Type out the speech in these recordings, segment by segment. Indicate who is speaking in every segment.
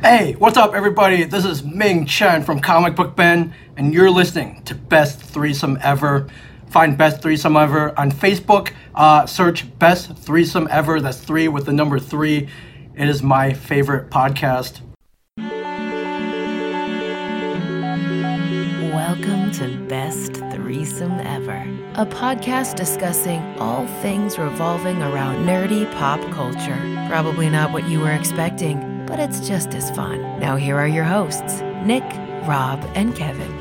Speaker 1: Hey, what's up, everybody? This is Ming Chen from Comic Book Ben, and you're listening to Best Threesome Ever. Find Best Threesome Ever on Facebook. Uh, search Best Threesome Ever. That's three with the number three. It is my favorite podcast.
Speaker 2: Welcome to Best Threesome Ever, a podcast discussing all things revolving around nerdy pop culture. Probably not what you were expecting, but it's just as fun. Now, here are your hosts Nick, Rob, and Kevin.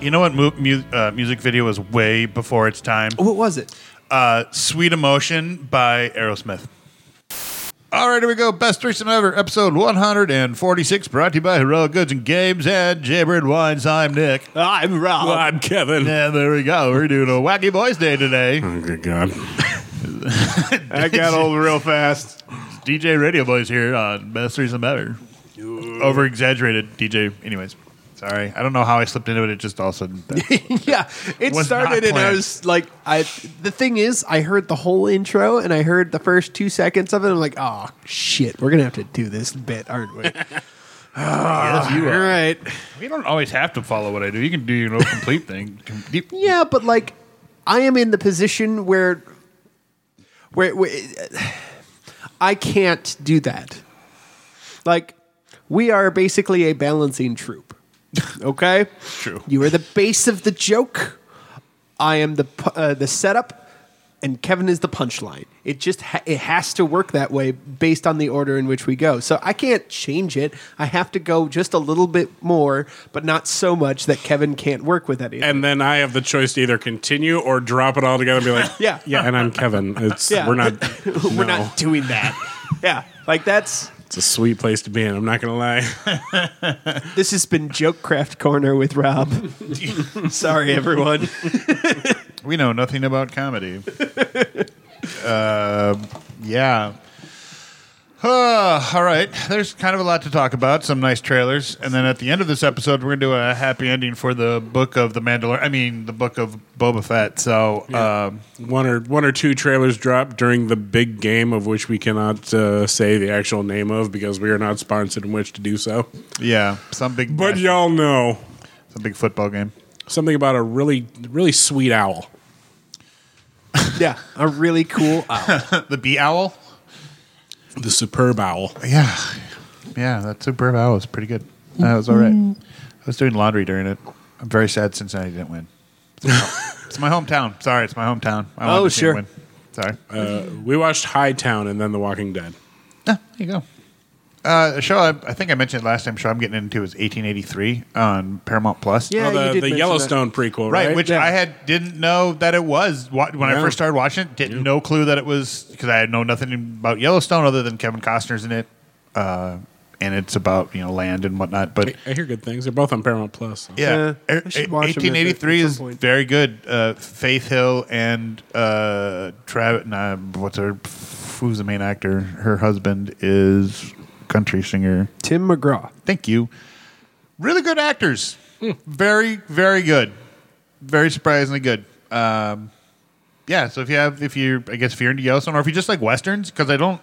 Speaker 3: You know what mu- mu- uh, music video was way before its time?
Speaker 4: What was it?
Speaker 3: Uh, Sweet Emotion by Aerosmith. All right, here we go. Best threesome ever, episode 146, brought to you by Heroic Goods and Games and Jaybird Wines. I'm Nick.
Speaker 4: I'm Rob.
Speaker 5: I'm Kevin.
Speaker 3: And there we go. We're doing a Wacky Boys Day today.
Speaker 5: Oh, good God.
Speaker 4: I got old real fast.
Speaker 3: DJ Radio Boys here on Best Threesome Ever. Over exaggerated DJ. Anyways, sorry. I don't know how I slipped into it. It just all of a sudden.
Speaker 4: yeah, it
Speaker 3: Was not
Speaker 4: started and I
Speaker 3: planned.
Speaker 4: was like, I. The thing is, I heard the whole intro and I heard the first two seconds of it. I'm like, oh shit, we're gonna have to do this bit, aren't we?
Speaker 3: Yes, you
Speaker 4: All
Speaker 3: are.
Speaker 4: right.
Speaker 3: You don't always have to follow what I do. You can do your own complete thing.
Speaker 4: Yeah, but like, I am in the position where, where, where I can't do that. Like, we are basically a balancing troop. Okay.
Speaker 3: True.
Speaker 4: You are the base of the joke. I am the pu- uh, the setup, and Kevin is the punchline. It just ha- it has to work that way based on the order in which we go. So I can't change it. I have to go just a little bit more, but not so much that Kevin can't work with that. Either.
Speaker 5: And then I have the choice to either continue or drop it all together and be like,
Speaker 4: Yeah.
Speaker 5: yeah, and I'm Kevin. It's
Speaker 4: Yeah.
Speaker 5: we're not
Speaker 4: we're
Speaker 5: no.
Speaker 4: not doing that. yeah, like that's
Speaker 5: It's a sweet place to be in. I'm not gonna lie.
Speaker 4: this has been Joke Craft Corner with Rob. Sorry, everyone.
Speaker 3: We know nothing about comedy. uh, yeah. Uh, all right. There's kind of a lot to talk about. Some nice trailers, and then at the end of this episode, we're gonna do a happy ending for the book of the Mandalorian. I mean, the book of Boba Fett. So, um,
Speaker 5: one or one or two trailers dropped during the big game of which we cannot uh, say the actual name of because we are not sponsored in which to do so.
Speaker 3: yeah, some big,
Speaker 5: But y'all know
Speaker 3: some big football game.
Speaker 5: something about a really really sweet owl.
Speaker 4: yeah, a really cool.
Speaker 3: The Bee Owl.
Speaker 5: The superb owl.
Speaker 3: Yeah, yeah. That Superb Owl was pretty good. That was all right.
Speaker 4: Mm-hmm.
Speaker 3: I was doing laundry during it. I'm very sad Cincinnati didn't win. It's my hometown. Sorry, it's my hometown. I wanted
Speaker 4: Oh,
Speaker 3: to see it
Speaker 4: sure.
Speaker 3: win. Sorry.
Speaker 5: Uh, we watched Hightown and then The Walking Dead.
Speaker 3: Yeah, there you go. Uh, a show I, I think I mentioned last time. Show I'm getting into is 1883 on Paramount Plus.
Speaker 4: Yeah,
Speaker 5: Oh,
Speaker 4: you did
Speaker 5: the,
Speaker 4: mention
Speaker 5: the
Speaker 4: that.
Speaker 5: Yellowstone prequel, right?
Speaker 3: Right, which
Speaker 4: Yeah.
Speaker 3: I had didn't know that it was wa- when I
Speaker 5: Yeah.
Speaker 3: first started watching it. Didn't no clue that it was because I had known nothing about Yellowstone other than Kevin Costner's in it, uh, and it's about you know land and whatnot. But
Speaker 5: I hear good things. They're both on Paramount Plus. so.
Speaker 3: Yeah,
Speaker 4: Yeah,
Speaker 3: Er-
Speaker 4: I should
Speaker 3: er-
Speaker 4: watch 'em at- at
Speaker 3: 1883
Speaker 4: some
Speaker 3: is
Speaker 4: point.
Speaker 3: very good. Uh, Faith Hill and uh, Travis, nah, what's her? Who's the main actor? Her husband is country singer.
Speaker 4: Tim McGraw.
Speaker 3: Thank you. Really good actors.
Speaker 5: Hmm.
Speaker 3: Very, very good. Very surprisingly good. Um, yeah. So if you have, if you, I guess if you're into Yellowstone, or if you just like westerns, because I don't,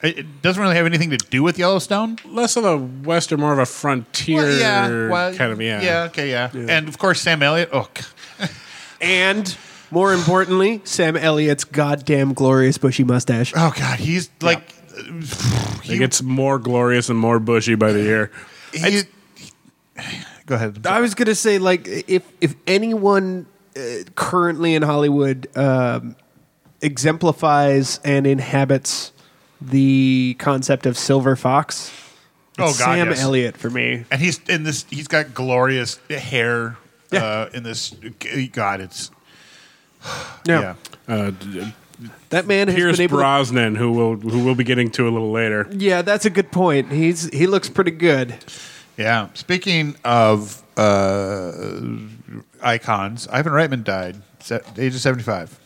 Speaker 3: it, it doesn't really have anything to do with Yellowstone.
Speaker 5: less of a western, more of a frontier
Speaker 3: Well, yeah, well,
Speaker 5: kind of yeah.
Speaker 3: yeah, okay, yeah. and of course Sam Elliott. Oh, God.
Speaker 4: And more importantly, Sam Elliott's goddamn glorious bushy mustache.
Speaker 3: Oh God, he's like
Speaker 5: It gets more glorious and more bushy by the year.
Speaker 3: he- Go ahead.
Speaker 4: I was gonna say, like, if if anyone uh, currently in Hollywood um, exemplifies and inhabits the concept of silver fox,
Speaker 3: Oh,
Speaker 4: it's
Speaker 3: God,
Speaker 4: Sam
Speaker 3: yes.
Speaker 4: Elliott for me.
Speaker 3: and he's in this. He's got glorious hair.
Speaker 4: Yeah.
Speaker 3: Uh, in this, God, it's
Speaker 4: No,
Speaker 3: yeah.
Speaker 5: Uh, d-
Speaker 4: that man has
Speaker 5: Pierce
Speaker 4: been able. to-
Speaker 5: Brosnan, who will who we'll be getting to a little later.
Speaker 4: yeah, that's a good point. He's he looks pretty good.
Speaker 3: Yeah. Speaking of uh, icons, Ivan Reitman died at the age of seventy-five.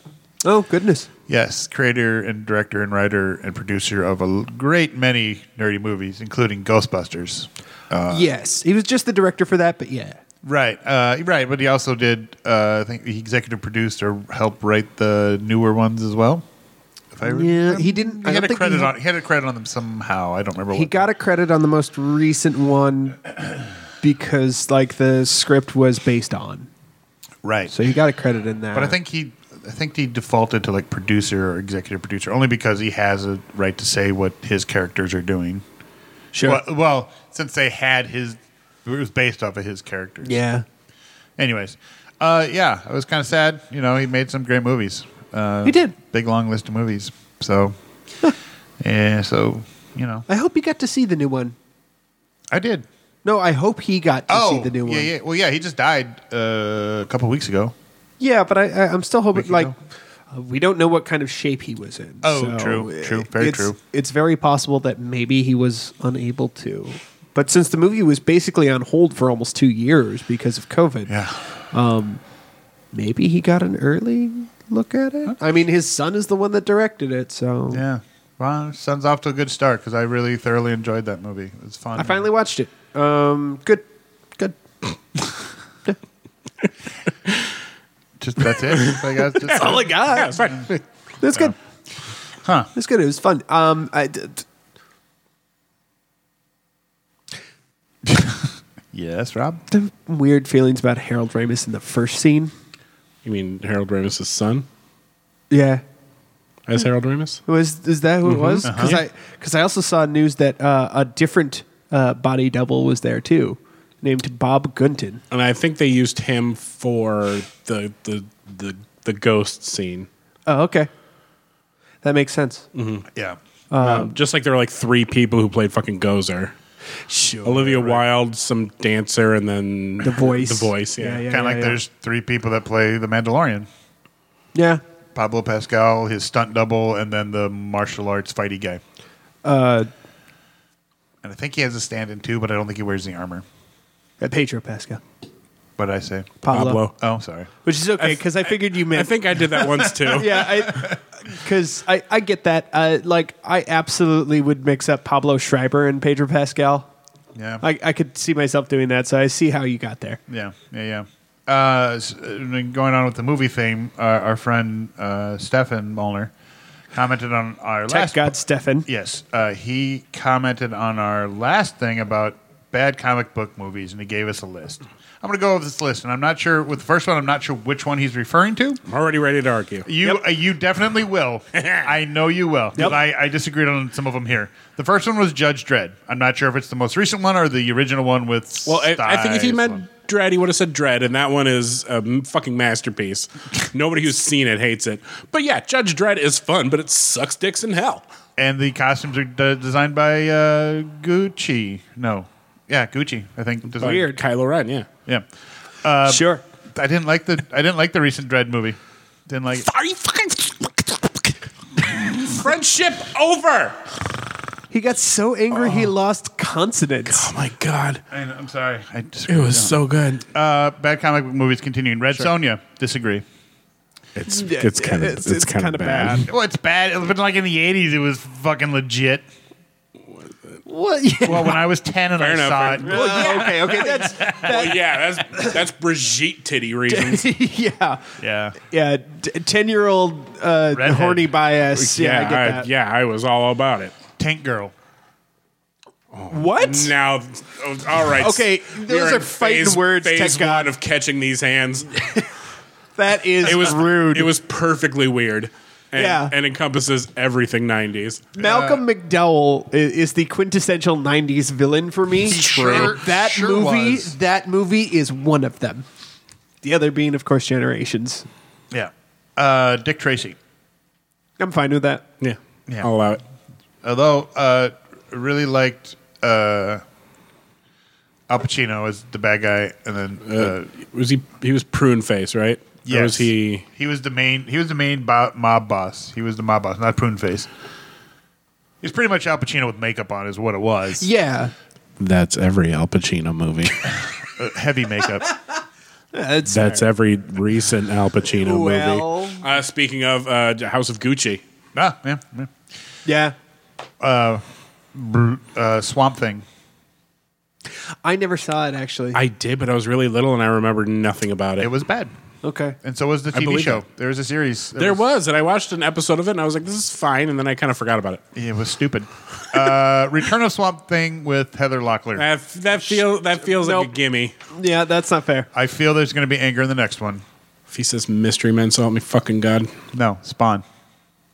Speaker 4: Oh goodness,
Speaker 3: Yes, creator and director and writer and producer of a l- great many nerdy movies, including Ghostbusters. Uh,
Speaker 4: yes, he was just the director for that, but yeah,
Speaker 3: Right, uh, right, but he also did. Uh, I think he executive produced or helped write the newer ones as well. If I
Speaker 4: Yeah, he didn't- I
Speaker 3: He
Speaker 4: don't
Speaker 3: had a
Speaker 4: think he
Speaker 3: credit
Speaker 4: had-
Speaker 3: on. He had a credit on them somehow. I don't remember.
Speaker 4: He
Speaker 3: what.
Speaker 4: got a credit on the most recent one because like the script was based on.
Speaker 3: right.
Speaker 4: So he got a credit in that.
Speaker 3: but I think he, I think he defaulted to like producer or executive producer only because he has a right to say what his characters are doing.
Speaker 4: sure.
Speaker 3: Well, well, since they had his, it was based off of his characters.
Speaker 4: yeah.
Speaker 3: Anyways, uh, yeah, I was kind of sad. You know, he made some great movies. Uh,
Speaker 4: He did.
Speaker 3: Big long list of movies. So, yeah. So you know,
Speaker 4: I hope he got to see the new one.
Speaker 3: I did.
Speaker 4: No, I hope he got to see the new
Speaker 3: Oh, yeah,
Speaker 4: one.
Speaker 3: yeah. Well, yeah, he just died uh, a couple weeks ago.
Speaker 4: Yeah, but I, I, I'm still hoping.
Speaker 3: can
Speaker 4: Like,
Speaker 3: go.
Speaker 4: uh, we don't know what kind of shape he was in.
Speaker 3: Oh, true,
Speaker 4: uh,
Speaker 3: true, very
Speaker 4: it's-
Speaker 3: true.
Speaker 4: It's very possible that maybe he was unable to. But since the movie was basically on hold for almost two years because of COVID,
Speaker 3: Yeah.
Speaker 4: maybe he got an early look at it. I mean, his son is the one that directed it, so
Speaker 3: Yeah. Well, sounds off to a good start because I really thoroughly enjoyed that movie. It was fun.
Speaker 4: I finally watched it. Um, good, good.
Speaker 3: just that's it. That's all I got. Just-
Speaker 4: all I got.
Speaker 5: Yeah, it's fine.
Speaker 4: That's good.
Speaker 3: Huh.
Speaker 4: That's good. It was fun. Um, I did.
Speaker 3: Yes, Rob.
Speaker 4: The weird feelings about Harold Ramis in the first scene.
Speaker 5: You mean Harold Ramis' son?
Speaker 4: Yeah,
Speaker 5: As Harold Ramis?
Speaker 4: Was is that who
Speaker 5: Mm-hmm.
Speaker 4: it was?
Speaker 5: Uh-huh.
Speaker 4: Because I because I also saw news that uh, a different uh, body double was there too, named Bob Gunton.
Speaker 5: And I think they used him for the the the, the ghost scene.
Speaker 4: Oh, okay, that makes sense.
Speaker 3: Yeah.
Speaker 5: Um, just like there were like three people who played fucking Gozer.
Speaker 4: Sure.
Speaker 5: Olivia Wilde, some dancer, and then
Speaker 4: Oh, The voice.
Speaker 5: The voice, yeah.
Speaker 4: Yeah,
Speaker 3: kind of like
Speaker 4: yeah.
Speaker 3: there's three people that play the Mandalorian.
Speaker 4: Yeah.
Speaker 3: Pablo Pascal, his stunt double, and then the martial arts fighty guy.
Speaker 4: Uh,
Speaker 3: And I think he has a stand-in too, but I don't think he wears the armor.
Speaker 4: Pedro Pascal.
Speaker 3: What did I say?
Speaker 4: Pablo.
Speaker 5: Pablo.
Speaker 3: Oh, sorry.
Speaker 4: Which is okay
Speaker 5: I f-
Speaker 4: because I, figured you meant.
Speaker 5: I think I did that once too.
Speaker 4: yeah, because I, I get that. Uh, like I absolutely would mix up Pablo Schreiber and Pedro Pascal.
Speaker 3: Yeah.
Speaker 4: I, I could see myself doing that, so I see how you got there.
Speaker 3: Yeah, yeah, yeah. Uh, s- uh, going on with the movie theme, uh, our friend uh, Stefan Molnar commented on our
Speaker 4: Tech
Speaker 3: last.
Speaker 4: God Stefan.
Speaker 3: Yes, uh, he commented on our last thing about bad comic book movies, and he gave us a list. I'm going to go over this list, and I'm not sure with the first one. I'm not sure which one he's referring to.
Speaker 5: I'm already ready to argue.
Speaker 3: You, uh, you definitely will. I know you will. 'cause I, I disagreed on some of them here. The first one was Judge Dredd. I'm not sure if it's the most recent one or the original one with.
Speaker 5: Well, I, I think if he meant
Speaker 3: Stiles.
Speaker 5: Dread, he would have said Dread, and that one is a m- fucking masterpiece. Nobody who's seen it hates it. But yeah, Judge Dread is fun, but it sucks dicks in hell.
Speaker 3: and the costumes are d- designed by uh, Gucci. No, yeah, Gucci. I think designed.
Speaker 5: Like Kylo Ren, yeah.
Speaker 3: Yeah,
Speaker 4: sure.
Speaker 3: I didn't like the I didn't like the recent Dread movie. Didn't like it.
Speaker 5: Are you fucking. Friendship over!
Speaker 4: He got so angry he lost consonants.
Speaker 5: Oh my Oh. god.
Speaker 3: I know, I'm sorry. I just,
Speaker 5: It was so good.
Speaker 3: uh, bad comic book movies continuing. Red Sonja. Disagree.
Speaker 5: It's
Speaker 4: Yeah,
Speaker 5: it's kind of
Speaker 4: it's-
Speaker 5: it's,
Speaker 4: it's
Speaker 5: kind
Speaker 4: kinda
Speaker 5: of bad.
Speaker 3: Well, it's bad. It was like in the '80s. It was fucking legit.
Speaker 4: What? Yeah.
Speaker 3: Well, when I was ten and I
Speaker 5: enough,
Speaker 3: saw
Speaker 5: fair
Speaker 3: it.
Speaker 5: enough.
Speaker 4: okay, okay. That's
Speaker 5: Well, Oh, yeah, that's that's Brigitte titty reasons.
Speaker 4: yeah,
Speaker 3: Yeah.
Speaker 4: yeah. Ten-year-old uh,
Speaker 3: Redhead.
Speaker 4: horny bias. Yeah, I get
Speaker 5: I-
Speaker 4: that.
Speaker 5: yeah, I was all about it.
Speaker 3: Tank Girl.
Speaker 4: What?
Speaker 5: Now, oh, all right.
Speaker 4: Okay,
Speaker 5: We
Speaker 4: those
Speaker 5: in
Speaker 4: are fighting
Speaker 5: phase-
Speaker 4: words,
Speaker 5: Phase
Speaker 4: thank God.
Speaker 5: one of catching these hands.
Speaker 4: That is.
Speaker 5: It was
Speaker 4: rude.
Speaker 5: It was perfectly weird. And,
Speaker 4: Yeah.
Speaker 5: and encompasses everything '90s.
Speaker 4: Malcolm McDowell i- is the quintessential '90s villain for me.
Speaker 3: Sure-
Speaker 4: that
Speaker 3: sure
Speaker 4: movie.
Speaker 3: was.
Speaker 4: That movie is one of them. The other being, of course, Generations.
Speaker 3: Yeah. Uh, Dick Tracy.
Speaker 4: I'm fine with that.
Speaker 5: Yeah,
Speaker 3: Yeah.
Speaker 5: I'll allow it.
Speaker 3: Although uh, really liked uh, Al Pacino as the bad guy, and then uh,
Speaker 5: Was he? He was prune face, right? Or
Speaker 3: yes,
Speaker 5: was he?
Speaker 3: He was the main. He was the main bo- mob boss. He was the mob boss, not Prune Face. He's pretty much Al Pacino with makeup on, is what it was.
Speaker 4: Yeah,
Speaker 5: That's every Al Pacino movie.
Speaker 3: Uh, heavy makeup.
Speaker 4: that's
Speaker 5: That's every recent Al Pacino
Speaker 4: Well-
Speaker 5: movie. Uh, speaking of uh, House of Gucci,
Speaker 3: ah, yeah, yeah.
Speaker 4: yeah.
Speaker 3: Br- Uh, swamp Thing.
Speaker 4: I never saw it actually.
Speaker 5: I did, but I was really little and I remember nothing about it.
Speaker 3: It was bad.
Speaker 4: Okay.
Speaker 3: And so was the TV
Speaker 5: believe
Speaker 3: show.
Speaker 5: it.
Speaker 3: There was a series. that
Speaker 5: There was, and I watched an episode of it, and I was like, "This is fine," and then I kind of forgot about it.
Speaker 3: It was stupid. uh, Return of Swamp Thing with Heather Locklear.
Speaker 5: That that feel that feels like a
Speaker 4: Nope.
Speaker 5: gimme.
Speaker 4: Yeah, that's not fair.
Speaker 3: I feel there's going to be anger in the next one.
Speaker 5: If he says mystery man, so help me fucking god.
Speaker 3: No, Spawn.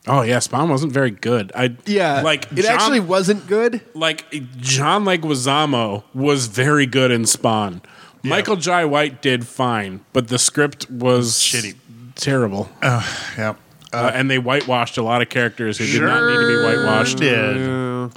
Speaker 5: Oh yeah, Spawn wasn't very good. I
Speaker 4: Yeah.
Speaker 5: like
Speaker 4: it
Speaker 5: John-
Speaker 4: actually wasn't good.
Speaker 5: like John Leguizamo was very good in Spawn. Michael Jai White did fine, but the script was
Speaker 3: Shitty.
Speaker 5: terrible,
Speaker 4: uh,
Speaker 3: Yeah.
Speaker 5: Uh, and they whitewashed a lot of characters who did not need to be whitewashed.
Speaker 3: Did.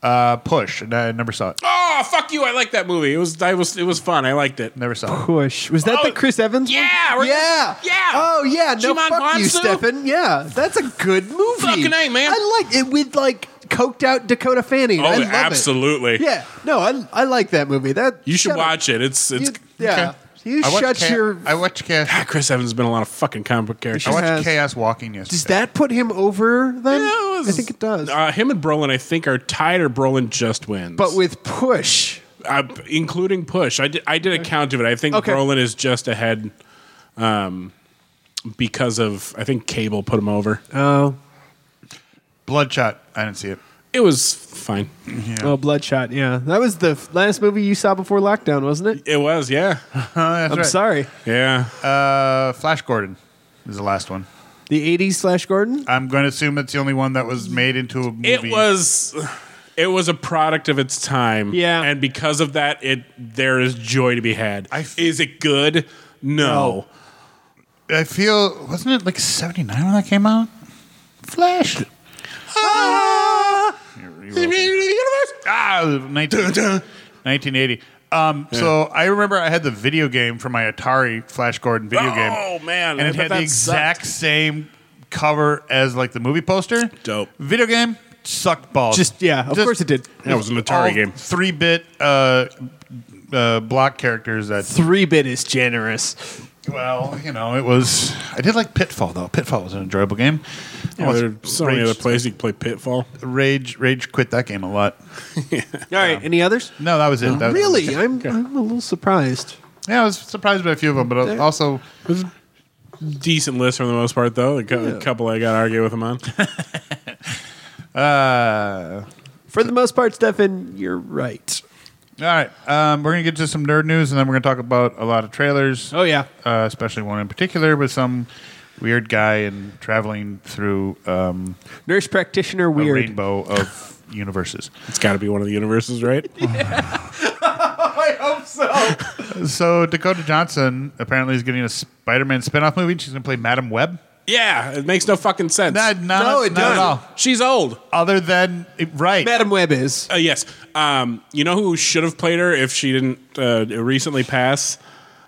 Speaker 3: Uh, push. And I never saw it.
Speaker 5: Oh fuck you! I like that movie. It was I was it was fun. I liked it.
Speaker 3: Never saw it.
Speaker 4: Push. Was that
Speaker 5: Oh,
Speaker 4: the Chris Evans? one?
Speaker 5: yeah, we're-
Speaker 4: yeah,
Speaker 5: yeah.
Speaker 4: Oh yeah, no
Speaker 5: Jimon
Speaker 4: fuck you,
Speaker 5: Hwansu?
Speaker 4: Stefan. Yeah, that's a good movie.
Speaker 5: Fucking A, man.
Speaker 4: I like it with like coked out Dakota Fanning.
Speaker 5: Oh,
Speaker 4: I love
Speaker 5: absolutely.
Speaker 4: It. Yeah, no, I I like that movie. That
Speaker 5: You
Speaker 4: shut
Speaker 5: should
Speaker 4: up.
Speaker 5: watch it. It's it's
Speaker 4: You, yeah, you
Speaker 3: I watched
Speaker 4: shut
Speaker 3: Ca-
Speaker 4: your.
Speaker 3: I watched, Ca-
Speaker 5: God, Chris Evans has been in a lot of fucking comic book characters.
Speaker 3: I watched
Speaker 4: has-
Speaker 3: Chaos Walking yesterday.
Speaker 4: does that put him over then?
Speaker 5: Yeah, it was-
Speaker 4: I think it does.
Speaker 5: Uh, him and Brolin, I think, are tied, or Brolin just wins.
Speaker 4: but with push,
Speaker 5: uh, including Push, I did, I did a count of it. I think
Speaker 4: Okay.
Speaker 5: Brolin is just ahead, um, because of I think Cable put him over.
Speaker 4: oh,
Speaker 3: Bloodshot. I didn't see it.
Speaker 5: It was fine.
Speaker 4: oh, bloodshot. Yeah, that was the f- last movie you saw before lockdown, wasn't it?
Speaker 5: It was, yeah,
Speaker 3: Uh, that's
Speaker 4: I'm
Speaker 3: right.
Speaker 4: sorry.
Speaker 5: yeah.
Speaker 3: Uh, Flash Gordon is the last one.
Speaker 4: The '80s slash Gordon.
Speaker 3: I'm going to assume it's the only one that was made into a movie.
Speaker 5: it was. It was a product of its time,
Speaker 4: Yeah.
Speaker 5: and because of that, it there is joy to be had.
Speaker 3: I f-
Speaker 5: is it good? No.
Speaker 3: I feel wasn't it like '79 when that came out? Flash. Ah, 19 1980. Um, So I remember I had the video game for my Atari Flash Gordon video
Speaker 5: Oh,
Speaker 3: game.
Speaker 5: man,
Speaker 3: And
Speaker 5: I
Speaker 3: it
Speaker 5: bet
Speaker 3: had
Speaker 5: that
Speaker 3: the exact
Speaker 5: sucked.
Speaker 3: same cover as like the movie poster.
Speaker 5: Dope.
Speaker 3: Video game sucked balls.
Speaker 4: Just yeah, of course it did.
Speaker 5: Yeah, it was an Atari game.
Speaker 3: Three bit uh, uh, block characters that
Speaker 4: Three bit is generous.
Speaker 3: Well, you know, it was. I did like Pitfall though. Pitfall was an enjoyable game.
Speaker 5: Yeah, there are so many
Speaker 3: Rage-
Speaker 5: other places you can play Pitfall.
Speaker 3: Rage, Rage quit that game a lot.
Speaker 4: All right, any others?
Speaker 3: No, that was it. That was-
Speaker 4: Really, I'm I'm a little surprised.
Speaker 3: Yeah, I was surprised by a few of them, but also
Speaker 5: Decent list for the most part, though. The cou- couple I got to argue with him on.
Speaker 3: uh,
Speaker 4: For the most part, Stefan, you're right.
Speaker 3: all right. Um, we're gonna get to some nerd news, and then we're gonna talk about a lot of trailers.
Speaker 4: Oh yeah,
Speaker 3: uh, especially one in particular with some weird guy and traveling through um,
Speaker 4: nurse practitioner
Speaker 3: a
Speaker 4: weird.
Speaker 3: rainbow of universes.
Speaker 5: It's got to be one of the universes, right?
Speaker 3: So Dakota Johnson apparently is getting a Spider-Man spin-off movie. She's gonna play Madam Web.
Speaker 5: yeah, it makes no fucking sense.
Speaker 3: No, not,
Speaker 4: No, it
Speaker 3: not at
Speaker 4: doesn't.
Speaker 3: all.
Speaker 5: She's old.
Speaker 3: Other than right,
Speaker 4: Madam Web is
Speaker 5: Uh, yes. Um, you know who should have played her if she didn't uh, recently pass?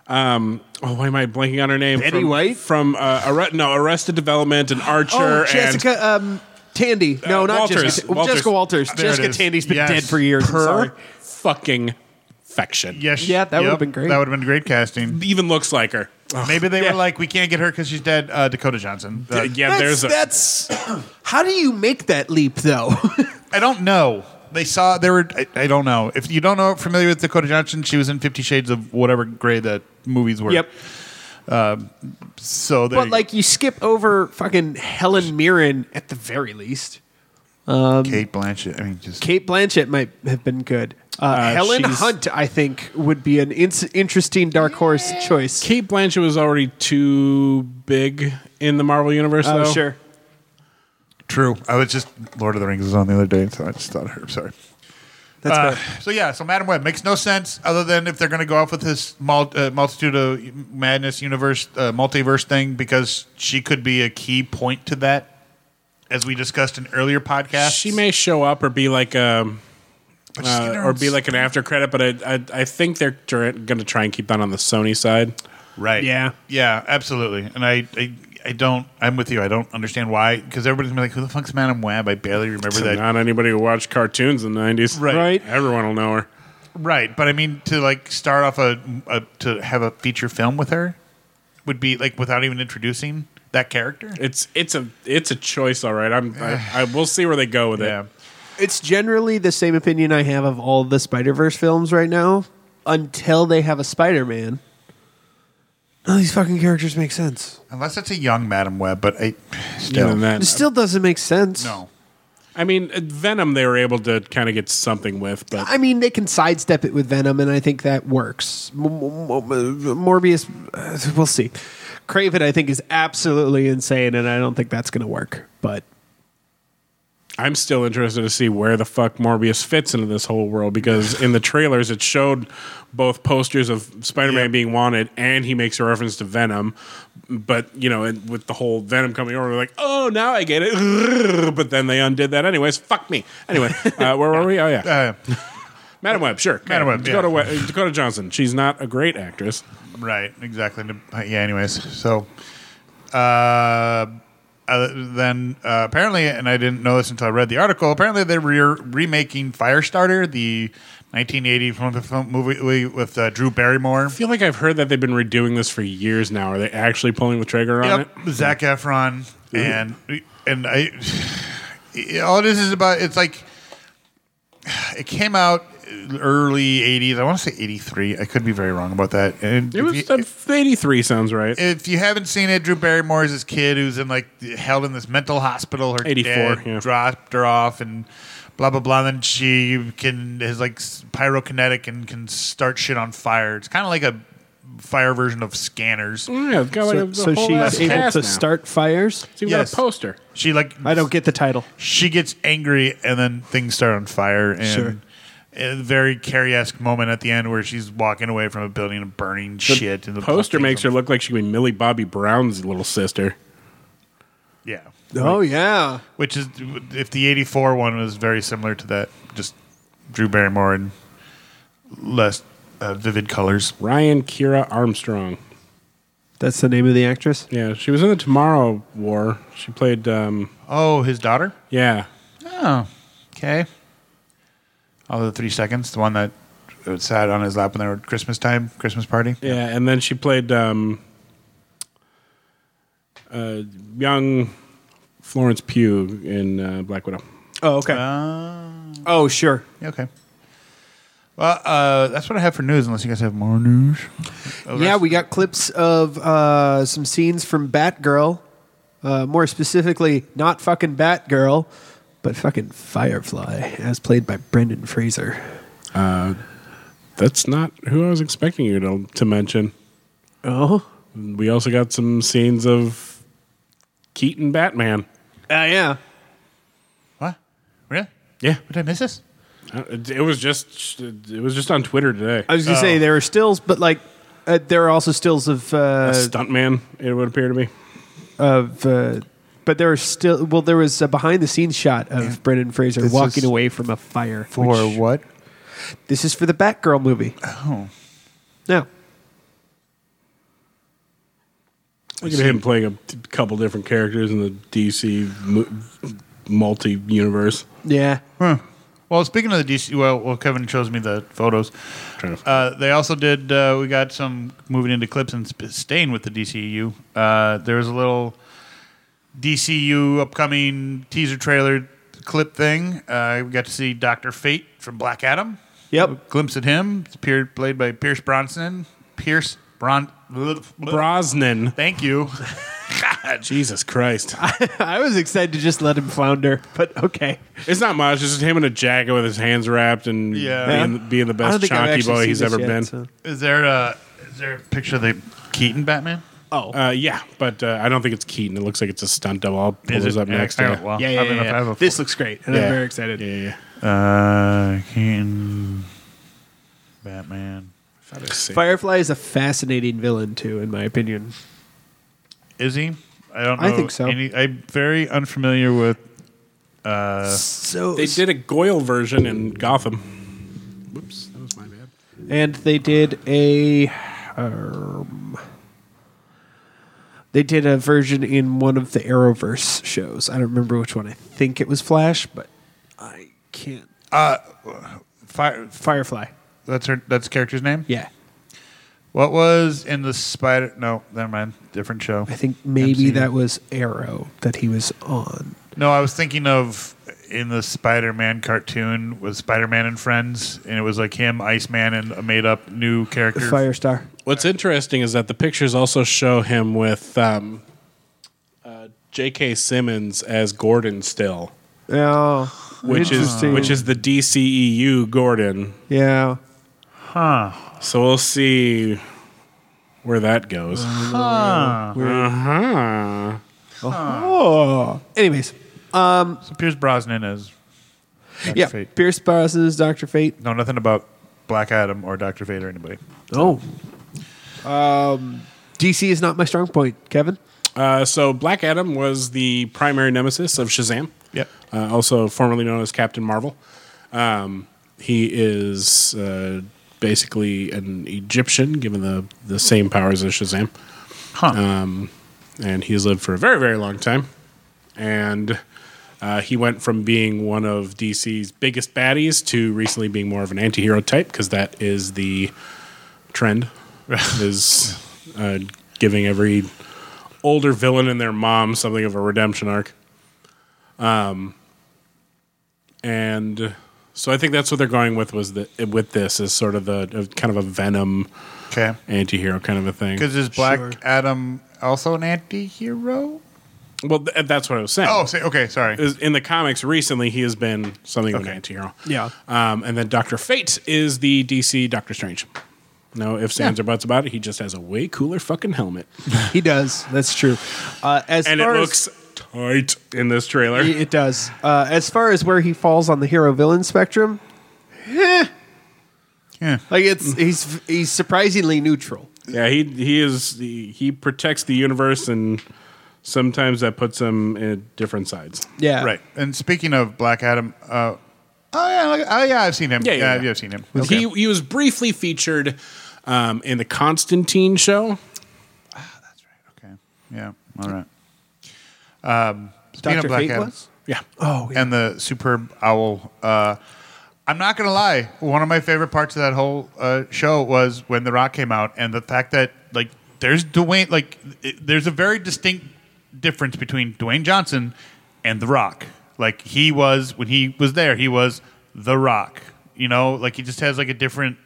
Speaker 5: Um, oh, why am I blanking on her name?
Speaker 4: Betty
Speaker 5: from,
Speaker 4: White?
Speaker 5: From uh, Arre- no, Arrested Development and Archer
Speaker 4: oh
Speaker 5: and
Speaker 4: Jessica um, Tandy. No,
Speaker 5: Uh,
Speaker 4: not
Speaker 5: Walters.
Speaker 4: Jessica. Well,
Speaker 5: Walters.
Speaker 4: Jessica Walters.
Speaker 3: There it
Speaker 4: Jessica
Speaker 3: is.
Speaker 4: Tandy's been
Speaker 3: Yes.
Speaker 4: dead for years. I'm sorry.
Speaker 5: her fucking faction.
Speaker 3: Yes.
Speaker 4: Yeah, that would've been great.
Speaker 3: That would have been great casting.
Speaker 5: Even looks like her. Ugh,
Speaker 3: Maybe they
Speaker 4: Yeah.
Speaker 3: were like, we can't get her because she's dead. Uh, Dakota Johnson. Uh,
Speaker 5: yeah,
Speaker 4: That's,
Speaker 5: there's a,
Speaker 4: that's how do you make that leap though?
Speaker 3: I don't know. They saw there were. I, I don't know. If you don't know, familiar with Dakota Johnson, she was in Fifty Shades of whatever grade that movies were. So there
Speaker 4: but
Speaker 3: you
Speaker 4: like you skip over fucking Helen Mirren at the very least.
Speaker 3: go. Kate Blanchett. I mean, just
Speaker 4: Kate Blanchett might have been good. Uh, Helen
Speaker 5: she's-
Speaker 4: Hunt, I think, would be an ins- interesting dark horse choice.
Speaker 5: Kate Blanchett was already too big in the Marvel universe.
Speaker 4: Oh,
Speaker 5: though.
Speaker 4: sure.
Speaker 3: true. I was just Lord of the Rings was on the other day, so I just thought of her. Sorry.
Speaker 4: That's
Speaker 3: Uh,
Speaker 4: fair.
Speaker 3: so yeah, so Madam Web makes no sense other than if they're going to go off with this mul- uh, multitude of madness universe uh, multiverse thing because she could be a key point to that, as we discussed in earlier podcasts.
Speaker 5: She may show up or be like um,
Speaker 3: But just get her
Speaker 5: uh, or
Speaker 3: own
Speaker 5: be like an after credit, but I I, I think they're going to try and keep that on the Sony side.
Speaker 3: Right.
Speaker 4: Yeah.
Speaker 3: Yeah, absolutely. And I, I, I don't. I'm with you. I don't understand why. Because everybody's gonna be like, "Who the fuck's Madam Web?" I barely remember
Speaker 5: So
Speaker 3: that.
Speaker 5: not anybody who watched cartoons in the nineties,
Speaker 3: Right. Right.
Speaker 5: Everyone will know her.
Speaker 3: right. But I mean, to like start off a, a to have a feature film with her would be like without even introducing that character.
Speaker 5: It's it's a it's a choice, all right. I'm I, I we'll see where they go with
Speaker 3: Yeah.
Speaker 5: it.
Speaker 4: It's generally the same opinion I have of all the Spider Verse films right now until they have a Spider Man. None of these fucking characters make sense.
Speaker 3: Unless it's a young Madam Web, but I,
Speaker 5: Even
Speaker 3: still.
Speaker 5: then,
Speaker 4: It still doesn't make sense.
Speaker 3: No.
Speaker 5: I mean, uh, Venom they were able to kind of get something with, but
Speaker 4: I mean, they can sidestep it with Venom, and I think that works. M- m- m- Morbius, uh, we'll see. Craven, I think, is absolutely insane, and I don't think that's going to work. But
Speaker 5: I'm still interested to see where the fuck Morbius fits into this whole world because in the trailers it showed both posters of Spider-Man being wanted and he makes a reference to Venom. But you know, and with the whole Venom coming over, we're like, oh, now I get it. But then they undid that, anyways. Fuck me. Anyway, uh, where were we? Oh yeah,
Speaker 3: Uh,
Speaker 5: Madam Web. Sure,
Speaker 3: Madam Web,
Speaker 5: Dakota,
Speaker 3: yeah.
Speaker 5: We- Dakota Johnson. She's not a great actress.
Speaker 3: right. Exactly. uh, Yeah. Anyways, so uh, uh, then uh, apparently, and I didn't know this until I read the article. Apparently, they're re- remaking Firestarter, the 1980 film- film movie with uh, Drew Barrymore.
Speaker 5: I feel like I've heard that they've been redoing this for years now. Are they actually pulling the trigger on
Speaker 3: yep,
Speaker 5: it?
Speaker 3: Zach Efron, and and I. All this is about it's like it came out early '80s. I want to say '83. I could be very wrong about that. And
Speaker 5: It
Speaker 3: if
Speaker 5: was
Speaker 3: you-
Speaker 5: uh, 83 sounds right.
Speaker 3: if you haven't seen it, Drew Barrymore is this kid who's in like held in this mental hospital. Her
Speaker 5: 84,
Speaker 3: dad
Speaker 5: yeah.
Speaker 3: dropped her off and blah blah blah. Then she can is like pyrokinetic and can start shit on fire. It's kind of like a fire version of Scanners.
Speaker 5: yeah, it's got like
Speaker 4: so,
Speaker 5: Oh, a-
Speaker 4: so
Speaker 5: a whole ass
Speaker 4: she's able
Speaker 5: cast
Speaker 4: to
Speaker 5: now.
Speaker 4: start fires.
Speaker 5: So you
Speaker 3: Yes.
Speaker 5: got a poster.
Speaker 3: She like
Speaker 4: I don't get the title.
Speaker 3: she gets angry and then things start on fire and.
Speaker 4: Sure.
Speaker 3: A very Carrie esque moment at the end where she's walking away from a building and burning shit. And the
Speaker 5: Poster
Speaker 3: things
Speaker 5: makes her
Speaker 3: on-
Speaker 5: look like she could be Millie Bobby Brown's little sister.
Speaker 3: Yeah.
Speaker 4: Oh yeah,
Speaker 3: Which is, if the 84 one was very similar to that, just Drew Barrymore in less uh, vivid colors.
Speaker 5: Ryan Kira Armstrong.
Speaker 4: that's the name of the actress.
Speaker 5: Yeah, she was in the Tomorrow War. She played, um,
Speaker 3: Oh, his daughter?
Speaker 5: yeah.
Speaker 3: Oh, okay. All the three seconds, the one that uh, sat on his lap when they were at Christmas time, Christmas party.
Speaker 5: Yeah, and then she played um, uh, young Florence Pugh in uh, Black Widow.
Speaker 4: Oh okay.
Speaker 3: Uh,
Speaker 4: oh sure.
Speaker 3: okay. Well, uh, that's what I have for news, unless you guys have more news.
Speaker 5: oh,
Speaker 4: Yeah, we got clips of uh, some scenes from Batgirl. Uh, more specifically, not fucking Batgirl, but fucking Firefly, as played by Brendan Fraser.
Speaker 5: That's not who I was expecting you to, to mention.
Speaker 4: Oh,
Speaker 5: We also got some scenes of Keaton Batman.
Speaker 4: uh, yeah.
Speaker 3: What? Really?
Speaker 5: Yeah,
Speaker 3: Did I miss this?
Speaker 5: Uh, it it was just it was just on Twitter today.
Speaker 4: I was gonna say there are stills, but like uh, there are also stills of
Speaker 5: a
Speaker 4: uh,
Speaker 5: stuntman, it would appear to me.
Speaker 4: of. Uh, but there are still well, there was a behind the scenes shot of Brendan Fraser
Speaker 3: This is
Speaker 4: walking away from a fire. which-
Speaker 3: what?
Speaker 4: This is for the Batgirl movie. Oh, no.
Speaker 5: Look at him playing a t- couple different characters in the DC mu- multi universe.
Speaker 4: Yeah.
Speaker 3: Well, speaking of the DC, well, well Kevin shows me the photos. Uh, they also did. Uh, we got some moving into clips and sp- staying with the DCU. Uh, there was a little DCU upcoming teaser trailer clip thing. Uh, we got to see Doctor Fate from Black Adam.
Speaker 4: Yep.
Speaker 3: A glimpse at him. It's appeared, played by Pierce Bronson. Pierce Bron.
Speaker 5: Brosnan.
Speaker 3: Thank you.
Speaker 5: Jesus Christ.
Speaker 4: I was excited to just let him flounder, but okay.
Speaker 5: It's not much. It's just him in a jacket with his hands wrapped and
Speaker 3: Yeah.
Speaker 5: being, being the best chonky boy he's ever been.
Speaker 3: Is there a is there a picture of the Keaton Batman?
Speaker 4: Oh,
Speaker 5: Uh, yeah, but uh, I don't think it's Keaton. It looks like it's a stunt double. I'll pull
Speaker 3: Is
Speaker 5: this
Speaker 3: it?
Speaker 5: up next.
Speaker 3: Yeah, Oh,
Speaker 5: Yeah.
Speaker 3: well,
Speaker 4: yeah, yeah,
Speaker 3: I mean,
Speaker 4: yeah,
Speaker 3: if I have a
Speaker 4: This looks great, and
Speaker 5: Yeah.
Speaker 4: I'm very excited.
Speaker 5: Yeah, yeah.
Speaker 3: Uh, Keaton, Batman.
Speaker 4: Firefly is a fascinating villain too, in my opinion.
Speaker 3: Is he? I don't. Know
Speaker 4: I think so.
Speaker 3: Any, I'm very unfamiliar with.
Speaker 4: So
Speaker 5: They did a Goyle version in Gotham. Whoops, that was my bad.
Speaker 4: and they did a, um, they did a version in one of the Arrowverse shows. I don't remember which one. I think it was Flash, but I can't.
Speaker 3: Fire.
Speaker 4: Firefly.
Speaker 3: That's her. That's the character's name.
Speaker 4: Yeah,
Speaker 3: What was in the spider? No, never mind. Different show.
Speaker 4: I think maybe
Speaker 3: MCU.
Speaker 4: that was Arrow that he was on.
Speaker 3: No, I was thinking of in the Spider-Man cartoon with Spider-Man and friends, and it was like him, Iceman, and a made-up new character.
Speaker 4: Firestar.
Speaker 5: What's interesting is that the pictures also show him with um, uh, J.K. Simmons as Gordon still,
Speaker 4: Oh,
Speaker 5: which is
Speaker 4: Interesting.
Speaker 5: which is the DCEU Gordon.
Speaker 4: yeah.
Speaker 5: So we'll see where that goes. Uh-huh.
Speaker 4: Oh. Anyways,
Speaker 3: So Pierce Brosnan as Dr.
Speaker 4: yeah.
Speaker 3: Fate.
Speaker 4: Pierce Brosnan's Doctor Fate.
Speaker 3: Know nothing about Black Adam or Doctor Fate or anybody.
Speaker 4: Oh. Um, DC Um, is not my strong point, Kevin.
Speaker 5: Uh, so Black Adam was the primary nemesis of Shazam.
Speaker 3: Yep.
Speaker 5: Uh, also formerly known as Captain Marvel. Um, he is uh, basically an Egyptian, given the the same powers as Shazam,
Speaker 3: Huh.
Speaker 5: Um, and he's lived for a very very long time. And uh, he went from being one of DC's biggest baddies to recently being more of an anti-hero type because that is the trend is uh, giving every older villain and their mom something of a redemption arc. Um, and so I think that's what they're going with was the, with this is sort of the uh, kind of a venom
Speaker 3: okay.
Speaker 5: anti-hero kind of a thing.
Speaker 3: Because is Black
Speaker 4: Sure.
Speaker 3: Adam also an anti-hero?
Speaker 5: Well, th- that's what I was saying.
Speaker 3: Oh, say, okay. Sorry.
Speaker 5: Is- in the comics recently, he has been something of an
Speaker 3: Okay.
Speaker 5: anti-hero.
Speaker 4: Yeah.
Speaker 5: Um, and then Doctor Fate is the DC Doctor Strange. No ifs, ands, or buts about it. He just has a way cooler fucking helmet,
Speaker 4: He does. That's true. Uh, as
Speaker 5: and it
Speaker 4: far as-
Speaker 5: looks tight in this trailer.
Speaker 4: It it does. Uh, as far as where he falls on the hero villain spectrum, eh.
Speaker 3: Yeah.
Speaker 4: like
Speaker 5: Mm.
Speaker 4: it's he's he's surprisingly neutral.
Speaker 5: Yeah, he he is he, he protects the universe, and sometimes that puts him in different sides.
Speaker 4: Yeah,
Speaker 3: Right. And speaking of Black Adam, uh, oh yeah, like, oh yeah, I've seen him.
Speaker 5: Yeah, yeah, yeah.
Speaker 3: I've seen him. Okay.
Speaker 5: He he was briefly featured um, in the Constantine show.
Speaker 3: okay. Yeah. All right. Um, speaking
Speaker 4: Doctor
Speaker 3: of Black
Speaker 4: Fate
Speaker 3: Adam
Speaker 4: was.
Speaker 5: Yeah,
Speaker 4: Oh, yeah.
Speaker 3: and the superb owl. Uh, I'm not gonna lie. One of my favorite parts of that whole uh, show was when The Rock came out, and the fact that like there's Dwayne, like it, there's a very distinct difference between Dwayne Johnson and The Rock. Like he was when he was there, he was The Rock. You know, like he just has like a different.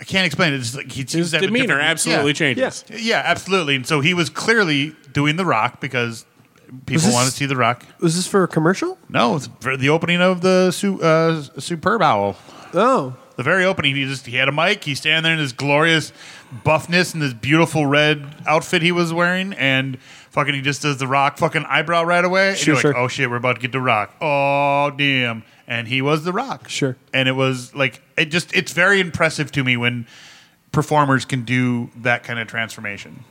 Speaker 3: I can't explain it. It's just, like he
Speaker 5: his
Speaker 3: seems to have a
Speaker 5: demeanor
Speaker 3: different-
Speaker 5: absolutely
Speaker 3: Yeah.
Speaker 5: changes.
Speaker 3: Yeah, absolutely. And so he was clearly doing The Rock because people
Speaker 4: this-
Speaker 3: want to see The Rock.
Speaker 4: was this for a commercial?
Speaker 3: No, it's for the opening of the su- uh, Superb Owl.
Speaker 4: Oh,
Speaker 3: The very opening, he just he had a mic. He's standing there in his glorious buffness and this beautiful red outfit he was wearing, and fucking he just does the rock fucking eyebrow right away. and
Speaker 4: Sure,
Speaker 3: you're
Speaker 4: sure.
Speaker 3: like, oh shit, we're about to get the rock. Oh damn, and he was the rock.
Speaker 4: Sure.
Speaker 3: and it was like it just it's very impressive to me when performers can do that kind of transformation,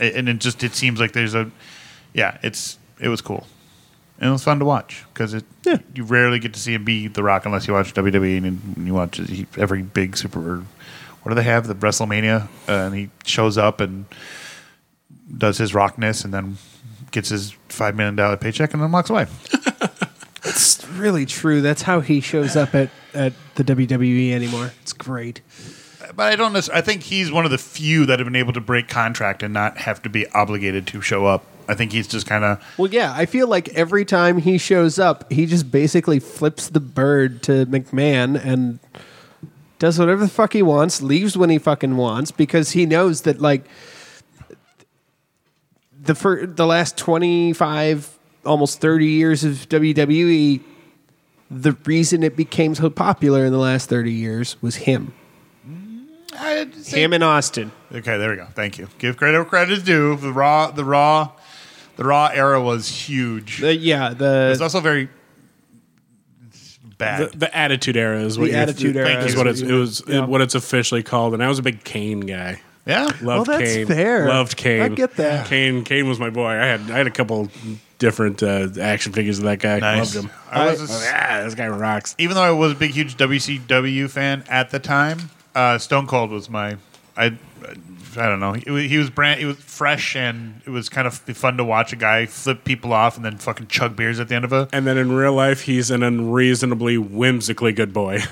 Speaker 3: A- and it just it seems like there's a yeah, it's it was cool. And it was fun to watch because it
Speaker 4: Yeah.
Speaker 3: you rarely get to see him be The Rock unless you watch WWE and then you watch he- every big super. Or what do they have? The WrestleMania, uh, and he shows up and does his rockness, and then gets his five million dollar paycheck and then walks away.
Speaker 4: it's really true. That's how he shows up at at the WWE anymore. It's great.
Speaker 3: But I don't. necess- I think he's one of the few that have been able to break contract and not have to be obligated to show up. I think he's just kind of
Speaker 4: Well, yeah, I feel like every time he shows up, he just basically flips the bird to McMahon and does whatever the fuck he wants, leaves when he fucking wants, because he knows that like the fir- the last twenty five, almost thirty years of WWE, the reason it became so popular in the last thirty years was him, him and Austin.
Speaker 3: Okay, there we go. Thank you. Give credit where credit is due. The raw, the raw, the raw era was huge.
Speaker 4: The-
Speaker 3: It
Speaker 4: Uh, yeah,
Speaker 3: was
Speaker 4: the
Speaker 3: also very bad.
Speaker 5: The, the Attitude Era is what
Speaker 4: The
Speaker 5: you're-
Speaker 4: Attitude Era
Speaker 5: is
Speaker 3: is
Speaker 5: what
Speaker 3: what
Speaker 5: it's it
Speaker 4: you-
Speaker 5: was
Speaker 4: yeah.
Speaker 5: what it's officially called. And I was a big Kane guy.
Speaker 3: yeah,
Speaker 5: Loved
Speaker 4: Well, that's
Speaker 5: Kane.
Speaker 4: fair.
Speaker 5: Loved Kane.
Speaker 4: I get that.
Speaker 5: Kane Kane was my boy. I had I had a couple different uh, action figures of that guy.
Speaker 3: Nice.
Speaker 5: Loved him.
Speaker 3: I was a
Speaker 5: Oh,
Speaker 3: s-
Speaker 5: yeah, this guy rocks.
Speaker 3: even though I was a big, huge WCW fan at the time, uh, Stone Cold was my. I, I don't know. He, wa- he was brand. He was fresh, and it was kind of fun to watch a guy flip people off and then fucking chug beers at the end of a.
Speaker 5: And then in real life, he's an unreasonably whimsically good boy.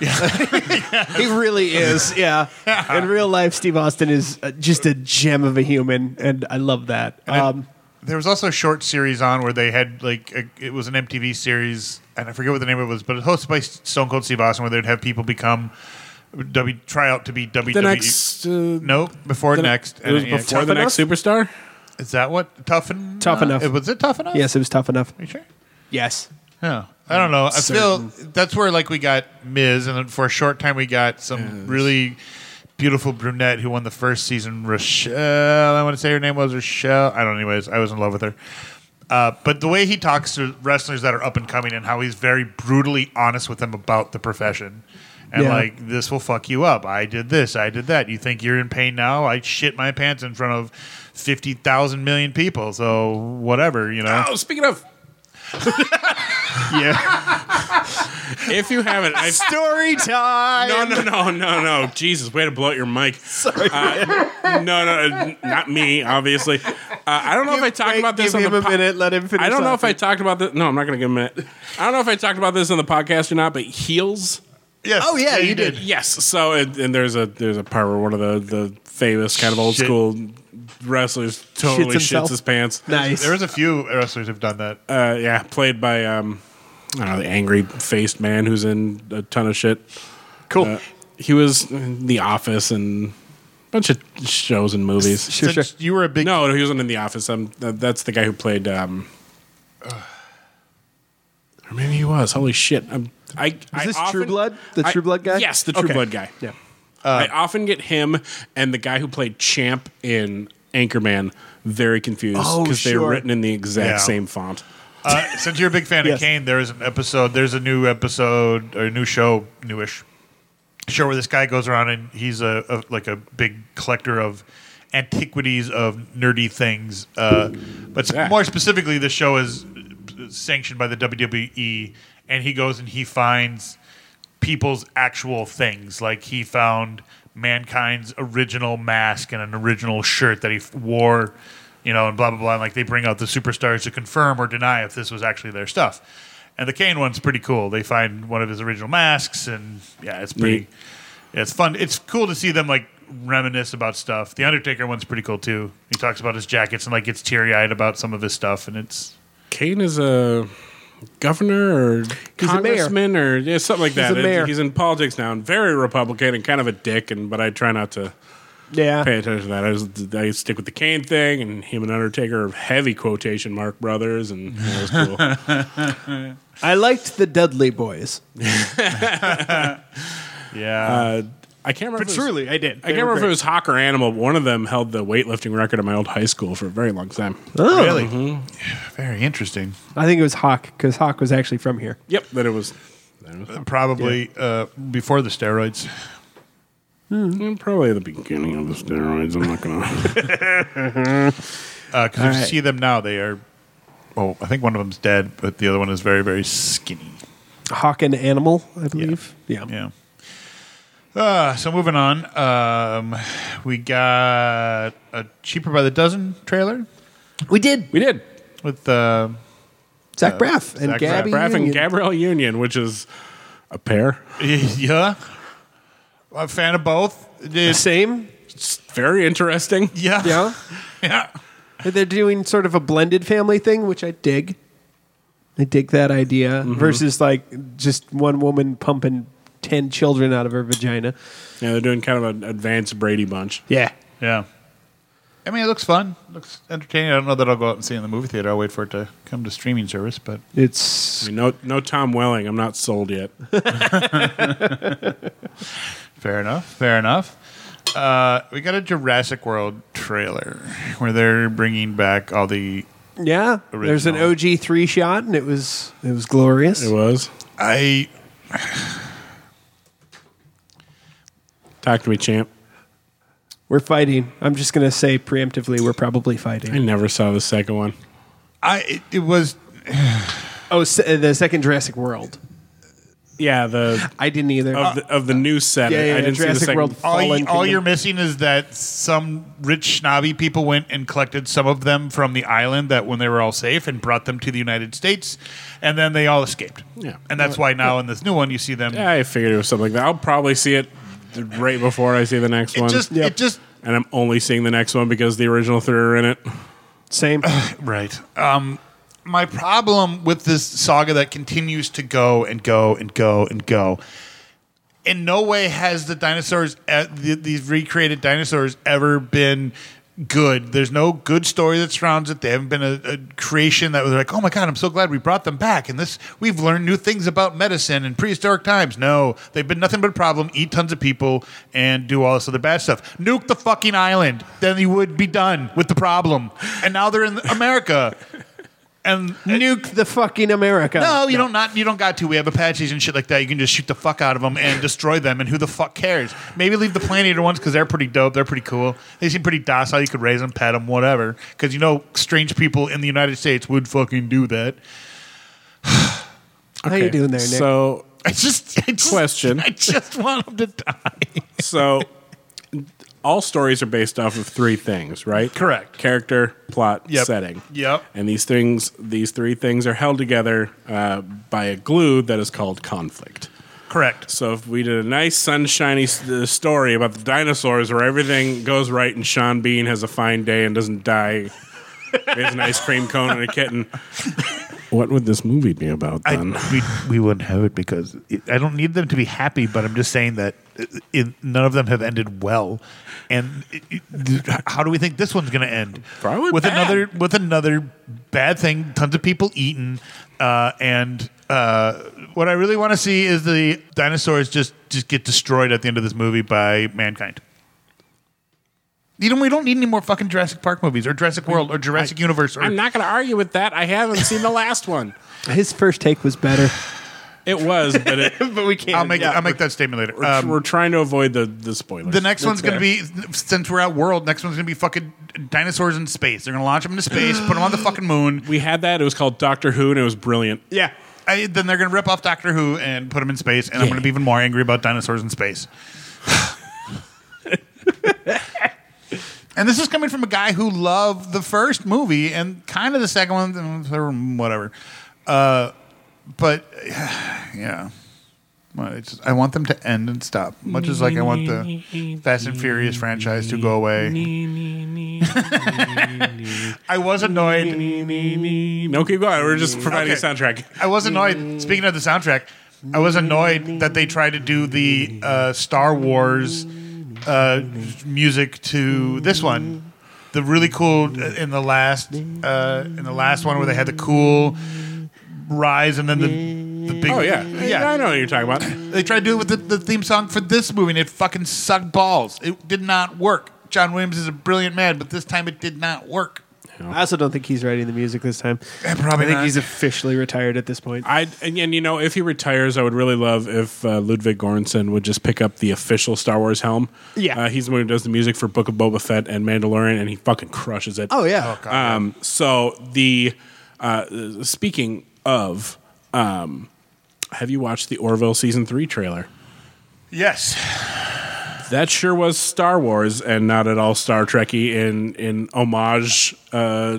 Speaker 4: He really is. Yeah. In real life, Steve Austin is uh, just a gem of a human, and I love that. Um,
Speaker 3: There was also a short series on where they had like a, it was an MTV series and I forget what the name of it was, but it was hosted by Stone Cold Steve Austin, where they'd have people become W try out to be WWE.
Speaker 5: next, uh,
Speaker 3: no, before
Speaker 5: The ne-
Speaker 3: next.
Speaker 5: It was
Speaker 3: And, yeah,
Speaker 5: before
Speaker 3: Tough
Speaker 5: the next
Speaker 3: Enough?
Speaker 5: superstar.
Speaker 3: Is that what tough enough?
Speaker 4: Tough Enough.
Speaker 3: It, was it tough enough?
Speaker 4: Yes, it was tough enough.
Speaker 3: Are you sure?
Speaker 4: Yes.
Speaker 3: Yeah. I don't know. I
Speaker 5: Certain.
Speaker 3: feel that's where like we got Miz, and then for a short time we got some really beautiful brunette who won the first season. Rochelle, I want to say her name was Rochelle. I don't. Anyways, I was in love with her. Uh, but the way he talks to wrestlers that are up and coming, and how he's very brutally honest with them about the profession, and
Speaker 4: Yeah.
Speaker 3: like this will fuck you up. I did this. I did that. You think you're in pain now? I shit my pants in front of fifty thousand million people. So whatever, you know.
Speaker 5: Oh, speaking of,
Speaker 3: yeah.
Speaker 5: if you haven't, I
Speaker 4: Story time.
Speaker 5: no no no no no. Jesus, way to blow out your mic. Sorry. no, no, n- not me. Obviously, uh, I don't know if I talked
Speaker 4: Wait,
Speaker 5: about this.
Speaker 4: Give
Speaker 5: on
Speaker 4: him
Speaker 5: the
Speaker 4: a
Speaker 5: po-
Speaker 4: minute. Let him finish.
Speaker 5: I don't know
Speaker 4: off.
Speaker 5: if I talked about this. No, I'm not going to give him a minute. I don't know if I talked about this on the podcast or not, but heels.
Speaker 3: Yes.
Speaker 4: Oh, yeah, you did.
Speaker 5: Yes. So and, and there's a there's a part where one of the the famous kind of old
Speaker 3: Shit.
Speaker 5: school wrestlers totally shits,
Speaker 4: himself.
Speaker 5: his pants.
Speaker 4: Nice.
Speaker 3: There was a few wrestlers who've done that.
Speaker 5: Uh, yeah, played by um, I don't know the angry faced man who's in a ton of shit.
Speaker 4: cool.
Speaker 5: Uh, he was in The Office and a bunch of shows and movies.
Speaker 4: sure, sure.
Speaker 3: Since you were a big
Speaker 5: No, he wasn't in The Office. Um, th- that's the guy who played. Um, or maybe he was. Holy shit! I'm, I is
Speaker 4: this True Blood? The True Blood guy?
Speaker 5: Yes, the True
Speaker 3: Okay.
Speaker 5: Blood guy.
Speaker 4: Yeah.
Speaker 3: Uh,
Speaker 5: I often get him and the guy who played Champ in Anchorman very confused
Speaker 4: Oh,
Speaker 5: because they're
Speaker 4: sure.
Speaker 5: written in the exact
Speaker 3: Yeah.
Speaker 5: same font.
Speaker 3: uh, since you're a big fan
Speaker 4: Yes.
Speaker 3: of Kane, there is an episode. There's a new episode or a new show, newish show where this guy goes around and he's a, a like a big collector of antiquities of nerdy things. Uh, but
Speaker 5: Yeah.
Speaker 3: more specifically, the show is sanctioned by the WWE, and he goes and he finds people's actual things. Like he found mankind's original mask and an original shirt that he f- wore, you know, and blah blah blah. And like they bring out the superstars to confirm or deny if this was actually their stuff. And the Kane one's pretty cool. They find one of his original masks, and yeah, it's pretty.
Speaker 5: Neat.
Speaker 3: Yeah, it's fun. It's cool to see them like reminisce about stuff. The Undertaker one's pretty cool too. He talks about his jackets and like gets teary eyed about some of his stuff, and it's
Speaker 5: Kane is a governor or
Speaker 4: He's a mayor.
Speaker 5: congressman or yeah, something like
Speaker 4: a
Speaker 5: that.
Speaker 4: mayor.
Speaker 5: He's in politics now and very Republican and kind of a dick. And but I try not to
Speaker 4: yeah.
Speaker 5: pay attention to that. I, just, I stick with the Kane thing, and him and Undertaker are heavy quotation mark brothers, and that was cool.
Speaker 4: I liked the Dudley Boys.
Speaker 3: yeah.
Speaker 5: uh, I can't remember. if it was-
Speaker 4: I did.
Speaker 5: I can't remember if it was Hawk or Animal. but One of them held the weightlifting record at my old high school for a very long time.
Speaker 3: really, Yeah, very interesting.
Speaker 4: Oh. Mm-hmm. I think it was Hawk because Hawk was actually from here.
Speaker 5: Yep, that it was.
Speaker 3: Probably uh, before the steroids.
Speaker 5: mm, Probably at the beginning of the steroids. I'm not gonna.
Speaker 3: Because uh, if you see them now, they are. Well, I think one of them's dead, but the other one is very, very skinny.
Speaker 4: Hawk and Animal, I believe. Yeah.
Speaker 3: Yeah. Uh, so moving on, um, we got a cheaper by the dozen trailer
Speaker 4: We did.
Speaker 5: we did.
Speaker 3: with uh,
Speaker 4: Zach Braff and
Speaker 3: Zach
Speaker 4: Gabby.
Speaker 5: Braff and
Speaker 4: Union.
Speaker 5: Gabrielle Union, which is a pair.
Speaker 3: yeah, I'm a fan of both. It's-
Speaker 4: Same.
Speaker 5: It's very interesting.
Speaker 3: yeah,
Speaker 4: Yeah.
Speaker 3: yeah.
Speaker 4: They're doing sort of a blended family thing, which I dig. I dig that idea
Speaker 5: Mm-hmm.
Speaker 4: versus like just one woman pumping 10 children out of her vagina.
Speaker 5: Yeah, they're doing kind of an advanced Brady bunch.
Speaker 4: Yeah.
Speaker 3: Yeah. I mean, it looks fun. It looks entertaining. I don't know that I'll go out and see it in the movie theater. I'll wait for it to come to streaming service, but
Speaker 4: It's
Speaker 5: I mean, no, no Tom Welling. I'm not sold yet.
Speaker 3: Fair enough. Fair enough. Uh, we got a Jurassic World trailer where they're bringing back all the.
Speaker 4: yeah. There's an
Speaker 3: Original.
Speaker 4: OG three shot, and it was it was glorious.
Speaker 5: It was.
Speaker 3: I
Speaker 5: Talk to me, champ.
Speaker 4: We're fighting. I'm just gonna say preemptively, we're probably
Speaker 5: I
Speaker 4: fighting.
Speaker 5: never saw the second one.
Speaker 3: I it, it was
Speaker 4: Oh, s- uh, the second Jurassic World.
Speaker 5: Yeah, the
Speaker 4: I didn't either.
Speaker 5: of the, of the new set.
Speaker 4: Uh, yeah, yeah,
Speaker 5: Oh, I
Speaker 4: yeah,
Speaker 5: didn't see the
Speaker 4: Jurassic
Speaker 5: second.
Speaker 4: World.
Speaker 3: all.
Speaker 4: Fallen
Speaker 3: You, all
Speaker 4: Kingdom.
Speaker 3: you're missing is that some rich snobby people went and collected some of them from the island that when they were all safe and brought them to the United States, and then they all escaped.
Speaker 5: Yeah.
Speaker 3: and that's why now in this new one you see them.
Speaker 5: Yeah, I figured it was something like that. I'll probably see it right before I see the next
Speaker 3: It
Speaker 5: one.
Speaker 3: just.
Speaker 4: Yep.
Speaker 3: It just.
Speaker 5: and I'm only seeing the next one because the original three are in it.
Speaker 4: Same.
Speaker 3: Right. Um. my problem with this saga that continues to go and go and go and go. In no way has the dinosaurs, uh, th- these recreated dinosaurs, ever been good. There's no good story that surrounds it. They haven't been a, a creation that was like, oh my god, I'm so glad we brought them back. And this, we've learned new things about medicine in prehistoric times. No, they've been nothing but a problem. Eat tons of people and do all this other bad stuff. Nuke the fucking island, then you would be done with the problem. And now they're in America. And
Speaker 4: Nuke the fucking America.
Speaker 3: no, you don't not you don't got to. We have Apaches and shit like that. You can just shoot the fuck out of them and destroy them. And who the fuck cares? Maybe leave the Planet Eater ones because they're pretty dope. They're pretty cool. They seem pretty docile. You could raise them, pet them, whatever. Because you know, strange people in the United States would fucking do that.
Speaker 4: How you doing there, Nick?
Speaker 5: So
Speaker 3: I just, I just
Speaker 5: Question.
Speaker 3: I just want them to die.
Speaker 5: so all stories are based off of three things, right?
Speaker 3: Correct.
Speaker 5: Character, plot,
Speaker 3: Yep.
Speaker 5: setting.
Speaker 3: Yep.
Speaker 5: And these things, these three things, are held together uh, by a glue that is called conflict.
Speaker 3: Correct.
Speaker 5: So if we did a nice sunshiny s- uh, story about the dinosaurs where everything goes right and Sean Bean has a fine day and doesn't die, there's an ice cream cone and a kitten. What would this movie be about
Speaker 3: I,
Speaker 5: then?
Speaker 3: we, we wouldn't have it because it, I don't need them to be happy, but I'm just saying that uh, it, none of them have ended well. And it, it, how do we think this one's going to end?
Speaker 5: Probably
Speaker 3: with
Speaker 5: bad.
Speaker 3: another with another bad thing, tons of people eaten, uh, and uh, what I really want to see is the dinosaurs just just get destroyed at the end of this movie by mankind. You know, we don't need any more fucking Jurassic Park movies or Jurassic World or Jurassic Universe. Or,
Speaker 5: I'm not going to argue with that. I haven't seen the last one.
Speaker 4: His first take was better.
Speaker 5: It was, but it,
Speaker 4: but we can't.
Speaker 3: I'll make I'll make that statement later.
Speaker 5: we're,
Speaker 3: Um,
Speaker 5: we're trying to avoid the, the spoilers.
Speaker 3: The next one's going to be since we're at World. Next one's going to be fucking dinosaurs in space. They're going to launch them into space, put them on the fucking moon.
Speaker 5: we had that. It was called Doctor Who, and it was brilliant.
Speaker 4: Yeah.
Speaker 3: I, then they're going to rip off Doctor Who and put them in space. And I'm going to be even more angry about dinosaurs in space. and this is coming from a guy who loved the first movie and kind of the second one, and the third one, whatever. Uh, but yeah. Well, it's I want them to end and stop, much as like I want the Fast and Furious franchise to go away. I was annoyed.
Speaker 5: No, keep going. We're just providing
Speaker 3: Mm-hmm. Okay.
Speaker 5: a soundtrack.
Speaker 3: I was annoyed. Speaking of the soundtrack, I was annoyed that they tried to do the uh, Star Wars uh, music to this one. The really cool in the last uh, in the last one where they had the cool rise and then the the big
Speaker 5: Oh yeah,
Speaker 3: yeah
Speaker 5: I know what you're talking about.
Speaker 3: they tried to do it with the, the theme song for this movie, and it fucking sucked balls. It did not work. John Williams is a brilliant man, but this time it did not work.
Speaker 4: I also don't think he's writing the music this time.
Speaker 3: Eh, probably
Speaker 4: I think
Speaker 3: not.
Speaker 4: he's officially retired at this point.
Speaker 5: I and, and you know if he retires, I would really love if uh, Ludwig Göransson would just pick up the official Star Wars helm.
Speaker 4: Yeah.
Speaker 5: uh, he's the one who does the music for Book of Boba Fett and Mandalorian, and he fucking crushes it.
Speaker 4: oh yeah.
Speaker 5: Um, so the uh, speaking of, um, have you watched the Orville season three trailer?
Speaker 3: Yes.
Speaker 5: That sure was Star Wars and not at all Star Trekky in in homage uh,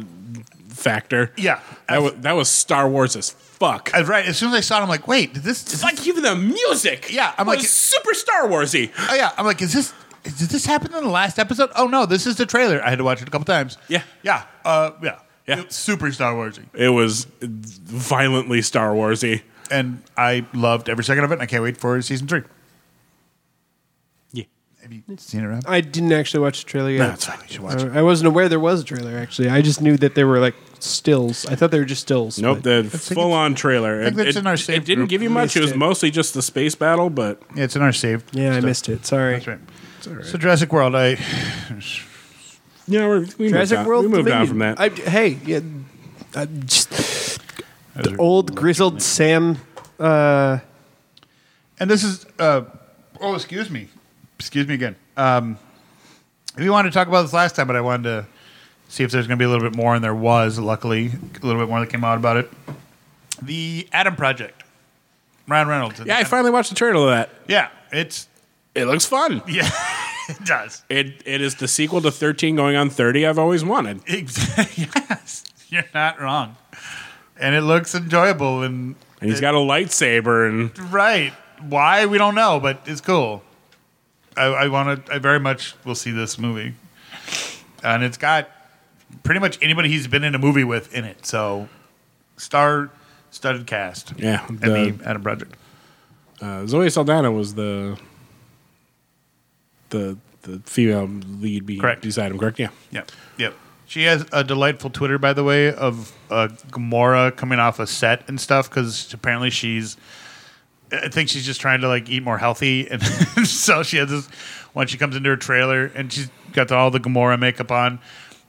Speaker 5: factor.
Speaker 3: Yeah.
Speaker 5: that was, that was Star Wars as fuck.
Speaker 3: I, right. As soon as I saw it, I'm like, wait, did this?
Speaker 5: It's like even the music.
Speaker 3: Yeah, I'm
Speaker 5: was
Speaker 3: like-
Speaker 5: super Star Warsy.
Speaker 3: oh yeah. I'm like, is this? Did this happen in the last episode? Oh no, this is the trailer. I had to watch it a couple times.
Speaker 5: Yeah.
Speaker 3: Yeah. Uh, yeah.
Speaker 5: Yeah.
Speaker 3: It's Super Star Warsy,
Speaker 5: It was violently Star Warsy.
Speaker 3: and I loved every second of it. and I can't wait for season three.
Speaker 5: Yeah,
Speaker 3: Have you seen it? Rob?
Speaker 4: I didn't actually watch the trailer yet. Uh,
Speaker 5: that's fine.
Speaker 3: You should watch it.
Speaker 4: I I wasn't aware there was a trailer actually. I just knew that there were like stills. I thought they were just stills.
Speaker 5: Nope,
Speaker 4: but-
Speaker 5: the full on trailer.
Speaker 3: think
Speaker 5: it,
Speaker 3: that's
Speaker 5: it-
Speaker 3: in our
Speaker 5: it
Speaker 3: saved
Speaker 5: didn't
Speaker 3: group.
Speaker 5: give you much. It was
Speaker 4: Missed it.
Speaker 5: mostly just the space battle, but
Speaker 3: Yeah, it's in our saved.
Speaker 4: yeah, I
Speaker 3: stuff.
Speaker 4: missed it. Sorry.
Speaker 3: That's right. So Jurassic World, I
Speaker 5: yeah, we're, we
Speaker 4: Jurassic
Speaker 5: moved on.
Speaker 4: World.
Speaker 5: We moved on
Speaker 4: Dominion.
Speaker 5: from that.
Speaker 4: I, hey, yeah, i just the old grizzled Sam. Uh,
Speaker 3: and this is uh, oh excuse me excuse me again um, we wanted to talk about this last time but i wanted to see if there's going to be a little bit more and there was luckily a little bit more that came out about it the adam project ryan reynolds
Speaker 5: yeah, I finally watched the trailer of that.
Speaker 3: yeah it's
Speaker 5: It looks fun.
Speaker 3: yeah it does
Speaker 5: It it is the sequel to Thirteen Going on Thirty. I've always wanted.
Speaker 3: Ex- yes you're not wrong and it looks enjoyable and
Speaker 5: And he's got a lightsaber and
Speaker 3: right why we don't know but it's cool i, I want to i very much will see this movie and it's got pretty much anybody he's been in a movie with in it so star-studded cast.
Speaker 5: Yeah,
Speaker 3: at
Speaker 5: the-
Speaker 3: the Adam Project.
Speaker 5: Uh, Zoe Saldana was the the the female lead behind
Speaker 3: Correct.
Speaker 5: this item, correct? Yeah.
Speaker 3: Yep. Yep. She has a delightful Twitter, by the way, of uh, Gamora coming off a set and stuff because apparently she's. I think she's just trying to like eat more healthy, and so she has this. When she comes into her trailer, and she's got all the Gamora makeup on,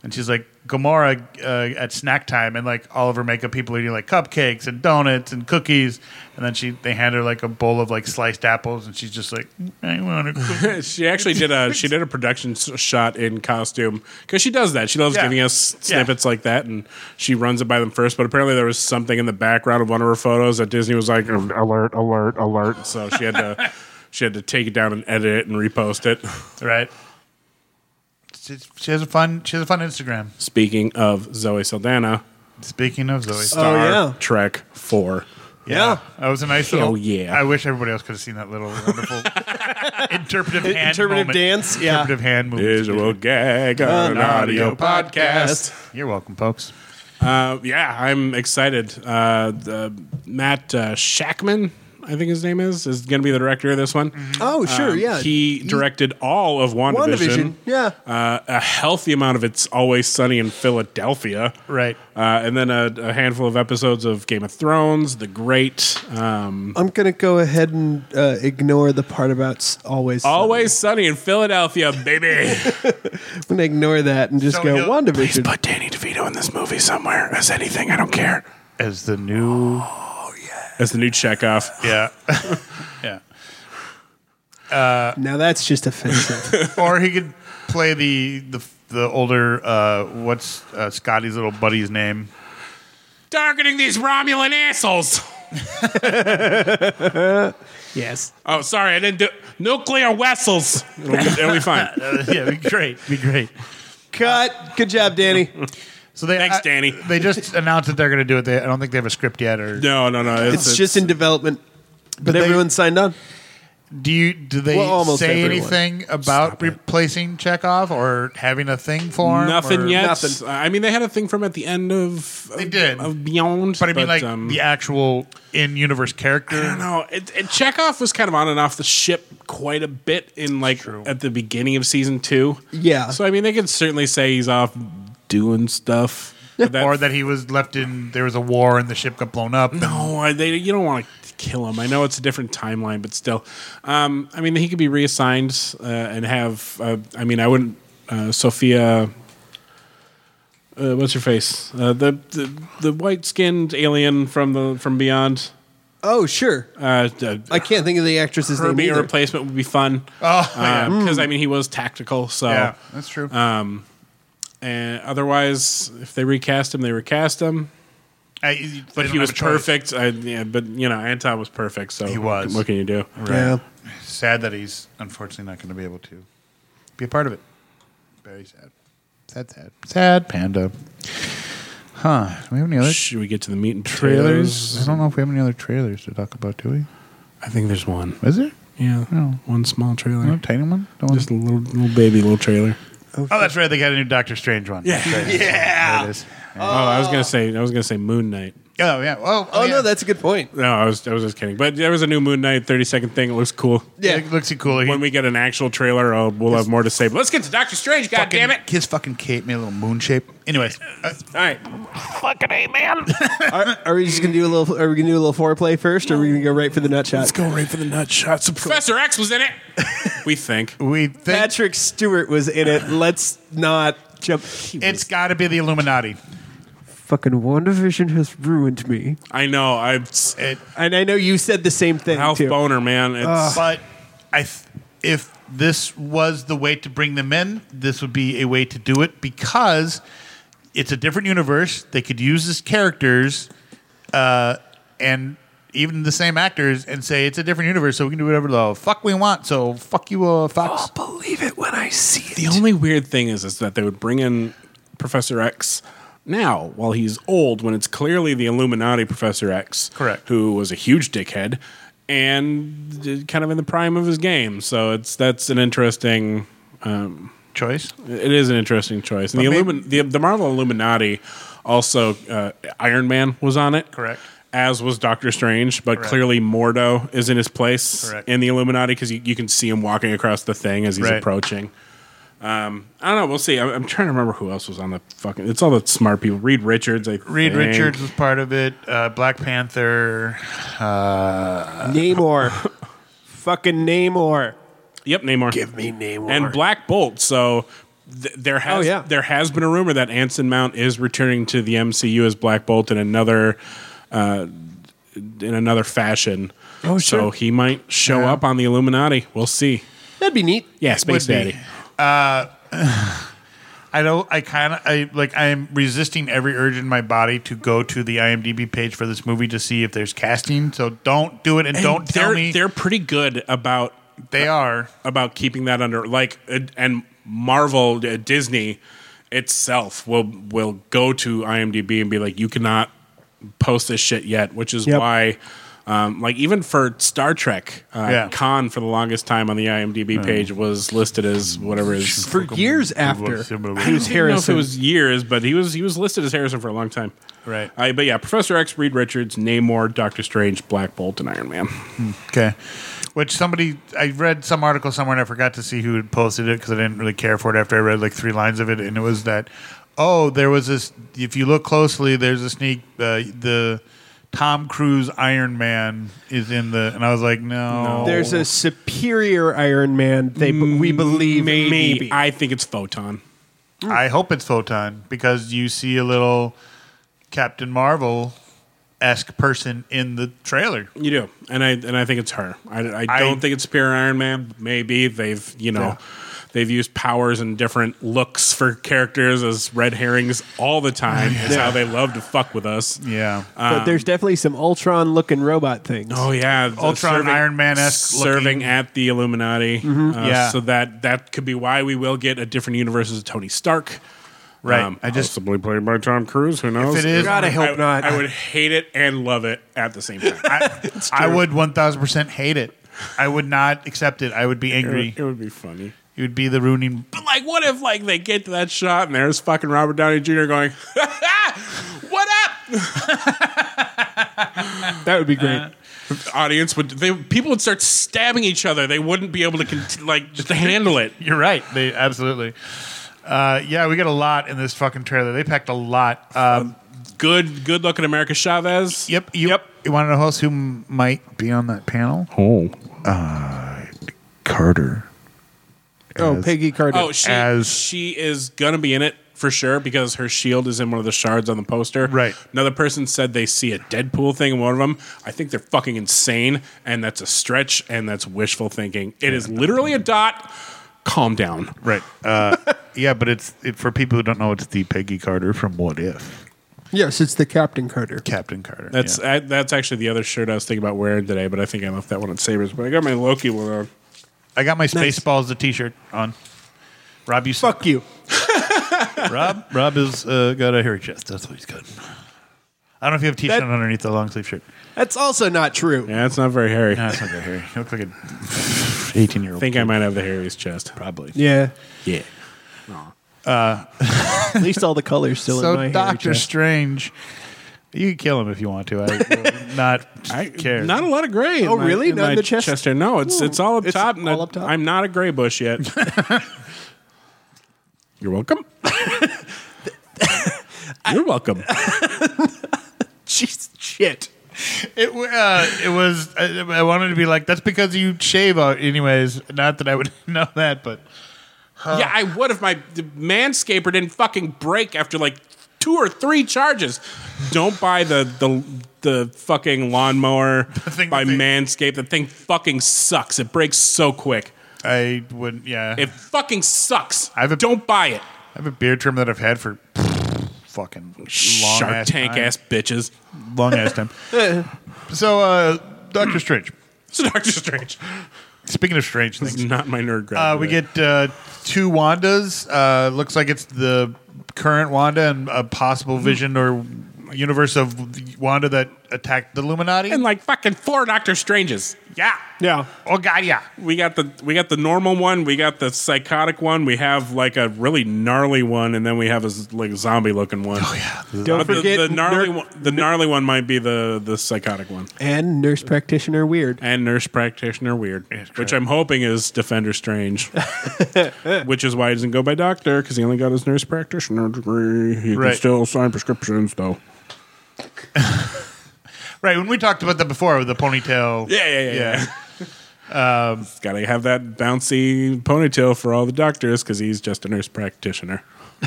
Speaker 3: and she's like Gamora uh, at snack time, and like all of her makeup people are eating like cupcakes and donuts and cookies, and then she they hand her like a bowl of like sliced apples, and she's just like, I want a cookie.
Speaker 5: She actually did a she did a production s- shot in costume because she does that. She loves
Speaker 3: Yeah.
Speaker 5: giving us
Speaker 3: Yeah.
Speaker 5: snippets like that, and she runs it by them first. But apparently, there was something in the background of one of her photos that Disney was like alert, alert, alert. So she had to she had to take it down and edit it and repost it.
Speaker 3: right? She she has a fun. She has a fun Instagram.
Speaker 5: Speaking of Zoe Saldana,
Speaker 3: Speaking of Zoe,
Speaker 5: Star
Speaker 4: yeah.
Speaker 5: Trek Four.
Speaker 3: yeah, that was a nice
Speaker 5: Hell
Speaker 3: little.
Speaker 5: yeah.
Speaker 3: I wish everybody else could have seen that little wonderful interpretive hand
Speaker 4: Interpretive
Speaker 3: moment.
Speaker 4: dance, yeah.
Speaker 3: interpretive hand movement.
Speaker 5: Visual gag on an audio podcast.
Speaker 3: You're welcome, folks.
Speaker 5: Uh, yeah, I'm excited. Uh, the, Matt uh, Shackman, I think his name is, is going to be the director of this one.
Speaker 4: Oh, sure,
Speaker 5: Um,
Speaker 4: yeah.
Speaker 5: He directed all of WandaVision.
Speaker 4: WandaVision, yeah.
Speaker 5: Uh, a healthy amount of It's Always Sunny in Philadelphia.
Speaker 3: Right.
Speaker 5: Uh, and then a, a handful of episodes of Game of Thrones, The Great. Um,
Speaker 4: I'm gonna go ahead and uh, ignore the part about s- always. Sunny.
Speaker 5: Always Sunny in Philadelphia, baby.
Speaker 4: I'm gonna ignore that and just
Speaker 3: So
Speaker 4: go
Speaker 3: you'll-
Speaker 5: Please
Speaker 4: WandaVision.
Speaker 5: put Danny DeVito in this movie somewhere as anything. I don't care.
Speaker 3: As the new,
Speaker 5: As the new Chekhov.
Speaker 3: yeah, yeah,
Speaker 4: Now that's just offensive.
Speaker 3: or he could play the the the older uh, what's uh, Scotty's little buddy's name?
Speaker 5: Targeting these Romulan assholes.
Speaker 4: yes.
Speaker 5: Oh, sorry, I didn't do nuclear vessels. It'll be, it'll be fine.
Speaker 3: Uh, yeah, it'd be great. It'd be great.
Speaker 4: Cut. Good job, Danny.
Speaker 3: So they
Speaker 5: Thanks,
Speaker 3: I-
Speaker 5: Danny.
Speaker 3: They just announced that they're going to do it. They, I don't think they have a script yet, or
Speaker 5: No, no, no.
Speaker 4: It's, just in development, but,
Speaker 3: they-
Speaker 4: everyone signed on.
Speaker 3: Do you do they
Speaker 4: Well, almost
Speaker 3: say
Speaker 4: everyone.
Speaker 3: anything about replacing Chekhov or having a thing for him?
Speaker 5: nothing
Speaker 3: or-
Speaker 5: yet.
Speaker 4: Nothing.
Speaker 5: I mean, they had a thing from at the end of
Speaker 3: They did.
Speaker 5: of Beyond,
Speaker 3: But I mean, like
Speaker 5: um,
Speaker 3: the actual in-universe character.
Speaker 5: I don't know. It, it, Chekhov was kind of on and off the ship quite a bit in like at the beginning of season two.
Speaker 4: Yeah.
Speaker 5: So I mean, they could certainly say he's off doing stuff. But that,
Speaker 3: or that he was left in. There was a war and the ship got blown up.
Speaker 5: No, Oh, I- they, you don't want to kill him. I know it's a different timeline, but still, um, I mean, he could be reassigned uh, and have. Uh, I mean, I wouldn't. Uh, Sophia, uh, what's her face? Uh, the the, the white skinned alien from the from Beyond.
Speaker 4: Oh, sure.
Speaker 5: Uh, the-
Speaker 4: I can't think of the actress's
Speaker 5: her
Speaker 4: name
Speaker 5: being a
Speaker 4: either. Hmm.
Speaker 5: replacement would be fun.
Speaker 3: Oh, yeah.
Speaker 5: because I mean, he was tactical. So um,
Speaker 3: yeah, that's true.
Speaker 5: Uh, and otherwise, if they recast him, they recast him.
Speaker 3: I- they
Speaker 5: But
Speaker 3: don't
Speaker 5: he
Speaker 3: have
Speaker 5: was
Speaker 3: a choice.
Speaker 5: perfect. I, yeah, but you know, Anton was perfect. So
Speaker 3: He was.
Speaker 5: What can you do?
Speaker 4: Yeah.
Speaker 3: Sad that he's unfortunately not going to be able to be a part of it. Very sad. Sad, sad, sad panda. Huh? Do we have any other
Speaker 5: Should we get to the meat and
Speaker 3: trailers?
Speaker 5: trailers?
Speaker 3: I don't know if we have any other trailers to talk about. Do we?
Speaker 5: I think there's one.
Speaker 3: Is there?
Speaker 5: Yeah,
Speaker 3: No.
Speaker 5: one small trailer.
Speaker 3: No tiny one? No one?
Speaker 5: Just a little little baby little trailer.
Speaker 3: Oh, that's right. They got a new Doctor Strange one. Yeah. yeah.
Speaker 5: Oh, I was gonna say I was gonna say Moon Knight.
Speaker 3: Oh, yeah. Oh,
Speaker 4: Oh
Speaker 3: yeah.
Speaker 4: no, that's a good point.
Speaker 5: No, I was I was just kidding. But there was a new Moon Knight 30 second thing. It looks cool.
Speaker 4: Yeah.
Speaker 3: It looks cool. He
Speaker 5: When we get an actual trailer, i we'll have more to say. But let's get to Doctor Strange. God
Speaker 3: fucking-
Speaker 5: damn it!
Speaker 3: His fucking cape made a little moon shape. Anyways, uh,
Speaker 5: All right, fucking a man.
Speaker 4: Are, are we just gonna do a little? Are we gonna do a little foreplay first, or are we gonna go right for the nut shot?
Speaker 5: go right for the nut shot. So Professor X was in it. we think.
Speaker 3: we think
Speaker 4: Patrick Stewart was in it. Let's not jump.
Speaker 3: it's got to be the Illuminati.
Speaker 4: Fucking WandaVision has ruined me.
Speaker 5: I know. I
Speaker 3: It,
Speaker 4: And I know you said the same thing
Speaker 5: Ralph
Speaker 4: too.
Speaker 5: Boner, man. It's
Speaker 3: but I, th- if this was the way to bring them in, this would be a way to do it because it's a different universe. They could use these characters, uh, and even the same actors, and say it's a different universe, so we can do whatever the fuck we want. So fuck you, uh, Fox.
Speaker 4: Believe it when I see it.
Speaker 5: The only weird thing is, is that they would bring in Professor X now while he's old, when it's clearly the Illuminati Professor X,
Speaker 3: Correct.
Speaker 5: who was a huge dickhead and uh, kind of in the prime of his game. So it's that's an interesting. Um,
Speaker 3: Choice.
Speaker 5: it is an interesting choice. And the,
Speaker 3: maybe-
Speaker 5: Illumin- the the Marvel Illuminati Also, uh, Iron Man was on it.
Speaker 3: Correct.
Speaker 5: As was Doctor Strange, but
Speaker 3: Correct.
Speaker 5: clearly Mordo is in his place
Speaker 3: Correct.
Speaker 5: in the Illuminati because you, you can see him walking across the thing as he's
Speaker 3: Right.
Speaker 5: approaching. Um, I don't know. We'll see. I'm, I'm trying to remember who else was on the fucking. It's all the smart people. Reed Richards. I
Speaker 3: Reed
Speaker 5: think.
Speaker 3: Richards was part of it. Uh, Black Panther. Uh,
Speaker 4: Namor. Fucking Namor.
Speaker 5: Yep, Namor.
Speaker 4: me Namor.
Speaker 5: and Black Bolt. So th- there has
Speaker 4: Oh, yeah.
Speaker 5: there has been a rumor that Anson Mount is returning to the MCU as Black Bolt in another uh, in another fashion.
Speaker 4: Oh,
Speaker 5: So
Speaker 4: sure.
Speaker 5: he might show
Speaker 3: Yeah.
Speaker 5: up on the Illuminati. We'll see.
Speaker 4: That'd be neat.
Speaker 5: Yeah, Space
Speaker 3: Would be.
Speaker 5: Daddy.
Speaker 3: I don't. I kind of. I like. I am resisting every urge in my body to go to the IMDb page for this movie to see if there's casting. So don't do it, and, don't
Speaker 5: they're,
Speaker 3: tell me
Speaker 5: They're pretty good about
Speaker 3: they are.
Speaker 5: about keeping that under like uh, and Marvel uh, Disney itself will will go to IMDb and be like you cannot post this shit yet, which is
Speaker 4: Yep.
Speaker 5: why um, like even for Star Trek, uh,
Speaker 3: Yeah.
Speaker 5: Khan for the longest time on the IMDb page was listed as whatever is.
Speaker 4: For years after, he was
Speaker 5: I don't know if it
Speaker 4: Harrison.
Speaker 5: was years, but he was he was listed as Harrison for a long time.
Speaker 3: Right.
Speaker 5: Uh, but yeah, Professor X, Reed Richards, Namor, Doctor Strange, Black Bolt, and Iron Man.
Speaker 3: Okay. Which somebody, I read some article somewhere and I forgot to see who had posted it because I didn't really care for it after I read like three lines of it. And it was that, oh, there was this, if you look closely, there's a sneak, uh, the Tom Cruise Iron Man is in the, and I was like, no.
Speaker 4: There's a superior Iron Man. They we believe maybe.
Speaker 5: I think it's Photon.
Speaker 3: I hope it's Photon because you see a little Captain Marvel esque person in the trailer.
Speaker 5: You do, and I and I think it's her. I, I
Speaker 3: I-
Speaker 5: don't think it's Superior Iron Man. Maybe they've you know
Speaker 3: Yeah.
Speaker 5: they've used powers and different looks for characters as red herrings all the time. It's how they love to fuck with us.
Speaker 3: Yeah.
Speaker 4: but there's definitely some Ultron looking robot things.
Speaker 5: um, Oh yeah, the
Speaker 3: Ultron Iron Man-esque
Speaker 5: serving
Speaker 3: looking. Mm-hmm.
Speaker 5: at the Illuminati. Uh,
Speaker 3: Yeah.
Speaker 5: so that that could be why we will get a different universe as Tony Stark.
Speaker 3: Right.
Speaker 5: Um,
Speaker 3: I just-
Speaker 5: possibly played by Tom Cruise. Who knows?
Speaker 3: it is- God, I
Speaker 4: hope
Speaker 5: I-
Speaker 4: not.
Speaker 5: I would hate it and love it at the same time.
Speaker 3: I, I would 1000% hate it. I would not accept it. I would be
Speaker 5: it,
Speaker 3: angry.
Speaker 5: would, it would be funny.
Speaker 3: It would be the ruining.
Speaker 5: But like, what if like they get to that shot and there's fucking Robert Downey Jr. going, "What up?"
Speaker 4: that
Speaker 5: Uh,
Speaker 4: would be great.
Speaker 5: Audience would they people would start stabbing each other. They wouldn't be able to cont- like just handle it.
Speaker 3: You're right. They absolutely. Uh, yeah, we got a lot in this fucking trailer. They packed a lot. Um,
Speaker 5: Good, good looking America Chavez.
Speaker 3: yep. You,
Speaker 5: Yep.
Speaker 3: You want to know who else who m- might be on that panel? Uh,
Speaker 5: Oh,
Speaker 3: Carter.
Speaker 4: Oh, Peggy Carter.
Speaker 5: oh, she
Speaker 3: As-
Speaker 5: she is gonna be in it for sure because her shield is in one of the shards on the poster.
Speaker 3: Right.
Speaker 5: Another person said they see a Deadpool thing in one of them. I think they're fucking insane, and that's a stretch, and that's wishful thinking. It is literally a dot. Calm down.
Speaker 3: Right. Uh, yeah, but it's it, for people who don't know, it's the Peggy Carter from What If?
Speaker 4: yes, it's the Captain Carter.
Speaker 3: Captain Carter.
Speaker 5: That's
Speaker 3: yeah.
Speaker 5: I, that's actually the other shirt I was thinking about wearing today, but I think I left that one at Sabers. But I got my Loki one on.
Speaker 3: I got my Spaceballs the T-shirt on. Rob, you suck.
Speaker 4: Fuck you.
Speaker 3: Rob. Rob has uh, got a hairy chest. That's what he's got. I don't know if you have a T-shirt
Speaker 4: That-
Speaker 3: underneath the long sleeve shirt.
Speaker 4: That's also not true.
Speaker 5: Yeah, it's not very hairy. I
Speaker 3: That's not that hairy. You look like an eighteen-year-old.
Speaker 5: think I might have the hairiest chest.
Speaker 3: probably.
Speaker 4: Yeah.
Speaker 5: Yeah.
Speaker 4: At least all the colors still in my
Speaker 3: So
Speaker 4: hair,
Speaker 3: Doctor
Speaker 4: Jeff.
Speaker 3: Strange, you can kill him if you want to. I will not
Speaker 5: I
Speaker 3: care.
Speaker 5: Not a lot of gray. in
Speaker 4: Oh,
Speaker 5: my-
Speaker 4: really?
Speaker 5: in
Speaker 4: Not in
Speaker 5: my
Speaker 4: the chest?
Speaker 5: hair. No, it's it's all up
Speaker 4: It's
Speaker 5: top. and
Speaker 4: all
Speaker 5: I-
Speaker 4: up top?
Speaker 5: I'm not a gray bush yet. You're welcome. You're welcome.
Speaker 4: Jeez, shit.
Speaker 3: it w- uh, it was. I, I wanted to be like that's because you shave out, anyways. Not that I would know that, but
Speaker 5: Yeah, I would if my the manscaper didn't fucking break after like two or three charges. Don't buy the the the fucking lawnmower
Speaker 3: thing
Speaker 5: by
Speaker 3: that they-
Speaker 5: Manscaped. The thing fucking sucks. It breaks so quick.
Speaker 3: I wouldn't. Yeah,
Speaker 5: It fucking sucks.
Speaker 3: I have a-
Speaker 5: Don't buy it.
Speaker 3: I have a beard trim that I've had for fucking long
Speaker 5: Shark
Speaker 3: ass
Speaker 5: Tank
Speaker 3: time.
Speaker 5: ass bitches.
Speaker 3: long ass time. so uh, Doctor Strange.
Speaker 5: It's Doctor Strange.
Speaker 3: Speaking of strange
Speaker 5: It's
Speaker 3: things,
Speaker 5: not my nerd grab.
Speaker 3: Uh, we get uh, two Wandas. Uh, looks like it's the current Wanda and a
Speaker 5: Mm.
Speaker 3: possible vision or universe of Wanda that attacked the Illuminati.
Speaker 5: and like fucking four Doctor Stranges. Yeah.
Speaker 4: Yeah.
Speaker 3: Oh god, yeah.
Speaker 5: We got the we got the normal one, we got the psychotic one, we have like a really gnarly one, and then we have a z- like zombie looking one. Oh yeah.
Speaker 4: Don't
Speaker 5: But the,
Speaker 4: forget
Speaker 5: the gnarly
Speaker 4: ner-
Speaker 5: one the gnarly one might be the the psychotic one.
Speaker 4: And nurse practitioner weird.
Speaker 5: And nurse practitioner weird. Which I'm hoping is Defender Strange. which is why he doesn't go by doctor, because he only got his nurse practitioner degree. He
Speaker 3: Right.
Speaker 5: can still sign prescriptions though.
Speaker 3: Right, when we talked about that before with the ponytail.
Speaker 5: Yeah, yeah, yeah. um, gotta have that bouncy ponytail for all the doctors because he's just a nurse practitioner.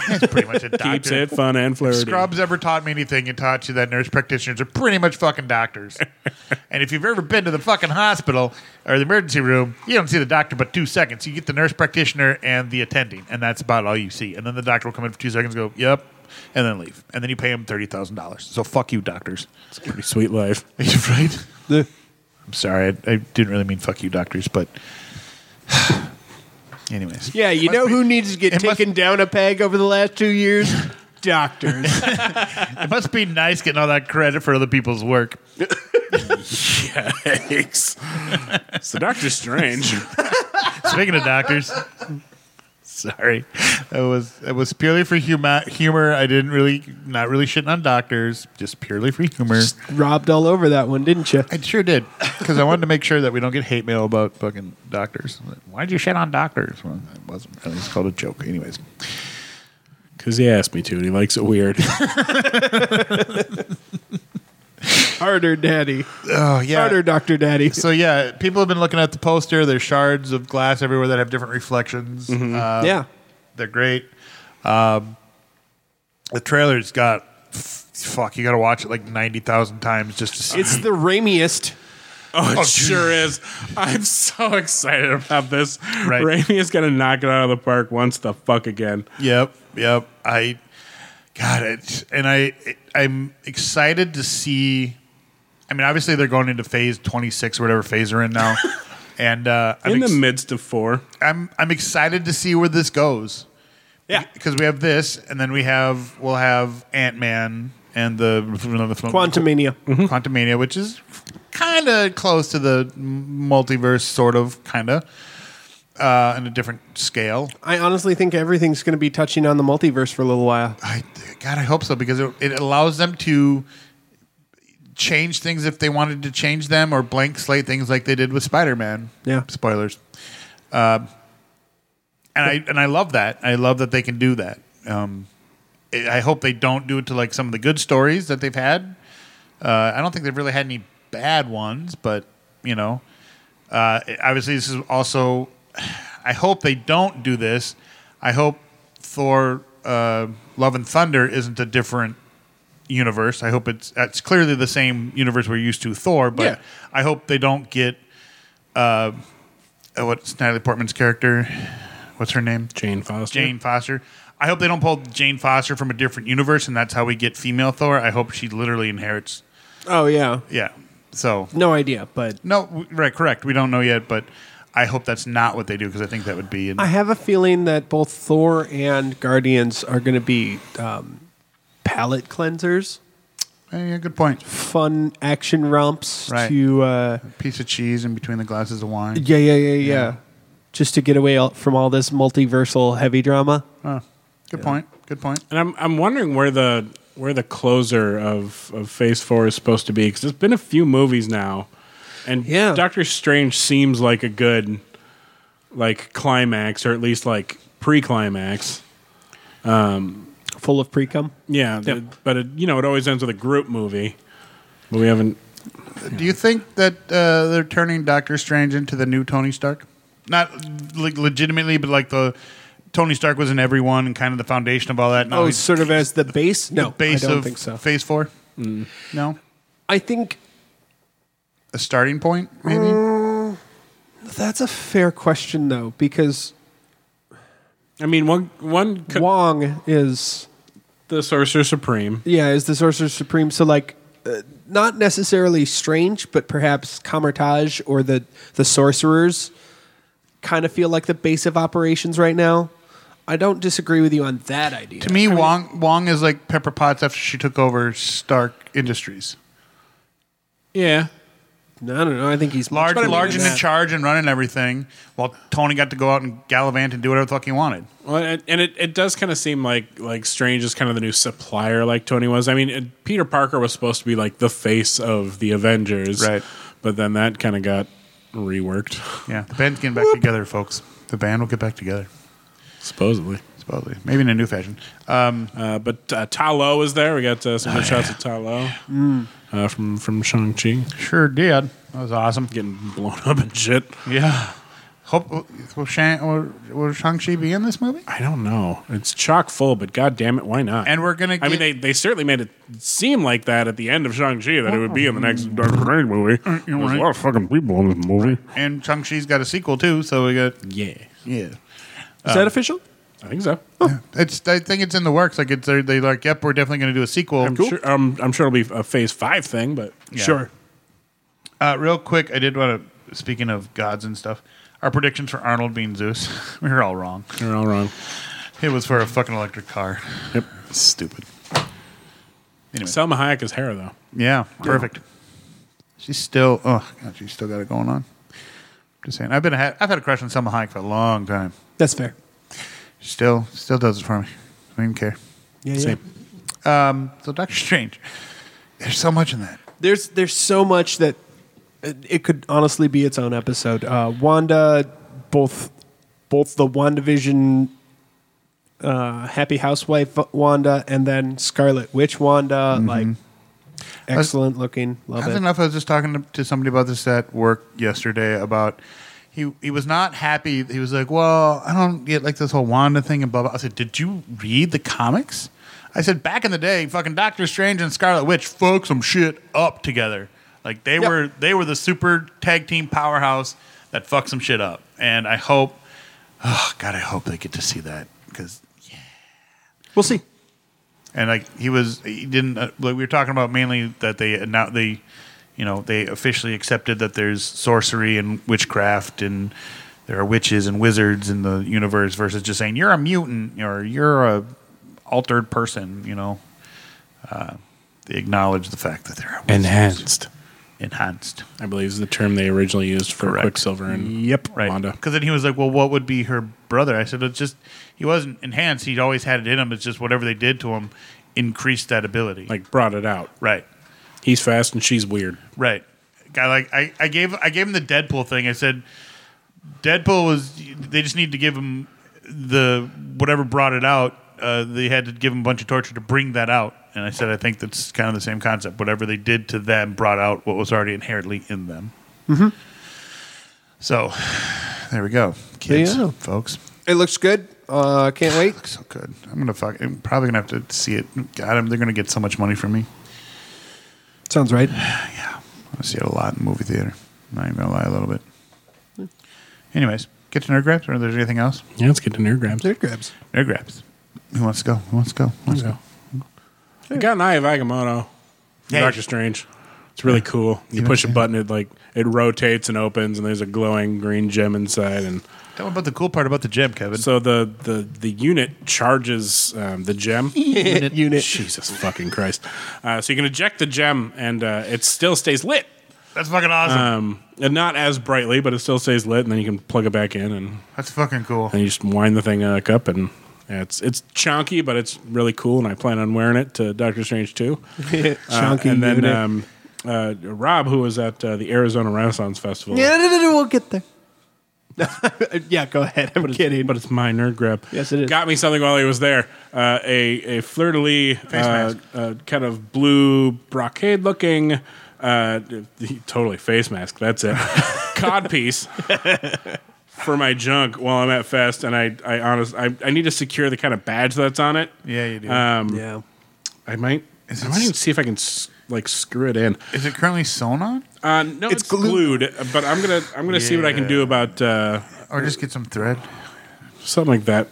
Speaker 3: That's pretty much a doctor.
Speaker 5: Keeps it fun and flirty.
Speaker 3: Scrubs ever taught me anything, it taught you that nurse practitioners are pretty much fucking doctors. and if you've ever been to the fucking hospital or the emergency room, you don't see the doctor but two seconds. You get the nurse practitioner and the attending, and that's about all you see. And then the doctor will come in for two seconds, go, yep, and then leave. And then you pay him $30,000. So fuck you, doctors.
Speaker 5: It's a pretty sweet life.
Speaker 3: right?
Speaker 4: The-
Speaker 3: I'm sorry. I, I didn't really mean fuck you, doctors, but. Anyways.
Speaker 4: Yeah, you
Speaker 3: Must
Speaker 4: know
Speaker 3: be-
Speaker 4: who needs to get
Speaker 3: it must-
Speaker 4: taken down a peg over the last two years? Doctors.
Speaker 3: It must be nice getting all that credit for other people's work.
Speaker 5: Yikes. it's the Doctor Strange.
Speaker 3: Speaking of doctors, sorry, it was it was purely for humor. Humor. I didn't really, not really shitting on doctors, just purely for humor.
Speaker 4: Robbed all over that one, didn't you?
Speaker 3: I sure did because I wanted to make sure that we don't get hate mail about fucking doctors. Why'd you shit on doctors? Well, it wasn't. Really, it's called a joke, anyways.
Speaker 5: Because he asked me to, and he likes it weird.
Speaker 4: Harder, daddy.
Speaker 3: Oh yeah.
Speaker 4: Harder, Dr. Daddy.
Speaker 3: So yeah, people have been looking at the poster. There's shards of glass everywhere that have different reflections. Uh,
Speaker 4: yeah.
Speaker 3: They're great. Um, the trailer's got f- fuck. You got to watch it like ninety thousand times just to see.
Speaker 4: It's the raimiest.
Speaker 5: Oh, it sure is. I'm so excited about this.
Speaker 3: Right.
Speaker 5: Raimi is going to knock it out of the park once the fuck again.
Speaker 3: Yep, yep. I got it, and I I'm excited to see. I mean, obviously they're going into phase 26 or whatever phase they're in now, and uh, I'm
Speaker 5: In the
Speaker 3: ex-
Speaker 5: midst of four.
Speaker 3: I'm I'm excited to see where this goes.
Speaker 5: Yeah.
Speaker 3: because we have this, and then we have we'll have Ant Man and the
Speaker 4: Quantumania.
Speaker 5: Mm-hmm.
Speaker 3: Quantumania, which is kind of close to the m- multiverse, sort of, kind of, uh, in a different scale.
Speaker 4: I honestly think everything's going to be touching on the multiverse for a little while.
Speaker 3: I God, I hope so because it, it allows them to change things if they wanted to change them or blank slate things like they did with Spider Man.
Speaker 4: Yeah.
Speaker 3: spoilers. Um, and I and I love that. I love that they can do that. Um, it, I hope they don't do it to like some of the good stories that they've had. Uh, I don't think they've really had any bad ones, but you know, uh, obviously this is also. I hope they don't do this. I hope Thor: uh, Love and Thunder isn't a different universe. I hope it's it's clearly the same universe we're used to Thor, but
Speaker 4: Yeah.
Speaker 3: I hope they don't get uh, what's Natalie Portman's character? What's her name?
Speaker 5: Jane Foster.
Speaker 3: Jane Foster. I hope they don't pull Jane Foster from a different universe, and that's how we get female Thor. I hope she literally inherits.
Speaker 4: Oh, yeah.
Speaker 3: Yeah. So
Speaker 4: No idea, but
Speaker 3: no, w- right, correct. We don't know yet, but I hope that's not what they do because I think that would be.
Speaker 4: I have a feeling that both Thor and Guardians are going to be um, palette cleansers,
Speaker 3: Eh, yeah, good point.
Speaker 4: fun action romps
Speaker 3: Right.
Speaker 4: to. Uh,
Speaker 3: Piece of cheese in between the glasses of wine.
Speaker 4: yeah, yeah, yeah, yeah, Just to get away all- from all this multiversal heavy drama.
Speaker 3: Oh, good point. Good point.
Speaker 5: And I'm I'm wondering where the where the closer of, of Phase Four is supposed to be because there's been a few movies now, and
Speaker 4: Yeah.
Speaker 5: Doctor Strange seems like a good like climax or at least like pre-climax.
Speaker 4: Full of precum.
Speaker 5: Yeah, th- but it, you know it always ends with a group movie, but we haven't.
Speaker 3: Do you think that uh, they're turning Doctor Strange into the new Tony Stark? Not like legitimately, but like the Tony Stark was in everyone and kind of the foundation of all that. Now
Speaker 4: Oh,
Speaker 3: he's
Speaker 4: sort of as the base?
Speaker 3: the
Speaker 4: No,
Speaker 3: base
Speaker 4: I don't
Speaker 3: of
Speaker 4: think so. Mm.
Speaker 3: Phase Four. No,
Speaker 4: I think
Speaker 3: a starting point maybe.
Speaker 4: Mm. that's a fair question, though, because
Speaker 5: I mean, one one could,
Speaker 4: Wong is.
Speaker 5: the Sorcerer Supreme.
Speaker 4: Yeah, is the Sorcerer Supreme. So, like, uh, not necessarily strange, but perhaps Kamertage or the, the Sorcerers kind of feel like the base of operations right now. I don't disagree with you on that idea.
Speaker 3: To me, Wong Wong is like Pepper Potts after she took over Stark Industries.
Speaker 5: Yeah,
Speaker 4: I don't know. I think he's
Speaker 3: Large,
Speaker 5: But I mean,
Speaker 3: large and in
Speaker 5: it's-
Speaker 3: charge and running everything, while Tony got to go out and gallivant and do whatever the fuck he wanted.
Speaker 5: Well, and, and it, it does kind of seem like like Strange is kind of the new supplier, like Tony was. I mean, it, Peter Parker was supposed to be like the face of the Avengers,
Speaker 3: Right.
Speaker 5: But then that kind of got reworked,
Speaker 3: Yeah, the band's getting back together, folks. The band will get back together,
Speaker 5: supposedly.
Speaker 3: supposedly, maybe in a new fashion. Um,
Speaker 5: Uh, but uh, Talo is there. We got uh,
Speaker 3: Oh,
Speaker 5: some good shots of Talo
Speaker 3: Mm.
Speaker 5: uh, from from Shang Chi
Speaker 3: sure did. That was awesome.
Speaker 5: getting blown up and shit.
Speaker 3: Yeah. Hope will Shang will, will Shang Chi be in this movie?
Speaker 5: I don't know. It's chock full, but god damn it, why not?
Speaker 3: And we're gonna.
Speaker 5: I mean,
Speaker 3: get-
Speaker 5: they, they certainly made it seem like that at the end of Shang Chi that it would be in the next Dark Strange movie. There's a
Speaker 3: right.
Speaker 5: lot of fucking people in this movie.
Speaker 3: and Shang Chi's got a sequel too, so we got
Speaker 5: Yeah, Um,
Speaker 3: yeah.
Speaker 4: Is that official? Oh,
Speaker 5: I think so.
Speaker 3: It's I think it's in the works. Like it's they're, they like yep, we're definitely gonna do a sequel.
Speaker 5: I'm sure. Um, I'm sure it'll be a Phase Five thing, but
Speaker 3: Yeah. Uh, real quick, I did want to. Speaking of gods and stuff, our predictions for Arnold being Zeus, we were all wrong.
Speaker 5: you're all wrong.
Speaker 3: It was for a fucking electric car.
Speaker 5: Yep.
Speaker 3: Stupid. Anyway,
Speaker 5: Selma Hayek is hair though.
Speaker 3: yeah, perfect. She's still. Oh god, she's still got it going on. Just saying, I've been a, I've had a crush on Selma Hayek for a long time.
Speaker 4: That's fair.
Speaker 3: She still still does it for me. I don't even care.
Speaker 4: Yeah,
Speaker 5: Same.
Speaker 3: Um, so Doctor Strange, there's so much in that.
Speaker 4: There's there's so much that uh, it could honestly be its own episode. Uh, Wanda, both both the WandaVision uh, Happy Housewife Wanda and then Scarlet Witch Wanda,
Speaker 5: Mm-hmm.
Speaker 4: like excellent looking. Love
Speaker 3: That's
Speaker 4: it.
Speaker 3: enough. I was just talking to, to somebody about this at work yesterday about he he was not happy. He was like, "Well, I don't get like this whole Wanda thing and blah blah." I said, "Did you read the comics?" I said, "Back in the day, fucking Doctor Strange and Scarlet Witch fucked some shit up together. Like they
Speaker 4: Yep.
Speaker 3: were they were the super tag team powerhouse that fucked some shit up." And I hope, oh God, I hope they get to see that because
Speaker 4: We'll see.
Speaker 3: and like he was he didn't uh, like we were talking about mainly that they now they you know they officially accepted that there's sorcery and witchcraft and there are witches and wizards in the universe versus just saying you're a mutant or you're a altered person you know uh, they acknowledge the fact that they're
Speaker 5: Enhanced,
Speaker 3: enhanced
Speaker 5: I believe, is the term they originally used for
Speaker 3: Correct.
Speaker 5: Quicksilver and
Speaker 4: Yep.
Speaker 3: right
Speaker 5: Wanda.
Speaker 3: because then he was like well what would be her brother i said it's just he wasn't enhanced he always had it in him it's just whatever they did to him increased that ability
Speaker 5: like brought it out.
Speaker 3: right
Speaker 5: He's fast and she's weird.
Speaker 3: Right. Guy like I, I gave I gave him the Deadpool thing. I said Deadpool was they just need to give him the whatever brought it out. Uh, they had to give him a bunch of torture to bring that out. And I said I think that's kind of the same concept. Whatever they did to them brought out what was already inherently in them.
Speaker 4: Mm-hmm.
Speaker 3: So there we go, kids,
Speaker 4: There you go.
Speaker 3: folks.
Speaker 4: It looks good. Uh, can't wait.
Speaker 3: So good. I'm gonna fuck. I'm probably gonna have to see it. God, I'm, they're gonna get so much money from me.
Speaker 4: Sounds right.
Speaker 3: I see it a lot in movie theater. I'm not even gonna lie a little bit. Anyways, get to nerd grabs, or there's anything else?
Speaker 5: Yeah, let's get to nerd grabs.
Speaker 4: Nerd grabs.
Speaker 3: Nerd grabs. Who wants to go? Who wants to go? Who wants to go?
Speaker 5: I got an eye of Agamotto. from
Speaker 3: Yeah.
Speaker 5: Doctor Strange. It's really cool. You push a button, it like it rotates and opens, and there's a glowing green gem inside, and
Speaker 3: Tell me about the cool part about the gym, Kevin.
Speaker 5: so the the the unit charges um, the gem.
Speaker 4: Unit.
Speaker 5: Jesus fucking Christ! Uh, so you can eject the gem, and uh, it still stays lit,
Speaker 3: That's fucking awesome.
Speaker 5: um, and not as brightly, but it still stays lit. And then you can plug it back in, and
Speaker 3: That's fucking cool.
Speaker 5: then you just wind the thing back up, and yeah, it's it's chunky, but it's really cool. And I plan on wearing it to Doctor Strange too.
Speaker 4: Chunky
Speaker 5: Uh, and then
Speaker 4: unit.
Speaker 5: um, uh, Rob, who was at uh, the Arizona Renaissance Festival,
Speaker 4: yeah, no, no, no, we'll get there. yeah, go ahead. I'm kidding.
Speaker 5: but it's my nerd grab.
Speaker 4: Yes, it is.
Speaker 5: Got me something while he was there. Uh, a a fleur de lis, uh, uh, kind of blue brocade looking, uh, totally face mask. That's it. Cod piece. For my junk while I'm at Fest, and I, I honest, I, I need to secure the kind of badge that's on it.
Speaker 3: Yeah, you Uh, do.
Speaker 5: Um,
Speaker 4: yeah.
Speaker 5: I might,
Speaker 3: Is
Speaker 5: I
Speaker 3: it
Speaker 5: might
Speaker 3: s-
Speaker 5: even see if I can s- like screw it in.
Speaker 3: Is it currently sewn on,
Speaker 5: Uh, no,
Speaker 4: It's
Speaker 5: it's, glued. but I'm gonna I'm gonna see what I can do about uh,
Speaker 3: or just get some thread?
Speaker 5: something like that.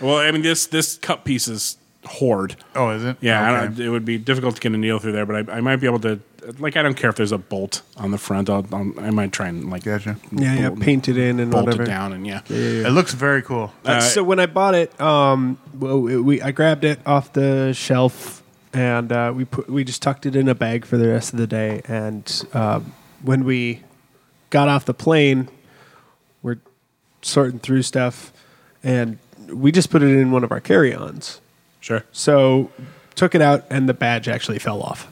Speaker 5: Well, I mean this this cup piece is hoard.
Speaker 3: Oh, is it?
Speaker 5: Yeah, I
Speaker 3: Okay.
Speaker 5: don't, it would be difficult to get a needle through there, but I, I might be able to. Like, I don't care if there's a bolt on the front. I'll, I'll, I might try and like
Speaker 3: Gotcha.
Speaker 4: Yeah, yeah.
Speaker 5: bolt-
Speaker 4: Painted in and
Speaker 5: bolt
Speaker 4: whatever.
Speaker 5: it down, and yeah.
Speaker 3: It looks very cool.
Speaker 4: Uh,
Speaker 5: Uh,
Speaker 4: so when I bought it, um, well, we, we I grabbed it off the shelf and uh, we put we just tucked it in a bag for the rest of the day and uh, when we got off the plane, we're sorting through stuff, and we just put it in one of our carry-ons.
Speaker 5: Sure.
Speaker 4: So took it out, and the badge actually fell off.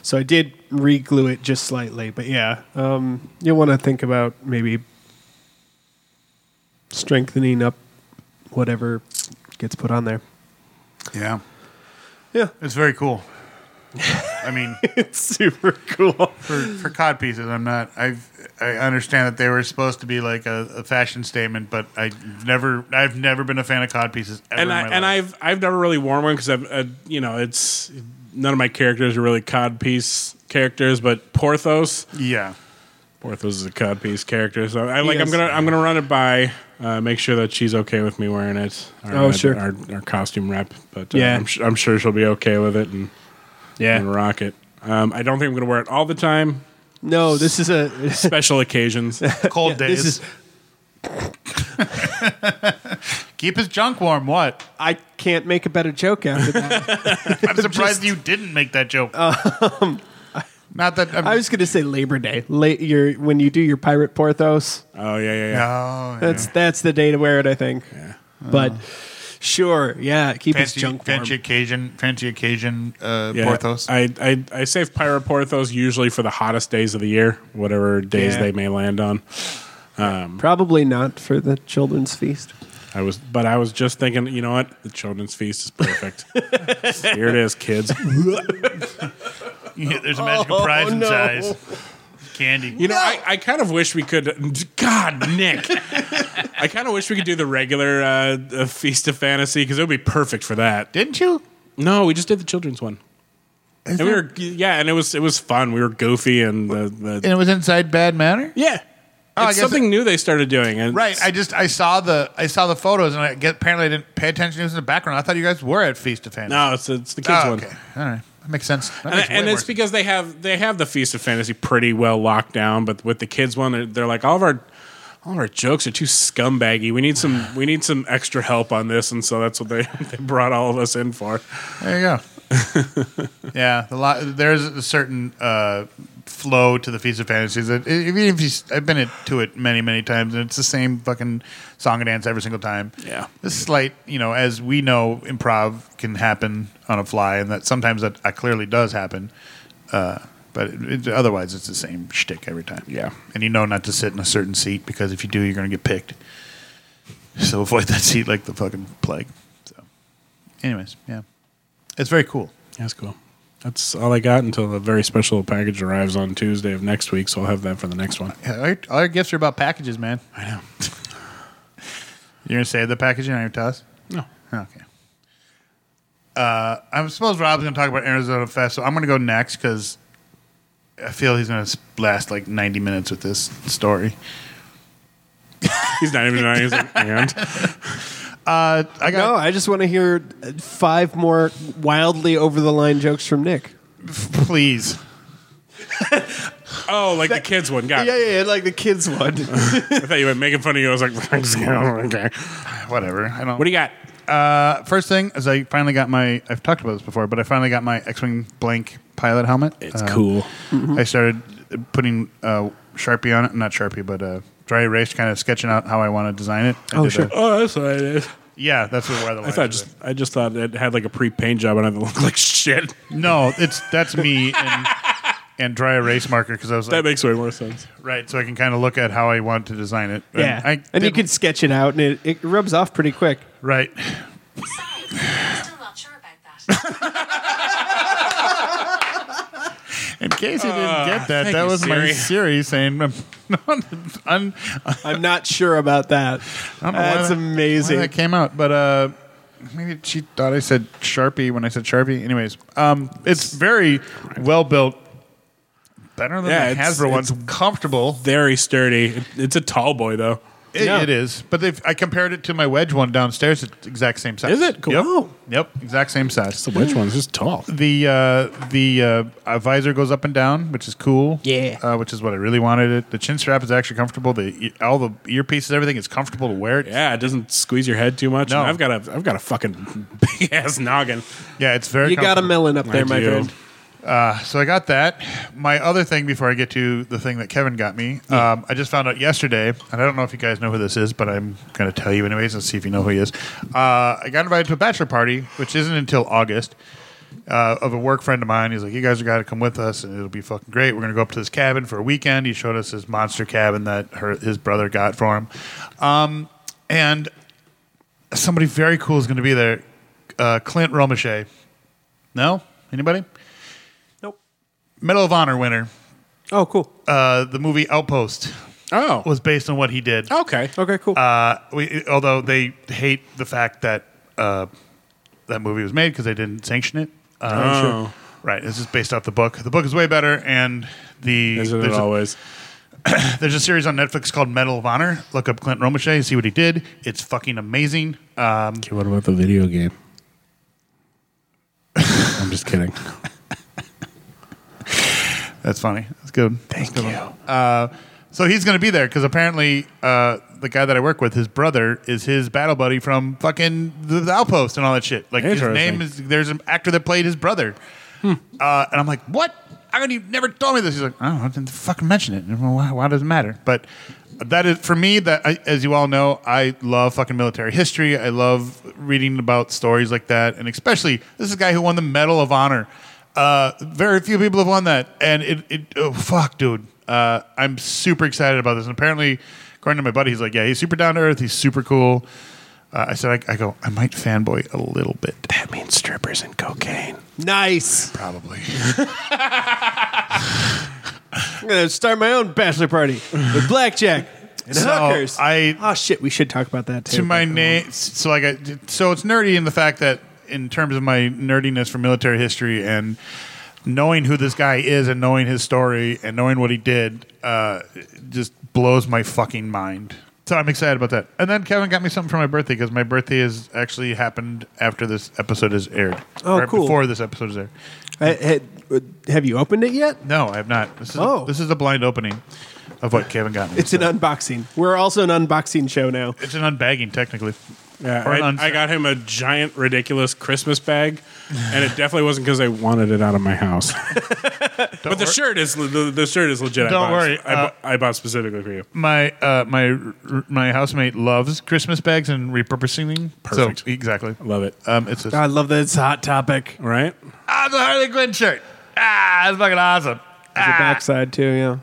Speaker 4: So I did re-glue it just slightly, but yeah, um, you'll want to think about maybe strengthening up whatever gets put on there.
Speaker 3: Yeah.
Speaker 4: Yeah.
Speaker 3: It's very cool. I mean,
Speaker 4: It's super cool.
Speaker 3: for, for cod pieces, I'm not. I've I understand that they were supposed to be like a, a fashion statement, but I've never I've never been a fan of cod pieces. Ever
Speaker 5: and
Speaker 3: in
Speaker 5: I
Speaker 3: my
Speaker 5: and
Speaker 3: life.
Speaker 5: I've I've never really worn one because I've uh, you know it's none of my characters are really cod piece characters, but Porthos
Speaker 3: yeah
Speaker 5: Porthos is a cod piece character, so I like
Speaker 4: Yes.
Speaker 5: I'm gonna I'm gonna run it by. Uh, make sure that she's okay with me wearing it. Our,
Speaker 4: Oh,
Speaker 5: uh,
Speaker 4: sure.
Speaker 5: Our, our costume rep, but uh,
Speaker 4: Yeah.
Speaker 5: I'm, su- I'm sure she'll be okay with it and, and rock it. Um, I don't think I'm going to wear it all the time.
Speaker 4: No, this is a
Speaker 5: Special occasions.
Speaker 3: cold days.
Speaker 4: this is
Speaker 3: Keep his junk warm. What?
Speaker 4: I can't make a better joke after that.
Speaker 3: I'm surprised you didn't make that joke. not that I'm,
Speaker 4: I was going to say Labor Day. Late your when you do your pirate Porthos.
Speaker 5: Oh yeah, yeah,
Speaker 3: Oh,
Speaker 5: yeah.
Speaker 3: yeah.
Speaker 4: That's that's the day to wear it, I think. But sure, yeah, keep his
Speaker 3: fancy,
Speaker 4: junk warm.
Speaker 3: fancy occasion, fancy occasion. Uh,
Speaker 5: Yeah,
Speaker 3: Porthos.
Speaker 5: I, I I save Pyro Porthos usually for the hottest days of the year, whatever days
Speaker 4: Yeah.
Speaker 5: they may land on.
Speaker 4: Probably not for the children's feast.
Speaker 5: I was, but I was just thinking, you know what? The children's feast is perfect. Here it is, kids.
Speaker 3: Yeah, there's a magical prize in
Speaker 4: no.
Speaker 3: size. Candy.
Speaker 5: You know, I, I kind of wish we could. God, Nick, I kind of wish we could do the regular uh, uh, feast of fantasy because it would be perfect for that.
Speaker 3: didn't you?
Speaker 5: No, we just did the children's one, and we were yeah, and it was it was fun. We were goofy and the, the
Speaker 3: And it was inside Bad Manor.
Speaker 5: yeah.
Speaker 3: Oh, I
Speaker 5: it's
Speaker 3: guess
Speaker 5: something new they started doing, and
Speaker 3: Right. I just I saw the I saw the photos and I get, apparently I didn't pay attention. It was in the background. I thought you guys were at Feast of Fantasy.
Speaker 5: no, it's it's the kids
Speaker 3: Oh,
Speaker 5: one.
Speaker 3: okay. All right. That makes sense. That makes
Speaker 5: and, and
Speaker 3: way
Speaker 5: it's
Speaker 3: more
Speaker 5: because they have they have the feast of fantasy pretty well locked down but with the kids one they're, they're like all of our all of our jokes are too scumbaggy we need some we need some extra help on this and so that's what they, they brought all of us in for
Speaker 3: sense. There you go. yeah. The lot, there's a certain uh, flow to the Feast of Fantasies that even if you, s- I've been it, to it many many times and it's the same fucking song and dance every single time.
Speaker 5: Yeah.
Speaker 3: This slight, you know, as we know, improv can happen on a fly, and that sometimes that uh, clearly does happen. Uh, but it, it- otherwise, it's the same shtick every time.
Speaker 5: Yeah.
Speaker 3: and you know not to sit in a certain seat because if you do, you're going to get picked. So avoid that seat like the fucking plague. So, anyways, yeah, it's very cool.
Speaker 5: that's cool that's all i got until a very special package arrives on tuesday of next week so i'll have that for the next one
Speaker 3: Yeah, all, your, all your gifts are about packages, man. I know. you're going to save the packaging on your toss.
Speaker 5: no
Speaker 3: Okay. Uh, I suppose Rob's going to talk about Arizona Fest, so I'm going to go next because I feel he's going to last like 90 minutes with this story.
Speaker 5: he's not even he's like, and
Speaker 3: Uh, I
Speaker 4: No,
Speaker 3: got
Speaker 4: I just want to hear uh, five more wildly over the line jokes from Nick.
Speaker 3: please.
Speaker 5: oh like the kids one got
Speaker 4: Yeah,
Speaker 5: it.
Speaker 4: yeah, yeah, like the kids one.
Speaker 5: i thought you were making fun of you i was like okay
Speaker 3: Whatever. I don't.
Speaker 5: what do you got
Speaker 3: uh, first thing is I finally got my. I've talked about this before, but I finally got my X-wing blank pilot helmet. Uh,
Speaker 5: mhm.
Speaker 3: I started putting uh, Sharpie on it. Not Sharpie, but uh, dry erase, kind of sketching out how I want to design it. I
Speaker 4: Oh,
Speaker 3: did
Speaker 4: sure.
Speaker 3: a-
Speaker 5: oh that's what it is
Speaker 3: yeah, that's where the
Speaker 5: I
Speaker 3: lines
Speaker 5: thought
Speaker 3: are.
Speaker 5: just I just thought it had like a pre paint job and I looked like shit.
Speaker 3: No, it's that's me and, and dry erase marker because I was
Speaker 5: That
Speaker 3: like,
Speaker 5: makes way more sense.
Speaker 3: right, so I can kind of look at how I want to design it. And
Speaker 4: yeah,
Speaker 3: I
Speaker 4: and, you
Speaker 3: did-
Speaker 4: can sketch it out, and it, it rubs off pretty quick.
Speaker 3: right.
Speaker 6: Still not sure about that.
Speaker 3: In case you didn't get that,
Speaker 5: Ah, thank
Speaker 3: that
Speaker 5: you,
Speaker 3: was my Siri
Speaker 5: Siri.
Speaker 3: saying, "I'm not- I'm-
Speaker 4: I'm not sure about that.
Speaker 3: I don't know why
Speaker 4: That's
Speaker 3: that-
Speaker 4: amazing.
Speaker 3: why that came out, but uh, maybe she thought I said Sharpie when I said Sharpie. Anyways, um, it's very well built, better than
Speaker 5: Yeah,
Speaker 3: the
Speaker 5: it's-
Speaker 3: Hasbro ones. Comfortable.
Speaker 5: Very sturdy. It, it's a tall boy though.
Speaker 3: It,
Speaker 4: Yeah.
Speaker 3: it is, but they've, I compared it to my wedge one downstairs. It's exact same size.
Speaker 5: Is it? Cool.
Speaker 3: Yep.
Speaker 5: Wow.
Speaker 3: Yep. Exact same size.
Speaker 5: Which one's just tall?
Speaker 3: The uh, the uh, uh, visor goes up and down, which is cool.
Speaker 4: Yeah.
Speaker 3: Uh, which is what I really wanted. It. The chin strap is actually comfortable. The e- all the earpieces, everything is comfortable to wear. It.
Speaker 5: Yeah, it doesn't squeeze your head too much.
Speaker 3: No.
Speaker 5: And I've got a I've got a fucking big ass noggin.
Speaker 3: Yeah, It's very.
Speaker 4: you got a
Speaker 3: comfortable.
Speaker 4: melon up there,
Speaker 5: I
Speaker 4: my
Speaker 5: do.
Speaker 4: friend.
Speaker 3: Uh, so I got that. My other thing before I get to the thing that Kevin got me, um, I just found out yesterday, and I don't know if you guys know who this is, but I'm going to tell you anyways and see if you know who he is. Uh, I got invited to a bachelor party, which isn't until August, uh, of a work friend of mine. He's like, "You guys got to come with us, and it'll be fucking great. We're going to go up to this cabin for a weekend." He showed us his monster cabin that her, his brother got for him, um, and somebody very cool is going to be there. Uh, Clint Romache. No, anybody?
Speaker 4: Nope.
Speaker 3: Medal of Honor winner.
Speaker 4: Oh, cool.
Speaker 3: Uh, the movie Outpost
Speaker 5: Oh,
Speaker 3: was based on what he did.
Speaker 5: okay.
Speaker 4: okay, cool.
Speaker 3: Uh, we, although they hate the fact that uh, that movie was made because they didn't sanction it. Uh,
Speaker 5: Oh.
Speaker 3: Right. This is based off the book. The book is way better, and the
Speaker 5: Isn't it
Speaker 3: there's a-
Speaker 5: always?
Speaker 3: there's a series on Netflix called Medal of Honor. Look up Clint Romache, see what he did. It's fucking amazing. Um,
Speaker 5: Okay, what about the video game? I'm just kidding.
Speaker 3: that's funny. That's good. Thank you. Uh, so he's going to be there because apparently uh, the guy that I work with, his brother, is his battle buddy from fucking the, the Outpost and all that shit. Like his
Speaker 5: Interesting.
Speaker 3: name is there's an actor that played his brother, uh, and I'm like, what? How come you never told me this? He's like, I don't know, I didn't fucking mention it. And I'm like, Why, why does it matter? But that is for me. That I, as you all know, I love fucking military history. I love reading about stories like that, and especially this is a guy who won the Medal of Honor. Uh, very few people have won that, and it, it oh, fuck, dude. Uh, I'm super excited about this, and apparently, according to my buddy, he's like, yeah, he's super down to earth. He's super cool. Uh, I said, I, I go, I might fanboy a little bit.
Speaker 5: That means strippers and cocaine.
Speaker 4: nice.
Speaker 3: Probably.
Speaker 4: I'm gonna start my own bachelor party with blackjack and
Speaker 3: So,
Speaker 4: hookers.
Speaker 3: I-
Speaker 4: oh shit, we should talk about that too.
Speaker 3: to my name. So like, I, so it's nerdy in the fact that in terms of my nerdiness for military history and knowing who this guy is and knowing his story and knowing what he did, uh, it just blows my fucking mind. So I'm excited about that. And then Kevin got me something for my birthday because my birthday is actually happened after this episode is aired.
Speaker 4: Oh, cool.
Speaker 3: Before this episode is aired.
Speaker 4: I- had- uh, have you opened it yet?
Speaker 3: No, I have not. This is
Speaker 4: Oh.
Speaker 3: this is a blind opening of what Kevin got me.
Speaker 4: It's an
Speaker 3: So-
Speaker 4: unboxing. We're also an unboxing show now.
Speaker 3: it's an unbagging technically.
Speaker 5: Yeah,
Speaker 3: Or an
Speaker 5: I,
Speaker 3: uns-
Speaker 5: I got him a giant, ridiculous Christmas bag, and it definitely wasn't because I wanted it out of my house. but the shirt is the, the shirt is legit. I
Speaker 3: Don't
Speaker 5: bought-
Speaker 3: worry,
Speaker 5: I,
Speaker 3: uh,
Speaker 5: bought- I bought specifically for you.
Speaker 3: my uh, my r- my housemate loves Christmas bags and repurposing.
Speaker 5: Perfect.
Speaker 3: So, exactly.
Speaker 5: Love it.
Speaker 3: Um, it's
Speaker 4: I
Speaker 3: a,
Speaker 4: love that it's a hot topic.
Speaker 5: Right?
Speaker 3: ah, the Harley Quinn shirt. Ah, that's fucking awesome.
Speaker 4: The backside too, yeah.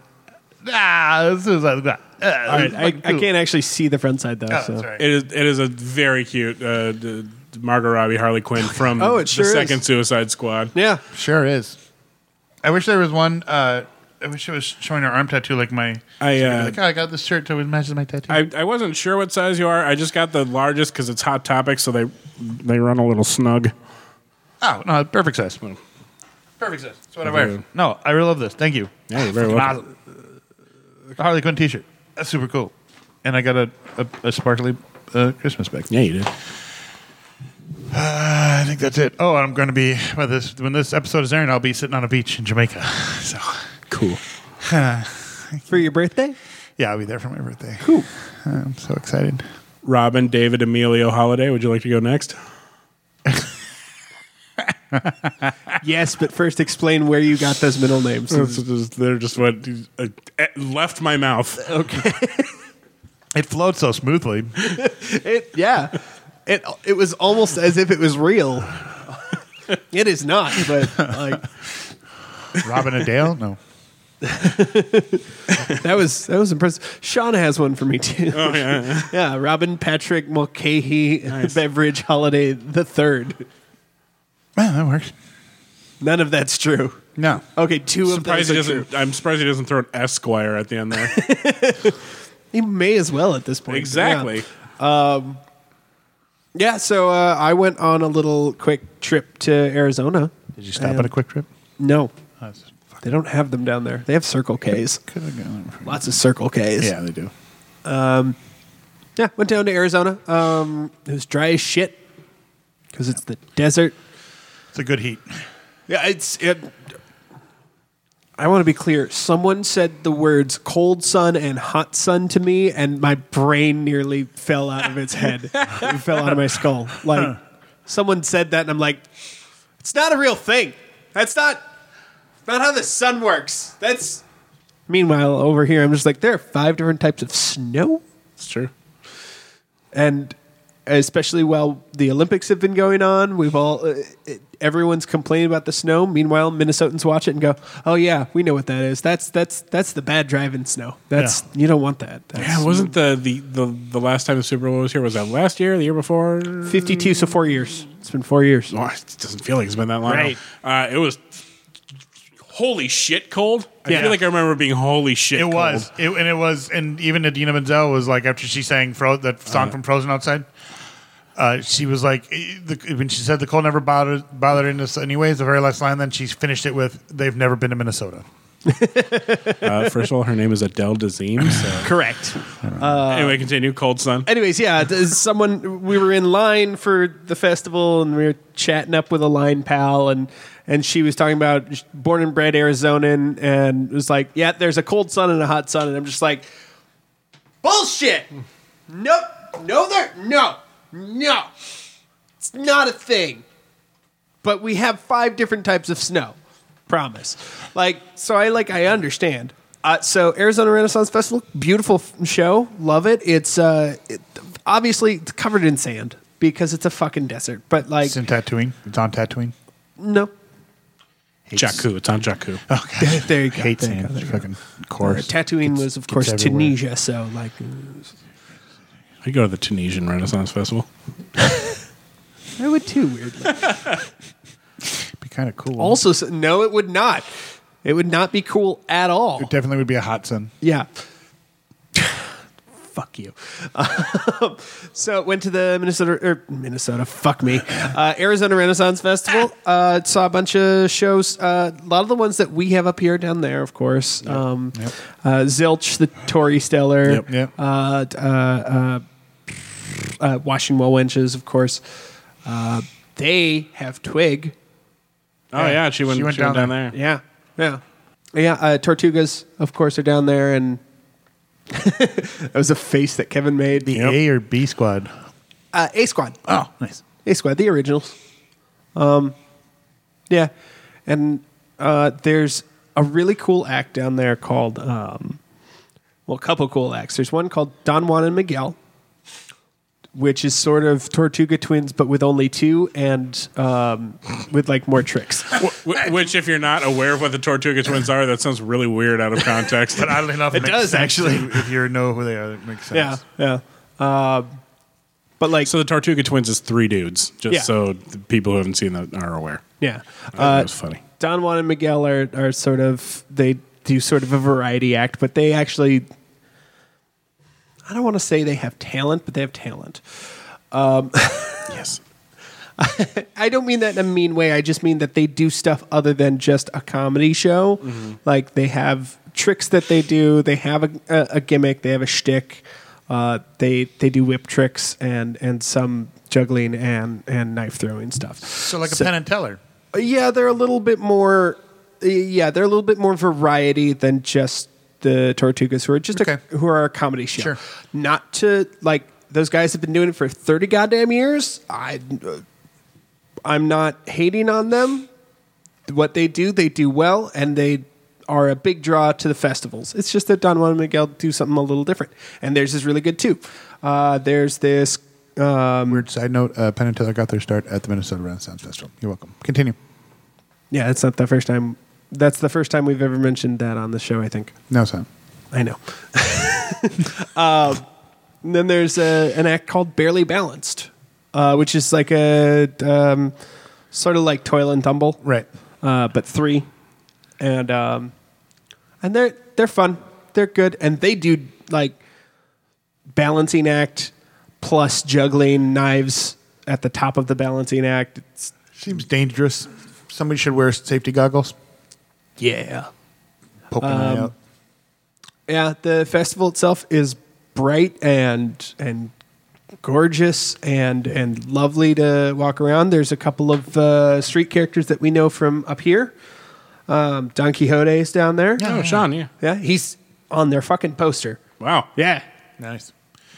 Speaker 3: Ah, this is like that. Ah,
Speaker 4: All
Speaker 3: this is
Speaker 4: right, I,
Speaker 3: fucking
Speaker 4: I
Speaker 3: cool.
Speaker 4: can't actually see the front side though.
Speaker 3: Oh,
Speaker 4: so.
Speaker 3: that's right.
Speaker 5: It is. It is a very cute uh, d- d- Margot Robbie Harley Quinn from
Speaker 4: Oh, it sure
Speaker 5: the
Speaker 4: is.
Speaker 5: second Suicide Squad.
Speaker 4: Yeah,
Speaker 3: sure is. I wish there was one. Uh, I wish it was showing her arm tattoo like my.
Speaker 5: I,
Speaker 3: so you'd be
Speaker 5: uh,
Speaker 3: like, oh, I got this shirt to match my tattoo.
Speaker 5: I, I wasn't sure what size you are. I just got the largest because it's hot topic, so they they run a little snug.
Speaker 3: oh no, perfect size. Perfect size. That's what I
Speaker 5: Yeah.
Speaker 3: wear. No, I really love this. Thank you.
Speaker 5: Yeah, you're very
Speaker 3: Fucking
Speaker 5: welcome.
Speaker 3: awesome. A Harley Quinn T-shirt. That's super cool. And I got a a, a sparkly uh, Christmas bag.
Speaker 5: Yeah, you did.
Speaker 3: Uh, I think that's it. Oh, I'm going to be well, this when this episode is airing. I'll be sitting on a beach in Jamaica. So
Speaker 5: Cool.
Speaker 4: for your birthday.
Speaker 3: yeah, I'll be there for my birthday. Cool. I'm so excited.
Speaker 5: Robin, David, Emilio, Holiday. Would you like to go next?
Speaker 4: yes, but first explain where you got those middle names.
Speaker 5: It's just- they're just what uh, eh, left my mouth.
Speaker 3: It flowed so smoothly.
Speaker 4: It, yeah, it it was almost as if it was real. it is not, but like
Speaker 3: Robin Adele? No.
Speaker 4: that was that was impressive. Sean has one for me too.
Speaker 5: Oh, yeah.
Speaker 4: Yeah, Robin Patrick Mulcahy Beverage Holiday the Third.
Speaker 3: Well, that works.
Speaker 4: None of that's true.
Speaker 3: No.
Speaker 4: Okay, two of
Speaker 5: Surprised
Speaker 4: those
Speaker 5: he
Speaker 4: are true.
Speaker 5: doesn't, I'm surprised he doesn't throw an Esquire at the end there.
Speaker 4: He may as well at this point.
Speaker 5: exactly.
Speaker 4: Yeah, Yeah, so uh, I went on a little quick trip to Arizona.
Speaker 3: Did you stop
Speaker 4: Um,
Speaker 3: at a quick trip?
Speaker 4: No,
Speaker 3: I was- fuck,
Speaker 4: they don't have them down there. They have Circle K's.
Speaker 3: could have gone for-
Speaker 4: Lots of Circle K's.
Speaker 3: Yeah, they do.
Speaker 4: Yeah, went down to Arizona. Um, it was dry as shit because it's the desert.
Speaker 3: It's a good heat.
Speaker 4: Yeah, it's. It, I want to be clear. Someone said the words cold sun and hot sun to me, and my brain nearly fell out of its head. it fell out of my skull. Like, someone said that, and I'm like, it's not a real thing. That's not. Not how the sun works. That's. Meanwhile, over here, I'm just like, there are five different types of snow.
Speaker 5: It's true.
Speaker 4: and especially while the Olympics have been going on, we've all uh, it, everyone's complaining about the snow. Meanwhile, Minnesotans watch it and go, "Oh yeah, we know what that is. That's that's that's the bad driving snow. That's you don't want that." That's
Speaker 5: Yeah, wasn't the, the, the, the last time the Super Bowl was here? Was that last year, the year before?
Speaker 4: 52, so four years. It's been four years.
Speaker 5: Oh, it doesn't feel like it's been that long.
Speaker 4: Right.
Speaker 5: Uh, it was holy shit cold. I
Speaker 3: Yeah.
Speaker 5: feel like I remember being holy shit
Speaker 3: It
Speaker 5: cold.
Speaker 3: was, it, and it was, and even Adina Menzel was like after she sang Fro- that song
Speaker 4: Uh-huh.
Speaker 3: from Frozen outside. Uh, she was like, eh, the, when she said the cold never bothered bothered us anyways. The very last line, then she finished it with, "They've never been to Minnesota."
Speaker 5: Uh, first of all, her name is Adele Dazeem. So.
Speaker 4: Correct.
Speaker 5: anyway, continue. Cold Sun.
Speaker 4: Anyways, yeah, th- someone we were in line for the festival and we were chatting up with a line pal and and she was talking about sh- born and bred Arizonan and was like, "Yeah, there's a cold sun and a hot sun." And I'm just like, "Bullshit. Nope. No there. No. No. It's not a thing." But we have five different types of snow. Promise. Like so I like I understand. Uh, so Arizona Renaissance Festival, beautiful f- show. Love it. It's uh it, obviously it's covered in sand because it's a fucking desert. But like
Speaker 3: It's in Tatooine. It's on Tatooine.
Speaker 4: no.
Speaker 5: Jakku. It's on Jakku.
Speaker 3: Uh.
Speaker 4: There you go.
Speaker 3: Hate
Speaker 4: there you
Speaker 3: sand.
Speaker 4: go, there you go.
Speaker 3: Fucking course.
Speaker 4: Tatooine was of course
Speaker 3: everywhere.
Speaker 4: Tunisia, so like
Speaker 5: I go to the Tunisian Renaissance Festival.
Speaker 4: I would too weirdly.
Speaker 3: be kind of cool.
Speaker 4: also s- no it would not it would not be cool at all
Speaker 3: it definitely would be a hot sun.
Speaker 4: yeah fuck you so went to the minnesota or minnesota fuck me uh, arizona renaissance festival uh, saw a bunch of shows uh, a lot of the ones that we have up here down there of course um, Uh, zilch the tory stellar
Speaker 5: Yep.
Speaker 3: Yep.
Speaker 4: Uh, t- uh, uh, uh, washing well wenches of course uh, they have twig
Speaker 5: Oh yeah, she went. She went down, there.
Speaker 4: yeah, yeah, yeah. Uh, Tortugas, of course, are down there, and that was a face that Kevin made.
Speaker 3: The A or B squad.
Speaker 4: uh, A Squad,
Speaker 3: Oh, nice.
Speaker 4: A Squad, the originals. Um, yeah, and uh, there's a really cool act down there called, um, well, a couple cool acts. There's one called Don Juan and Miguel. Which is sort of Tortuga Twins, but with only two and um, with like more tricks.
Speaker 5: Wh- wh- Which, if you're not aware of what the Tortuga Twins are, that sounds really weird out of context.
Speaker 3: But oddly enough, it, makes
Speaker 4: does,
Speaker 3: sense
Speaker 4: actually.
Speaker 3: to- If you know who they are, it makes sense.
Speaker 4: Yeah, yeah. Uh, but like,
Speaker 5: so the Tortuga Twins is three dudes. Just
Speaker 4: Yeah.
Speaker 5: so the people who haven't seen that are aware.
Speaker 4: yeah.
Speaker 5: that
Speaker 4: Uh,
Speaker 5: was funny.
Speaker 4: Don Juan and Miguel are, are sort of they do sort of a variety act, but they actually I don't want to say they have talent, but they have talent.
Speaker 5: Yes.
Speaker 4: I don't mean that in a mean way. I just mean that they do stuff other than just a comedy show. Like they have tricks that they do. They have a, a, a gimmick. They have a shtick. Uh, they they do whip tricks and and some juggling and and knife throwing stuff.
Speaker 3: So like a pen and teller.
Speaker 4: Yeah, they're a little bit more. Yeah, they're a little bit more variety than just the Tortugas, who are just
Speaker 3: Okay.
Speaker 4: a, who are a comedy show.
Speaker 3: Sure.
Speaker 4: Not to like those guys have been doing it for thirty goddamn years. I, uh, I'm not hating on them. What they do, they do well, and they are a big draw to the festivals. It's just that Don Juan and Miguel do something a little different, and theirs is really good too. Uh, there's this
Speaker 3: Weird side note: uh, Penn and Teller got their start at the Minnesota Renaissance Festival. You're welcome. Continue.
Speaker 4: Yeah, that's not the first time. That's the first time we've ever mentioned that on the show. I think.
Speaker 3: No, son.
Speaker 4: I know. uh, and then there's a, an act called Barely Balanced, uh, which is like a um, sort of like Toil and Tumble,
Speaker 3: Right.
Speaker 4: Uh, but three, and um, and they're they're fun. They're good, and they do like balancing act plus juggling knives at the top of the balancing act. It's
Speaker 3: Seems dangerous. Somebody should wear safety goggles.
Speaker 4: yeah.
Speaker 3: Poke an
Speaker 5: Um,
Speaker 3: eye out.
Speaker 4: Yeah, the festival itself is bright and and gorgeous and and lovely to walk around. There's a couple of uh, street characters that we know from up here. Um, Don Quixote is down there.
Speaker 5: Oh, Sean. Yeah.
Speaker 4: Yeah, he's on their fucking poster.
Speaker 5: Wow.
Speaker 4: Yeah,
Speaker 3: Nice.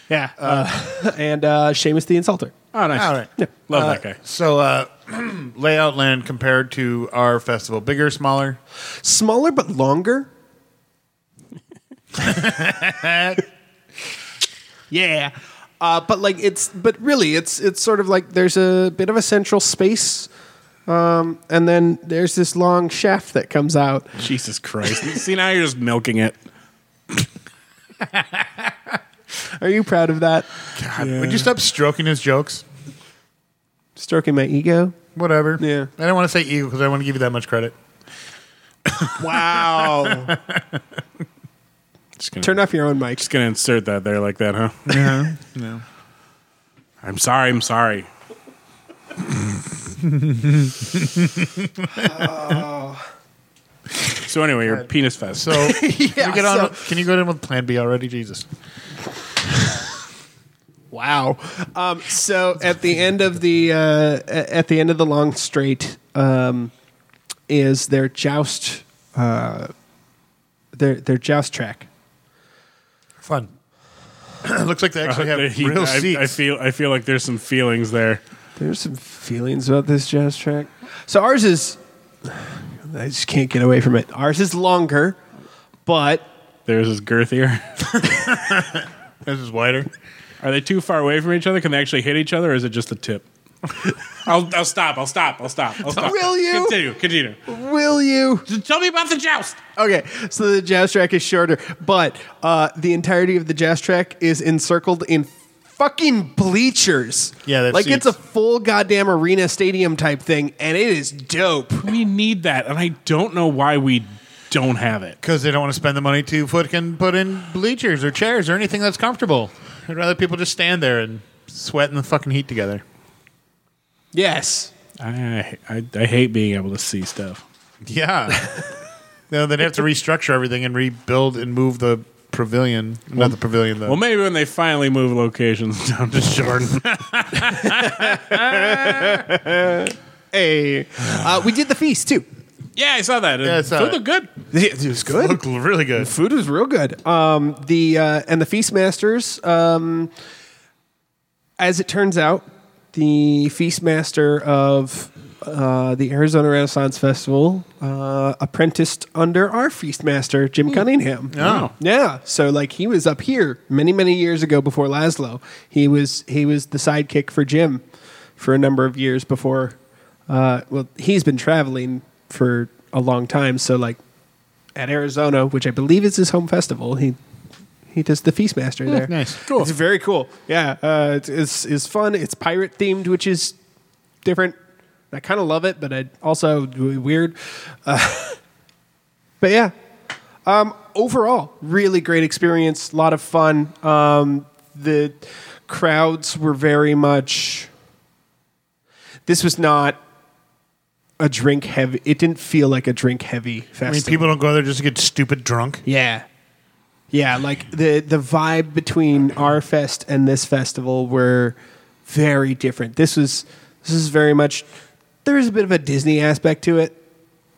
Speaker 4: yeah. Uh, and uh, Seamus the Insulter.
Speaker 5: Oh, nice.
Speaker 3: All right.
Speaker 5: Love that guy.
Speaker 3: So uh, layout land compared to our festival? Bigger, smaller?
Speaker 4: Smaller but longer. yeah. Uh, but like it's but really it's it's sort of like there's a bit of a central space um, and then there's this long shaft that comes out.
Speaker 5: Jesus Christ. See, now you're just milking it.
Speaker 4: Are you proud of that?
Speaker 3: God, Would you stop stroking his jokes?
Speaker 4: Stroking my ego.
Speaker 3: Whatever.
Speaker 4: Yeah.
Speaker 3: I don't want to say eagle because I want to give you that much credit.
Speaker 4: Wow.
Speaker 5: Just gonna,
Speaker 4: Turn off your own mic.
Speaker 5: Just going to insert that there like that, huh? Yeah. no. I'm sorry. I'm sorry. so, anyway, your penis fest.
Speaker 3: So, can, we get on,
Speaker 4: so-
Speaker 3: can you go in with Plan B already, Jesus?
Speaker 4: Wow. Um, so at the end of the uh, a- at the end of the long straight um, is their joust uh, their their joust track.
Speaker 3: Fun. Looks like they actually have
Speaker 5: Uh, he-
Speaker 3: real
Speaker 5: I,
Speaker 3: seats.
Speaker 5: I feel. I feel like there's some feelings there.
Speaker 4: There's some feelings about this joust track. So ours is I just can't get away from it. Ours is longer, but
Speaker 5: There's is girthier.
Speaker 3: this is wider.
Speaker 5: Are they too far away from each other? Can they actually hit each other, or is it just the tip? I'll, I'll stop. I'll stop. I'll stop. I'll stop.
Speaker 4: Will you?
Speaker 5: Continue. Continue.
Speaker 4: will you?
Speaker 5: Tell me about the joust.
Speaker 4: Okay, so the jazz track is shorter, but uh, the entirety of the jazz track is encircled in fucking bleachers.
Speaker 3: Yeah, they've
Speaker 4: like
Speaker 3: seen-
Speaker 4: it's a full goddamn arena stadium type thing, and it is dope.
Speaker 5: We need that, and I don't know why we don't have it.
Speaker 3: Because they don't want to spend the money to fucking put in bleachers or chairs or anything that's comfortable. I'd rather people just stand there and sweat in the fucking heat together.
Speaker 4: Yes,
Speaker 5: I I, I hate being able to see stuff.
Speaker 3: Yeah. no, they'd have to restructure everything and rebuild and move the pavilion. Not the pavilion, though.
Speaker 5: Well, maybe when they finally move locations down to Jordan.
Speaker 4: hey, uh, we did the feast too.
Speaker 5: yeah, I saw that.
Speaker 3: Yeah, uh, I saw
Speaker 5: Food
Speaker 3: it.
Speaker 5: looked good.
Speaker 4: It was good.
Speaker 3: Look really good.
Speaker 4: Food was real good. Um, the uh, and the feast masters. Um, as it turns out, the feast master of uh, the Arizona Renaissance Festival uh, apprenticed under our feast master Jim Cunningham.
Speaker 5: Oh.
Speaker 4: Yeah, so like he was up here many many years ago before Laszlo. He was he was the sidekick for Jim for a number of years before. Uh, well, he's been traveling for a long time, so like at Arizona, which I believe is his home festival, he he does the Feastmaster there.
Speaker 3: nice. Cool.
Speaker 4: It's very cool. Yeah, uh, it's, it's it's fun. It's pirate themed, which is different. I kind of love it, but I also weird. Uh, But yeah, um, overall, really great experience. A lot of fun. Um, the crowds were very much. This was not a drink heavy. It didn't feel like a drink heavy
Speaker 3: I mean,
Speaker 4: festival.
Speaker 3: people don't go there just to get stupid drunk.
Speaker 4: yeah, yeah. Like the the vibe between our fest and this festival were very different. This was this is very much. There was a bit of a Disney aspect to it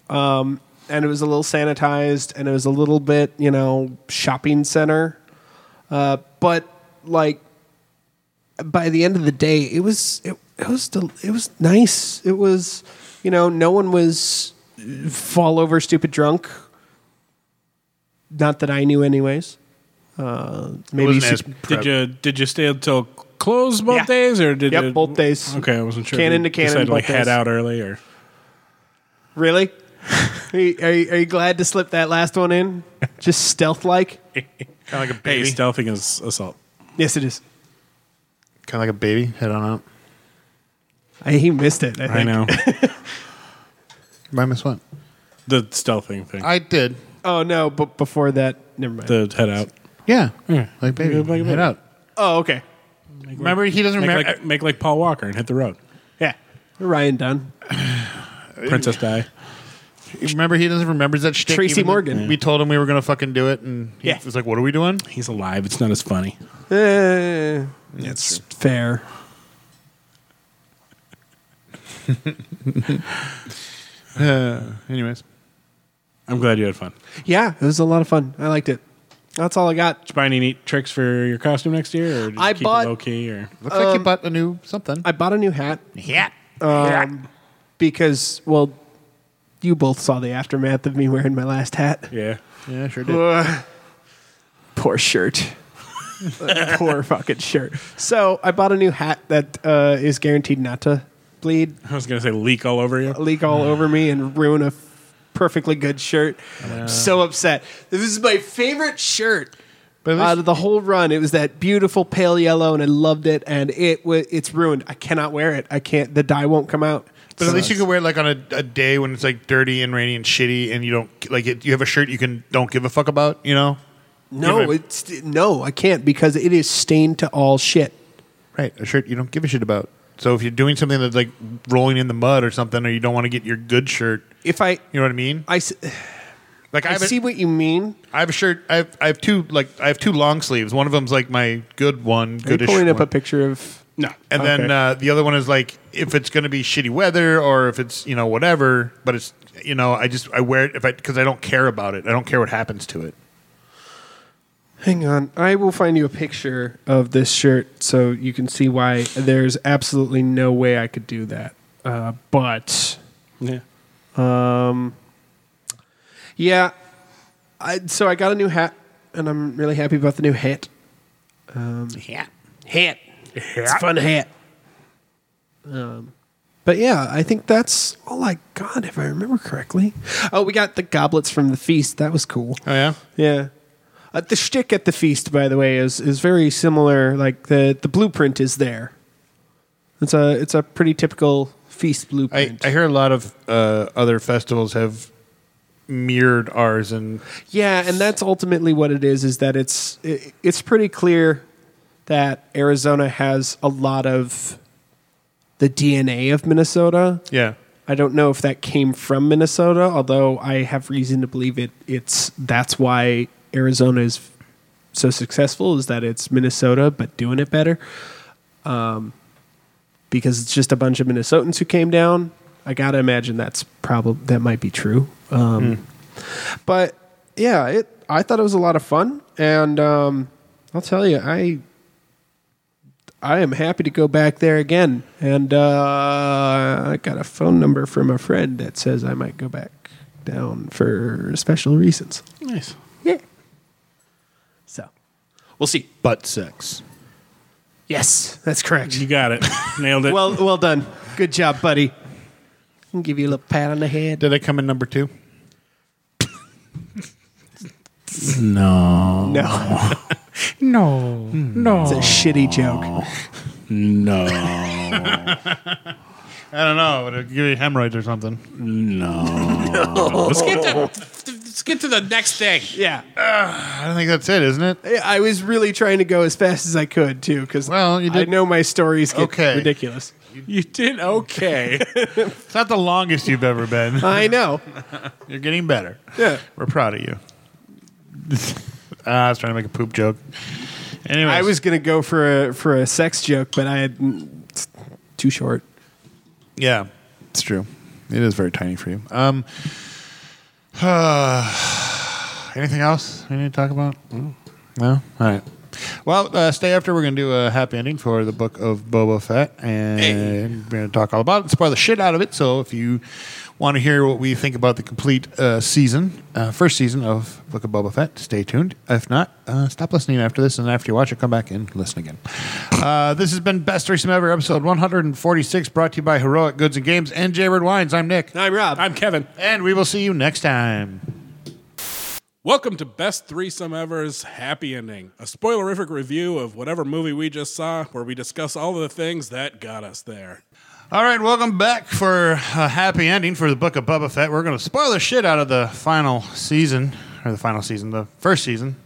Speaker 4: and it was a little sanitized and it was a little bit you know shopping center uh, but like by the end of the day it was it, it was del- it was nice it was you know no one was fall over stupid drunk not that i knew anyways uh, maybe
Speaker 3: Wasn't
Speaker 4: su-
Speaker 3: as
Speaker 5: Did you did you stay until close both
Speaker 4: Yeah.
Speaker 5: days, or did
Speaker 4: Yep,
Speaker 5: you-
Speaker 4: both days.
Speaker 5: Okay, I wasn't sure.
Speaker 4: Cannon to
Speaker 5: if you
Speaker 4: cannon,
Speaker 5: decided to, like
Speaker 4: both
Speaker 5: head
Speaker 4: days.
Speaker 5: out early, or
Speaker 4: really are, you, are, you, are you glad to slip that last one in just stealth like
Speaker 3: Kind of like a
Speaker 5: hey,
Speaker 3: baby.
Speaker 5: stealthing is assault.
Speaker 4: yes it is
Speaker 3: Kind of like a baby. Head on out.
Speaker 4: I, he missed it i, think.
Speaker 5: I know
Speaker 3: I miss one.
Speaker 5: the stealthing thing.
Speaker 3: I did.
Speaker 4: Oh no, but before that, never mind.
Speaker 5: the head out.
Speaker 3: Yeah. Like baby.
Speaker 5: Like a baby.
Speaker 3: Head out.
Speaker 4: oh, okay.
Speaker 3: Remember, he doesn't
Speaker 5: Make
Speaker 3: remember.
Speaker 5: like, make like Paul Walker and hit the road.
Speaker 4: Yeah. Ryan Dunn.
Speaker 5: Princess Die.
Speaker 3: Remember, he doesn't remember that shtick.
Speaker 4: Tracy
Speaker 3: even though
Speaker 4: Morgan.
Speaker 3: We told him we were going to fucking do it, and he
Speaker 4: Yeah.
Speaker 3: was like, "What are we doing?"
Speaker 5: He's alive. It's not as funny.
Speaker 4: Eh, it's fair.
Speaker 3: Anyways,
Speaker 5: I'm glad you had fun.
Speaker 4: Yeah, it was a lot of fun. I liked it. That's all I got.
Speaker 5: Did you buy any neat tricks for your costume next year, or just
Speaker 4: I
Speaker 5: keep
Speaker 4: bought-
Speaker 5: it low key, or
Speaker 3: looks like you bought a new something.
Speaker 4: I bought a new hat.
Speaker 3: yeah.
Speaker 4: Um, Um, because well, you both saw the aftermath of me wearing my last hat.
Speaker 5: Yeah.
Speaker 3: Yeah, sure did.
Speaker 4: Ugh. poor shirt. poor fucking shirt. So I bought a new hat that uh, is guaranteed not to bleed,
Speaker 5: I was gonna say leak all over you.
Speaker 4: leak all over me, and ruin a f- perfectly good shirt. I'm so upset. This is my favorite shirt.
Speaker 3: But at least-
Speaker 4: Out of the whole run, it was that beautiful pale yellow, and I loved it. And it wa it's ruined. I cannot wear it. I can't. The dye won't come out.
Speaker 3: But at
Speaker 4: So
Speaker 3: least you
Speaker 4: it's-
Speaker 3: can wear it like on a, a day when it's like dirty and rainy and shitty, and you don't like it, you have a shirt you can don't give a fuck about. You know,
Speaker 4: No,
Speaker 3: give a-
Speaker 4: it's no. I can't because it is stained to all shit.
Speaker 3: right? A shirt you don't give a shit about. So if you're doing something that's like rolling in the mud or something, or you don't want to get your good shirt,
Speaker 4: If I,
Speaker 3: you know what I mean?
Speaker 4: I, s-
Speaker 3: Like I,
Speaker 4: I
Speaker 3: have
Speaker 4: see
Speaker 3: a,
Speaker 4: what you mean.
Speaker 3: I have a shirt. I have, I have two like I have two long sleeves. One of them's like my good one,
Speaker 4: Are you
Speaker 3: goodish.
Speaker 4: pulling up
Speaker 3: one.
Speaker 4: a picture of
Speaker 5: No.
Speaker 3: And then
Speaker 4: Okay.
Speaker 3: uh, the other one is like if it's going to be shitty weather or if it's you know whatever. But it's you know I just I wear it if I because I don't care about it. I don't care what happens to it.
Speaker 4: Hang on, I will find you a picture of this shirt so you can see why there's absolutely no way I could do that. Uh, but um,
Speaker 5: Yeah.
Speaker 4: yeah, I, so I got a new hat, and I'm really happy about the new hat.
Speaker 3: Yeah.
Speaker 4: Hat, it's a fun hat. Um, but yeah, I think that's all I got if I remember correctly. Oh, we got the goblets from the feast. That was cool.
Speaker 3: Oh yeah.
Speaker 4: Yeah. Uh, the shtick at the feast, by the way, is is very similar. Like the the blueprint is there. It's a it's a pretty typical feast
Speaker 3: I,
Speaker 4: blueprint.
Speaker 3: I hear a lot of uh, other festivals have mirrored ours, and
Speaker 4: yeah, and that's ultimately what it is. Is that it's it, it's pretty clear that Arizona has a lot of the DNA of Minnesota.
Speaker 3: yeah,
Speaker 4: I don't know if that came from Minnesota, although I have reason to believe it. It's that's why Arizona is so successful is that it's Minnesota, but doing it better. Um, because it's just a bunch of Minnesotans who came down. I gotta imagine that's probably that might be true. Um,
Speaker 3: Hmm.
Speaker 4: But yeah, it. I thought it was a lot of fun, and um, I'll tell you, I I am happy to go back there again. And uh, I got a phone number from a friend that says I might go back down for special reasons.
Speaker 5: Nice.
Speaker 4: Yeah. So we'll see.
Speaker 3: butt sex.
Speaker 4: Yes, that's correct.
Speaker 5: You got it. Nailed it.
Speaker 4: Well, well done. Good job, buddy. I'll give you a little pat on the head.
Speaker 3: Did I come in number two?
Speaker 5: no.
Speaker 4: No,
Speaker 5: No.
Speaker 4: it's a
Speaker 5: No.
Speaker 4: shitty joke.
Speaker 5: No.
Speaker 3: I don't know, but it'd give you hemorrhoids or something.
Speaker 5: Let's get to let's get to the next thing.
Speaker 4: Yeah,
Speaker 3: I don't think that's it, isn't it?
Speaker 4: I- I was really trying to go as fast as I could too, because
Speaker 3: Well, you
Speaker 4: I
Speaker 3: did-
Speaker 4: know my stories get
Speaker 3: Okay.
Speaker 4: ridiculous.
Speaker 5: You did okay.
Speaker 3: It's not the longest you've ever been.
Speaker 4: I know.
Speaker 3: You're getting better.
Speaker 4: Yeah.
Speaker 3: We're proud of you. uh, I was trying to make a poop joke. Anyway,
Speaker 4: I was gonna go for a for a sex joke, but I had it's too short.
Speaker 3: Yeah, it's true. It is very tiny for you. Um, Uh, anything else we need to talk about? No. All right. Well, uh, stay after. We're going to do a happy ending for the book of Boba Fett, and we're going to talk all about it, spoil the shit out of it. So if you want to hear what we think about the complete uh, season, uh, first season of Book of Boba Fett, stay tuned. If not, uh, stop listening after this, and after you watch it, come back and listen again. Uh, this has been Best Threesome Ever, episode 146, brought to you by Heroic Goods and Games and Jaybird Wines. I'm Nick,
Speaker 4: I'm Rob.
Speaker 5: I'm Kevin.
Speaker 3: and we will see you next time.
Speaker 5: Welcome to Best Threesome Ever's Happy Ending, a spoilerific review of whatever movie we just saw, where we discuss all of the things that got us there.
Speaker 3: All right, welcome back for a happy ending for the book of Boba Fett. We're going to spoil the shit out of the final season, or the final season, the first season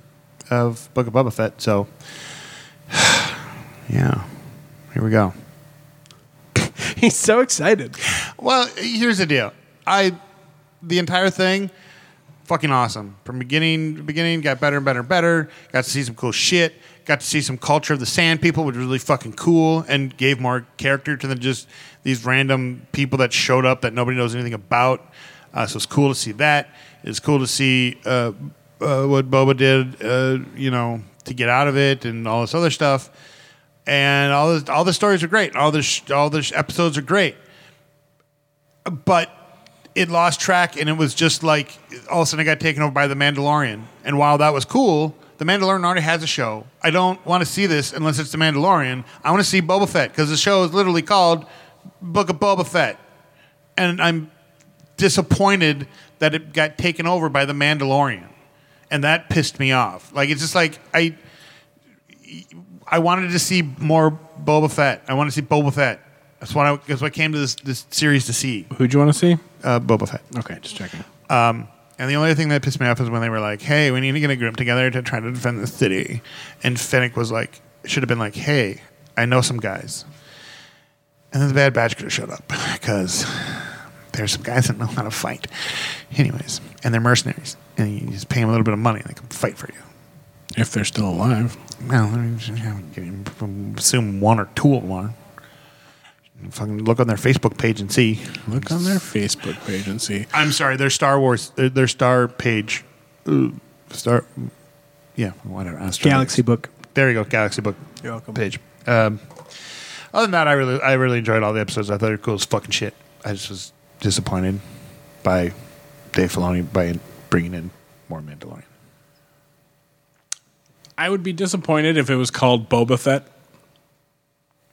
Speaker 3: of Book of Boba Fett. So, yeah, here we go.
Speaker 4: He's so excited.
Speaker 3: Well, here's the deal. I the entire thing fucking awesome. From beginning to beginning, got better and better and better. Got to see some cool shit. Got to see some culture of the sand people, which was really fucking cool and gave more character to than just these random people that showed up that nobody knows anything about. Uh, so it's cool to see that. It's cool to see uh, uh, what Boba did, uh, you know, to get out of it and all this other stuff. And all this, all the stories are great. All the sh- all the sh- episodes are great but it lost track and it was just like all of a sudden it got taken over by the Mandalorian. And while that was cool, the Mandalorian already has a show. I don't want to see this unless it's the Mandalorian. I want to see Boba Fett because the show is literally called Book of Boba Fett, and I'm disappointed that it got taken over by the Mandalorian, and that pissed me off. Like it's just like I. I wanted to see more Boba Fett. I want to see Boba Fett. That's what I, that's what I came to this, this series to see.
Speaker 5: Who'd you want to see?
Speaker 3: Uh, Boba Fett.
Speaker 5: Okay, just checking.
Speaker 3: And the only other thing that pissed me off is when they were like, "Hey, we need to get a group together to try to defend the city," and Fennec was like, "Should have been like, hey, I know some guys." And then the Bad Batch could have showed up because there's some guys that know how to fight, anyways, and they're mercenaries, and you just pay them a little bit of money and they can fight for you.
Speaker 5: If they're still alive.
Speaker 3: Well, I mean, I would assume one or two of them are. Fucking look on their Facebook page and see.
Speaker 5: Look on their Facebook page and see.
Speaker 3: I'm sorry, their Star Wars, their, their Star page, Ooh, Star, yeah, whatever. I was trying to-
Speaker 4: Galaxy Book.
Speaker 3: There you go, Galaxy Book.
Speaker 4: You're welcome.
Speaker 3: Page. Um, other than that, I really, I really enjoyed all the episodes. I thought they were cool as fucking shit. I just was disappointed by Dave Filoni by bringing in more Mandalorian.
Speaker 5: I would be disappointed if it was called Boba Fett,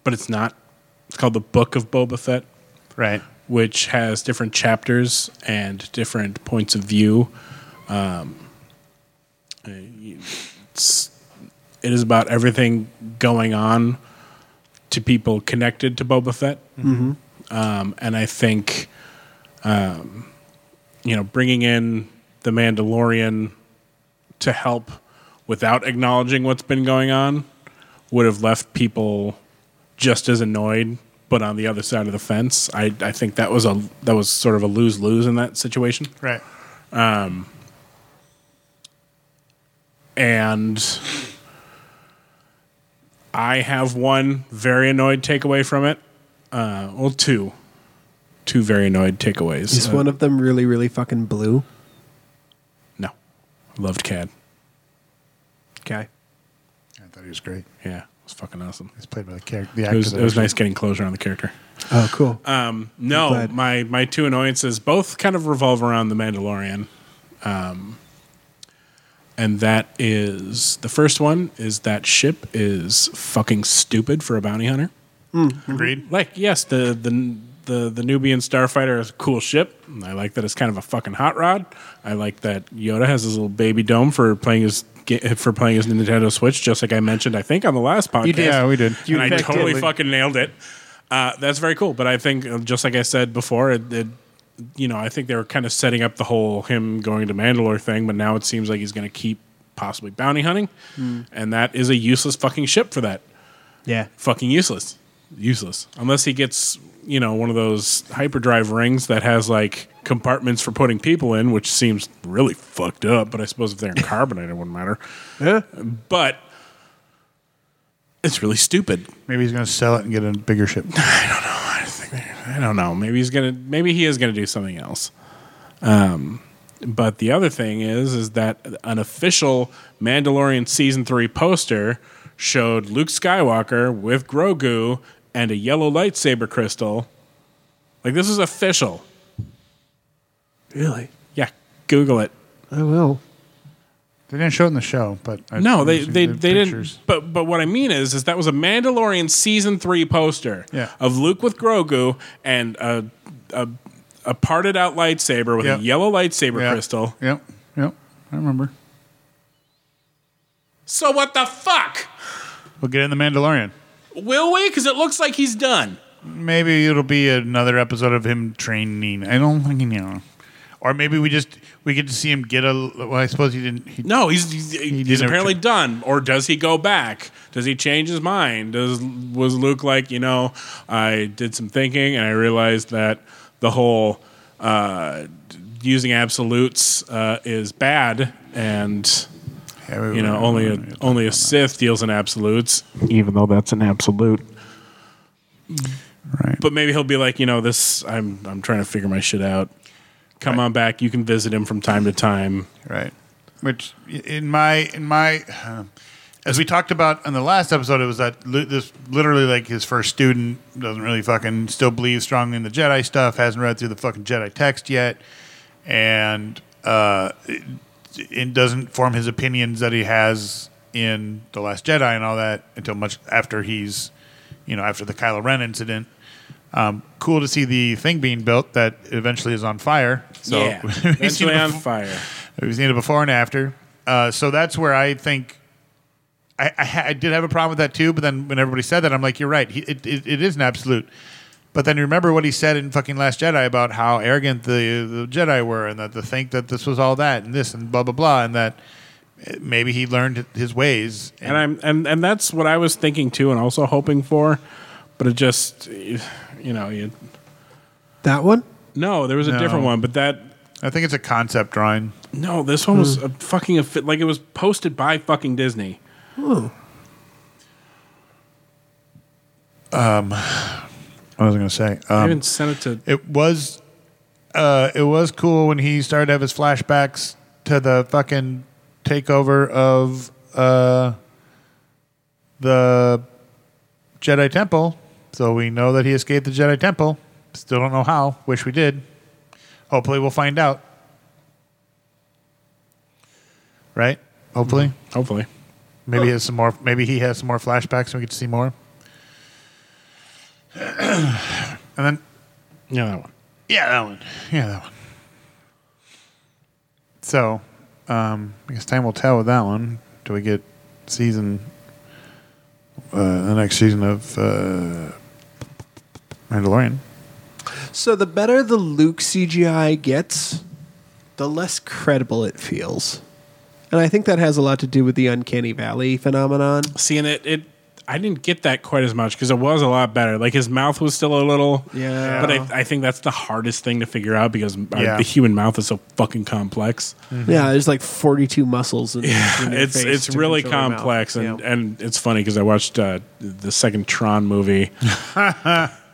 Speaker 5: but it's not. It's called the Book of Boba Fett,
Speaker 3: Right.
Speaker 5: which has different chapters and different points of view. Um, uh, you- it's, it is about everything going on to people connected to Boba Fett, mm-hmm. um, and I think, um, you know, bringing in the Mandalorian to help without acknowledging what's been going on would have left people just as annoyed but on the other side of the fence i, I think that was a that was sort of a lose-lose in that situation
Speaker 3: Right.
Speaker 5: and i have one very annoyed takeaway from it uh, well two two very annoyed takeaways
Speaker 4: Is
Speaker 5: Uh,
Speaker 4: one of them really, really fucking blue?
Speaker 5: no loved cad
Speaker 4: Okay.
Speaker 3: I thought he was great.
Speaker 5: yeah it was fucking awesome
Speaker 3: He's played by the character. The
Speaker 5: it
Speaker 3: actor
Speaker 5: was,
Speaker 3: that
Speaker 5: it was
Speaker 3: actually-
Speaker 5: nice getting closure on the character
Speaker 4: Oh, cool.
Speaker 5: Um, No,
Speaker 4: glad-
Speaker 5: my my two annoyances both kind of revolve around the Mandalorian, um, and that is the first one is that ship is fucking stupid for a bounty hunter.
Speaker 3: Agreed.
Speaker 5: Like, yes, the the the the Nubian starfighter is a cool ship. I like that it's kind of a fucking hot rod. I like that Yoda has his little baby dome for playing his. ga- For playing his Nintendo Switch, just like I mentioned, I think on the last podcast.
Speaker 3: did. Yeah, we did.
Speaker 5: And
Speaker 3: You
Speaker 5: I totally
Speaker 3: effectively-
Speaker 5: fucking nailed it. Uh, that's very cool. But I think, uh, just like I said before, it, it, you know, I think they were kind of setting up the whole him going to Mandalore thing, but now it seems like he's going to keep possibly bounty hunting,
Speaker 3: Hmm.
Speaker 5: and that is a useless fucking ship for that.
Speaker 4: yeah.
Speaker 5: Fucking useless, useless. Unless he gets you know one of those hyperdrive rings that has like compartments for putting people in, which seems really fucked up. But I suppose if they're in carbonite, it wouldn't matter.
Speaker 4: Yeah.
Speaker 5: But it's really stupid.
Speaker 3: Maybe he's going to sell it and get a bigger ship.
Speaker 5: I don't know. Maybe he's gonna. Maybe he is gonna do something else. Um, but the other thing is, is that an official Mandalorian season three poster showed Luke Skywalker with Grogu and a yellow lightsaber crystal. Like this is official.
Speaker 4: Really?
Speaker 5: Yeah, Google it.
Speaker 4: I will.
Speaker 3: They didn't show it in the show, but I
Speaker 5: No, they they, they didn't. But but what I mean is, is that was a Mandalorian season three poster
Speaker 3: Yeah.
Speaker 5: of Luke with Grogu and a a, a parted out lightsaber with
Speaker 3: Yeah.
Speaker 5: a yellow lightsaber crystal.
Speaker 3: Yep, yep. I remember.
Speaker 5: So what the fuck?
Speaker 3: We'll get in the Mandalorian.
Speaker 5: Will we? Because it looks like he's done.
Speaker 3: Maybe it'll be another episode of him training. I don't think you know. Or maybe we just we get to see him get a. Well, I suppose he didn't. He,
Speaker 5: No, he's he's, he's
Speaker 3: didn't
Speaker 5: apparently
Speaker 3: return.
Speaker 5: done. Or does he go back? Does he change his mind? Does was Luke like you know? I did some thinking and I realized that the whole uh, d- using absolutes uh, is bad, and
Speaker 3: Yeah, we-
Speaker 5: you know only a, only a Sith deals in absolutes, even though that's an absolute.
Speaker 3: right.
Speaker 5: But maybe he'll be like you know this. I'm I'm trying to figure my shit out. Come on back. You can visit him from time to time.
Speaker 3: right. Which in my in my, as we talked about in the last episode, it was that li- this literally like his first student doesn't really fucking still believe strongly in the Jedi stuff, hasn't read through the fucking Jedi text yet, and uh, it, it doesn't form his opinions that he has in the Last Jedi and all that until much after he's, you know, after the Kylo Ren incident. Um, cool to see the thing being built that eventually is on fire. So
Speaker 5: yeah,
Speaker 3: we've seen it
Speaker 5: eventually on
Speaker 3: before-
Speaker 5: fire.
Speaker 3: We've seen it before and after. Uh, so that's where I think I, I, ha- I did have a problem with that too. But then when everybody said that, I'm like, you're right. He, it, it, it is an absolute. But then you remember what he said in fucking Last Jedi about how arrogant the, the Jedi were and that to think that this was all that and this and blah, blah, blah. And that uh, maybe he learned his ways.
Speaker 5: and I'm and and that's what I was thinking too, and also hoping for, but it just, you know, you,
Speaker 4: That one?
Speaker 5: no, there was a
Speaker 3: No.
Speaker 5: different one, but that
Speaker 3: I think it's a concept drawing.
Speaker 5: no, this one was a fucking affi- like it was posted by fucking Disney.
Speaker 3: I was going to say.
Speaker 5: I
Speaker 3: Um,
Speaker 5: even sent it to.
Speaker 3: It was, uh, it was cool when he started to have his flashbacks to the fucking takeover of uh, the Jedi Temple. So we know that he escaped the Jedi Temple. Still don't know how. Wish we did. Hopefully, we'll find out. Right? Hopefully,
Speaker 4: Mm-hmm.
Speaker 5: Hopefully,
Speaker 3: maybe he has some more. Maybe he has some more flashbacks, and we get to see more. and then
Speaker 5: yeah, that one.
Speaker 3: yeah, that one. Yeah, that one. So, um, I guess time will tell with that one. Do we get season, uh, the next season of uh, Mandalorian?
Speaker 4: So the better the Luke CGI gets, the less credible it feels. And I think that has a lot to do with the uncanny valley phenomenon.
Speaker 5: Seeing it, it I didn't get that quite as much because it was a lot better. Like his mouth was still a little,
Speaker 4: Yeah.
Speaker 5: But I, I think that's the hardest thing to figure out because uh,
Speaker 3: Yeah.
Speaker 5: the human mouth is so fucking complex.
Speaker 4: Yeah, there's like 42 muscles. In, in their
Speaker 5: Mm-hmm. it's
Speaker 4: face
Speaker 5: it's
Speaker 4: to
Speaker 5: really
Speaker 4: control their mouth.
Speaker 5: complex and,
Speaker 4: Yeah.
Speaker 5: and it's funny because I watched uh, the second Tron movie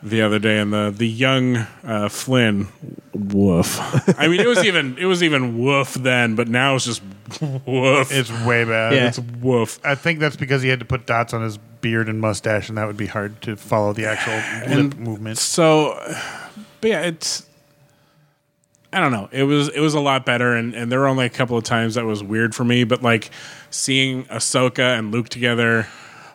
Speaker 5: the other day and the the young uh, Flynn woof. I mean it was even it was even woof then, but now it's just woof.
Speaker 3: It's way bad.
Speaker 4: Yeah.
Speaker 5: It's woof.
Speaker 3: I think that's because he had to put dots on his beard and mustache, and that would be hard to follow the actual lip movement.
Speaker 5: So, but yeah, it's. I don't know. It was it was a lot better, and, and there were only a couple of times that was weird for me. But like seeing Ahsoka and Luke together,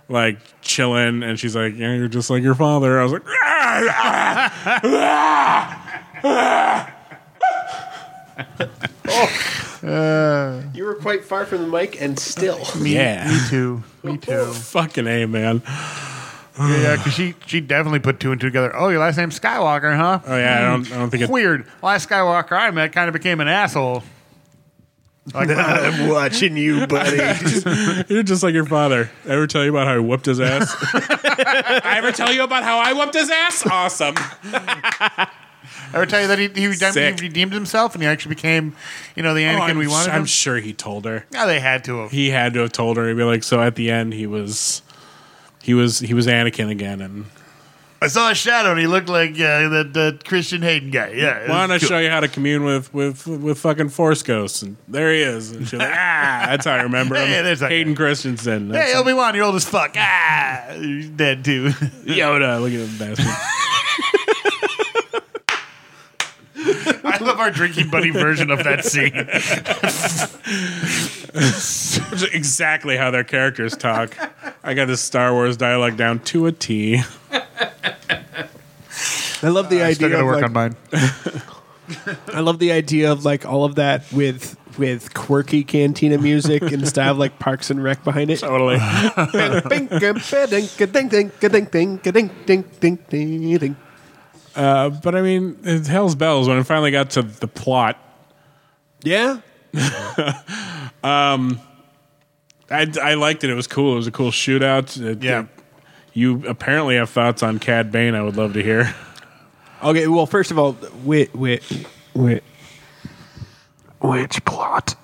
Speaker 5: like chilling, and she's like, "Yeah, you're just like your father." I was like, "Ah, ah, ah, ah."
Speaker 4: You were quite far from the mic and still.
Speaker 3: Me
Speaker 5: "Yeah,
Speaker 3: too. Me too.
Speaker 5: fucking a man."
Speaker 3: yeah, because she, she definitely put two and two together. Oh, your last name's Skywalker, huh?
Speaker 5: Oh yeah, I don't I don't think it,
Speaker 3: Weird. Last Skywalker I met kind of became an asshole. Like,
Speaker 4: I'm watching you, buddy.
Speaker 5: You're just like your father. Ever tell you about how I whooped his ass? I ever tell you about how I whooped his ass? Awesome.
Speaker 3: Ever tell you that he, he, redeemed, he
Speaker 5: Sick.
Speaker 3: redeemed himself and he actually became, you know, the
Speaker 5: Oh,
Speaker 3: Anakin
Speaker 5: I'm,
Speaker 3: we wanted?
Speaker 5: I'm
Speaker 3: him?
Speaker 5: sure he told her.
Speaker 3: yeah, they had to have.
Speaker 5: He had to have told her. He'd be like, so at the end, he was, he was, he was Anakin again, and
Speaker 3: I saw a shadow and he looked like uh, that that Christian Hayden guy. Yeah, it
Speaker 5: why don't I
Speaker 3: was cool.
Speaker 5: show you how to commune with with with fucking Force ghosts? And there he is. And she's like, ah, that's how I remember him.
Speaker 3: Yeah, there's that
Speaker 5: Hayden
Speaker 3: guy.
Speaker 5: Christensen.
Speaker 3: Hey,
Speaker 5: That's
Speaker 3: Obi Wan, you're old as fuck. Ah, he's dead too.
Speaker 5: Yoda. Look at him, bastard.
Speaker 3: I love our drinking buddy version of that scene.
Speaker 5: Which is exactly how their characters talk. I got this Star Wars dialogue down to a T.
Speaker 4: Uh, I love the
Speaker 3: I
Speaker 4: idea.
Speaker 3: still got to
Speaker 4: of,
Speaker 3: work
Speaker 4: like,
Speaker 3: on mine.
Speaker 4: I love the idea of like all of that with with quirky cantina music and style of like Parks and Rec behind it.
Speaker 5: Totally.
Speaker 4: Bing, bing, ba-ding, ka-ding, ding, ka-ding, ding, ka-ding, ding, ding, ding, ding.
Speaker 5: But I mean, it's Hell's Bells. When I finally got to the plot,
Speaker 4: Yeah,
Speaker 5: I, I liked it. It was cool. It was a cool shootout. It-
Speaker 3: Yeah.
Speaker 5: you apparently have thoughts on Cad Bane. I would love to hear.
Speaker 4: Okay, well, first of all, wait, wait, wait. Which plot?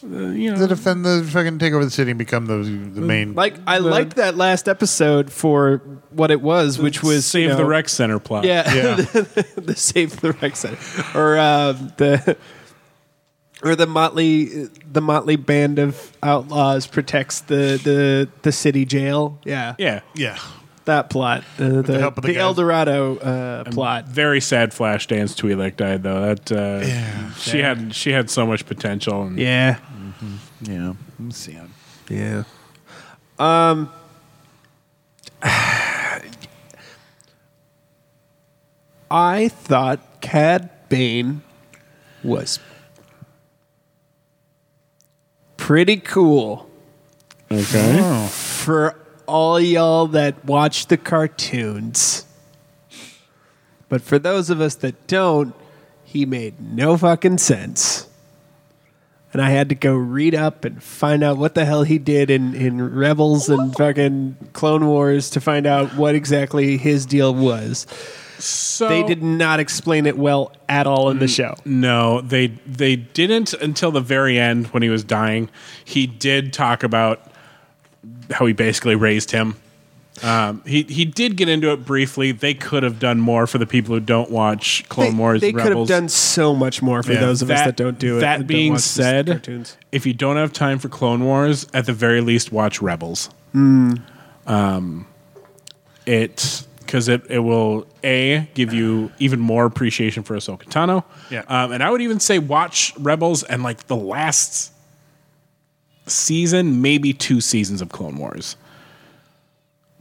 Speaker 3: To defend the fucking take over the city and become the, the main.
Speaker 4: Like, I liked that last episode for what it was, which was
Speaker 5: Save
Speaker 4: you know,
Speaker 5: the Rec Center plot.
Speaker 4: Yeah,
Speaker 3: yeah.
Speaker 4: the Save the Rec Center, or um the or the motley the motley band of outlaws protects the the, the city jail. Yeah,
Speaker 5: Yeah.
Speaker 3: Yeah.
Speaker 4: that plot. Uh, the the,
Speaker 3: help of the guys.
Speaker 4: El Dorado uh, plot.
Speaker 5: Very sad flash dance Twi'lek died though. That uh, she had she had so much potential and
Speaker 4: Yeah, Mm-hmm.
Speaker 3: Yeah. I'm seeing.
Speaker 4: yeah. Um, I thought Cad Bane was pretty cool.
Speaker 5: okay.
Speaker 4: for all y'all that watch the cartoons. But for those of us that don't, he made no fucking sense. And I had to go read up and find out what the hell he did in, in Rebels and fucking Clone Wars to find out what exactly his deal was.
Speaker 5: So Mm.
Speaker 4: They did not explain it well at all in the show.
Speaker 5: No, they they didn't until the very end when he was dying. He did talk about how he basically raised him. Um, he he did get into it briefly. They could have done more for the people who don't watch Clone Wars.
Speaker 4: they could have
Speaker 5: Rebels.
Speaker 4: done so much more for
Speaker 3: Yeah.
Speaker 4: those of us that don't do it.
Speaker 5: That
Speaker 4: and don't
Speaker 5: being
Speaker 4: watch the
Speaker 5: said,
Speaker 4: cartoons.
Speaker 5: if you don't have time for Clone Wars, at the very least, watch Rebels. Um,
Speaker 4: Hmm.
Speaker 5: it because it it will a give you even more appreciation for Ahsoka Tano.
Speaker 3: Yeah.
Speaker 5: um, and I would even say watch Rebels and like the last season, maybe two seasons of Clone Wars.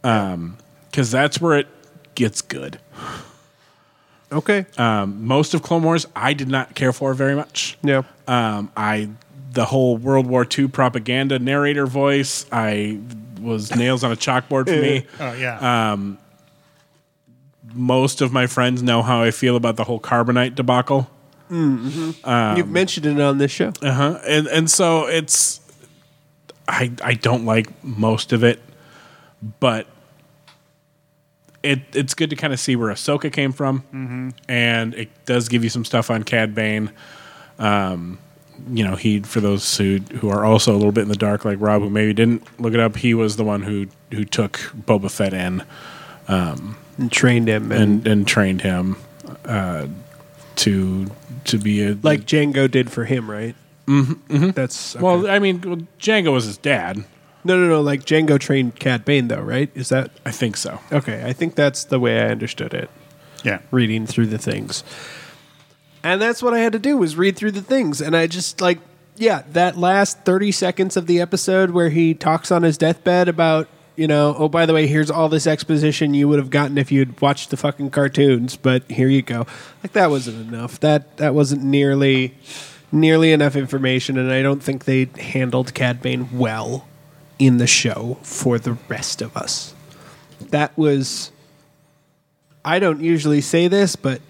Speaker 5: Um, because that's where it gets good. Um,
Speaker 4: okay,
Speaker 5: uh, Most of Clone Wars, I did not care for very much.
Speaker 4: yeah,
Speaker 5: Um, I the whole World War II propaganda narrator voice. I was nails on a chalkboard for me.
Speaker 3: Oh
Speaker 5: Uh,
Speaker 3: yeah.
Speaker 5: Most of my friends know how I feel about the whole carbonite debacle, um,
Speaker 4: you've mentioned it on this show.
Speaker 5: uh-huh. and and so it's I I don't like most of it, but it it's good to kind of see where Ahsoka came from,
Speaker 4: Mm-hmm.
Speaker 5: and it does give you some stuff on Cad Bane. Um, you know, he for those who who are also a little bit in the dark, like Rob, who maybe didn't look it up, he was the one who who took Boba Fett in
Speaker 4: and trained him and,
Speaker 5: and and trained him uh, to to be a
Speaker 4: like Django did for him, right? Mm-hmm, That's okay.
Speaker 5: Well, I mean, well, Django was his dad.
Speaker 4: no, no, no. Like Django trained Cad Bane, though, right? Is that
Speaker 5: I think so.
Speaker 4: okay? I think that's the way I understood it,
Speaker 3: yeah.
Speaker 4: reading through the things. And that's what I had to do was read through the things, and I just like, yeah, that last thirty seconds of the episode where he talks on his deathbed about. You know, oh, by the way, here's all this exposition you would have gotten if you'd watched the fucking cartoons, but here you go. Like that wasn't enough. That that wasn't nearly nearly enough information, and I don't think they handled Cad Bane well in the show for the rest of us. That was. I don't usually say this, but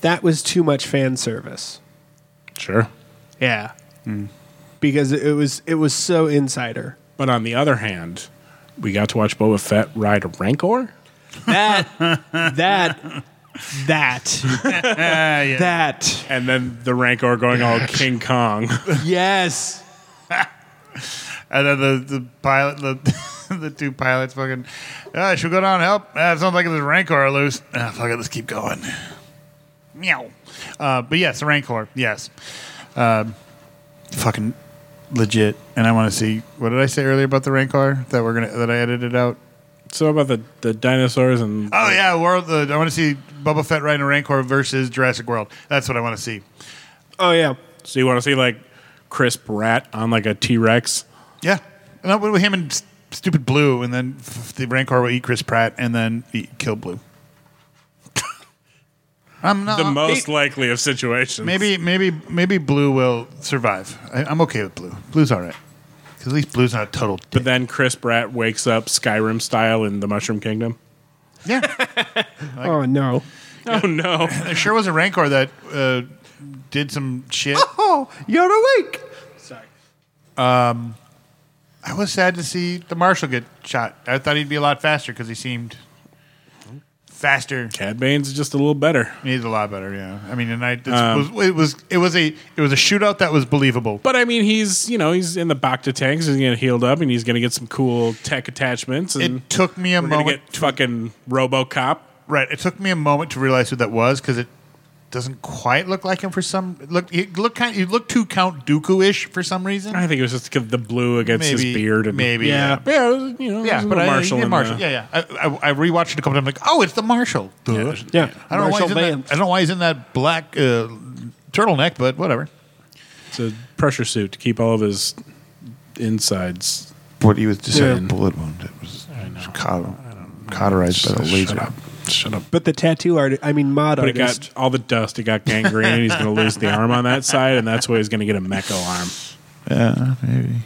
Speaker 4: that was too much fan service.
Speaker 5: Sure.
Speaker 4: Yeah. Because it was it was so insider.
Speaker 5: But on the other hand, we got to watch Boba Fett ride a Rancor.
Speaker 4: That that that that
Speaker 5: And then the Rancor going all King Kong.
Speaker 4: yes.
Speaker 3: And then the, the pilot, the the two pilots, fucking. Uh, should we go down and help? Uh, it sounds like this Rancor loose. Ah, fuck it, let's keep going. Meow. Uh, but yes, the Rancor. Yes. Um, fucking legit. And I want to see. What did I say earlier about the Rancor that we're gonna that I edited out?
Speaker 5: so about the, the dinosaurs and
Speaker 3: Oh yeah, world. Uh, I want to see Boba Fett riding a Rancor versus Jurassic World. That's what I want to see.
Speaker 4: Oh yeah.
Speaker 5: so you want to see like crisp rat on like a T Rex?
Speaker 3: Yeah. No, with him and s- stupid Blue, and then f- the Rancor will eat Chris Pratt, and then eat, kill Blue. I'm not
Speaker 5: The most
Speaker 3: Hey,
Speaker 5: likely of situations.
Speaker 3: Maybe, maybe, maybe Blue will survive. I, I'm okay with Blue. Blue's all right. 'Cause at least Blue's not a total.
Speaker 5: But
Speaker 3: Dick.
Speaker 5: then Chris Pratt wakes up Skyrim style in the Mushroom Kingdom.
Speaker 3: yeah,
Speaker 4: oh no.
Speaker 5: Oh no!
Speaker 3: there sure was a Rancor that uh, did some shit.
Speaker 4: Oh, you're awake.
Speaker 3: Um, I was sad to see the Marshal get shot. I thought he'd be a lot faster because he seemed faster.
Speaker 5: Cad Bane's just a little better.
Speaker 3: He's a lot better. Yeah, I mean, and I this
Speaker 5: Um,
Speaker 3: was, it was it was a it was a shootout that was believable.
Speaker 5: But I mean, he's you know he's in the Bacta tanks. He's gonna healed up, and he's gonna get some cool tech attachments. And
Speaker 3: It took me a
Speaker 5: Mm-hmm. we're gonna
Speaker 3: moment.
Speaker 5: get fucking RoboCop.
Speaker 3: right, it took me a moment to realize who that was because it doesn't quite look like him for some look. You look kind. You look too Count Dooku ish for some reason.
Speaker 5: I think it was just 'cause the blue against
Speaker 3: Maybe-
Speaker 5: his beard. And,
Speaker 3: maybe,
Speaker 5: Yeah.
Speaker 3: yeah.
Speaker 5: Yeah. it was, you know,
Speaker 3: yeah, but I,
Speaker 5: Marshall.
Speaker 3: yeah,
Speaker 5: in
Speaker 3: Marshall.
Speaker 5: the-
Speaker 3: Yeah, yeah. I, I, I rewatched it a couple times. Like, oh, it's the Marshal. Duh.
Speaker 5: Yeah.
Speaker 4: Yeah.
Speaker 3: I don't know why
Speaker 4: Marshal
Speaker 3: he's in that,
Speaker 4: Vance.
Speaker 3: I don't know why he's in that black uh, turtleneck, but whatever.
Speaker 5: It's a pressure suit to keep all of his insides.
Speaker 7: What he was just had a
Speaker 5: Yeah.
Speaker 7: bullet wound that was, was cauter- cauterized by the laser.
Speaker 5: Shut up. Shut up.
Speaker 4: But the tattoo art, I mean, mod
Speaker 5: But it
Speaker 4: artist.
Speaker 5: got all the dust. It got gangrene. and he's going to lose the arm on that side, and that's why he's going to get a mecho arm.
Speaker 7: Yeah, maybe.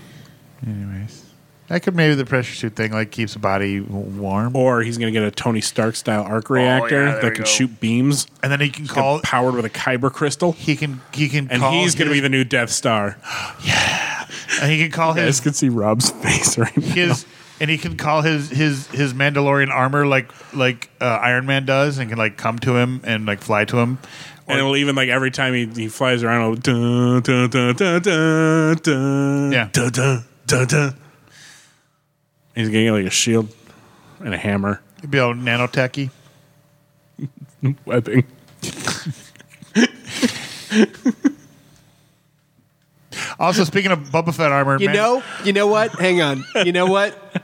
Speaker 7: Anyways,
Speaker 3: That could maybe the pressure suit thing like keeps the body warm,
Speaker 5: Or he's going to get a Tony Stark style arc reactor
Speaker 3: Oh, yeah, there
Speaker 5: that
Speaker 3: we
Speaker 5: can
Speaker 3: go.
Speaker 5: shoot beams.
Speaker 3: and then he can
Speaker 5: Get
Speaker 3: call.
Speaker 5: powered with a kyber crystal.
Speaker 3: He can he can
Speaker 5: And
Speaker 3: call
Speaker 5: he's going to be
Speaker 3: his-
Speaker 5: the new Death Star.
Speaker 3: and he can call
Speaker 5: You guys
Speaker 3: his
Speaker 5: can see Rob's face right now.
Speaker 3: his and he can call his his his Mandalorian armor like like uh, Iron Man does, and can like come to him and like fly to him.
Speaker 5: And it'll even like every time he, he flies around, it'll dun, dun, dun, dun, dun,
Speaker 3: Yeah.
Speaker 5: dun, dun, dun, dun. He's gonna get like a shield and a hammer
Speaker 3: He'd be all nanotechy.
Speaker 5: webbing.
Speaker 3: Also, speaking of Boba Fett armor,
Speaker 4: You
Speaker 3: man-
Speaker 4: know, you know what? Hang on. You know what?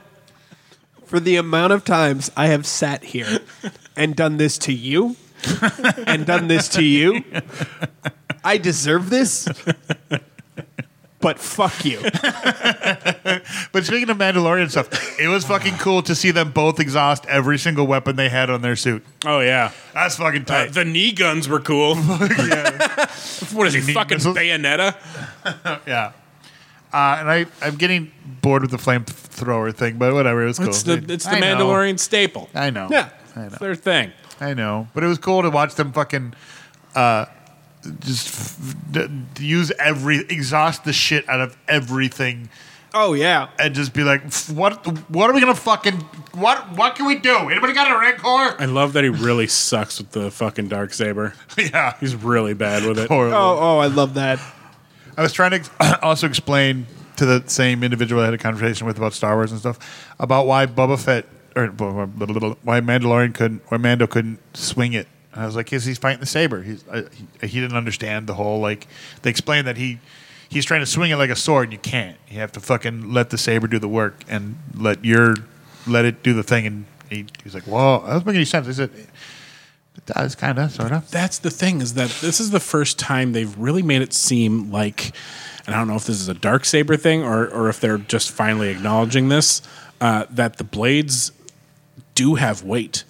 Speaker 4: For the amount of times I have sat here and done this to you and done this to you, I deserve this. But fuck you.
Speaker 3: But speaking of Mandalorian stuff, it was fucking cool to see them both exhaust every single weapon they had on their suit.
Speaker 5: Oh yeah,
Speaker 3: That's fucking
Speaker 5: Uh,
Speaker 3: tight.
Speaker 5: the knee guns were cool. What is he
Speaker 3: Knee
Speaker 5: fucking
Speaker 3: missiles?
Speaker 5: Bayonetta?
Speaker 3: yeah. Uh, and I, I'm getting bored with the flamethrower thing, but whatever. It was cool.
Speaker 5: It's the it's the
Speaker 3: I know.
Speaker 5: Mandalorian staple.
Speaker 3: I know.
Speaker 4: Yeah.
Speaker 3: I
Speaker 5: It's
Speaker 3: know.
Speaker 5: their thing.
Speaker 3: I know. But it was cool to watch them fucking uh, just f- d- d- use every, exhaust the shit out of everything.
Speaker 4: Oh yeah.
Speaker 3: And just be like, "F- what? What are we gonna fucking? What? What can we do? Anybody got a rancor?
Speaker 5: I love that he really sucks with the fucking dark saber.
Speaker 3: yeah,
Speaker 5: He's really bad with it.
Speaker 3: horrible.
Speaker 4: Oh, oh, I love that.
Speaker 3: I was trying to ex- also explain to the same individual I had a conversation with about Star Wars and stuff about why Boba Fett or blah, blah, blah, blah, why Mandalorian couldn't, why Mando couldn't swing it. And I was like, "Cause he's fighting the saber." He's I, he, he didn't understand the whole like they explained that he he's trying to swing it like a sword and you can't. You have to fucking let the saber do the work and let your let it do the thing. And he, he's like, "Well, that doesn't make any sense." I said, "It does, kind of, sort of."
Speaker 5: that's the thing is that this is the first time they've really made it seem like and I don't know if this is a dark saber thing or or if they're just finally acknowledging this uh, that the blades do have weight.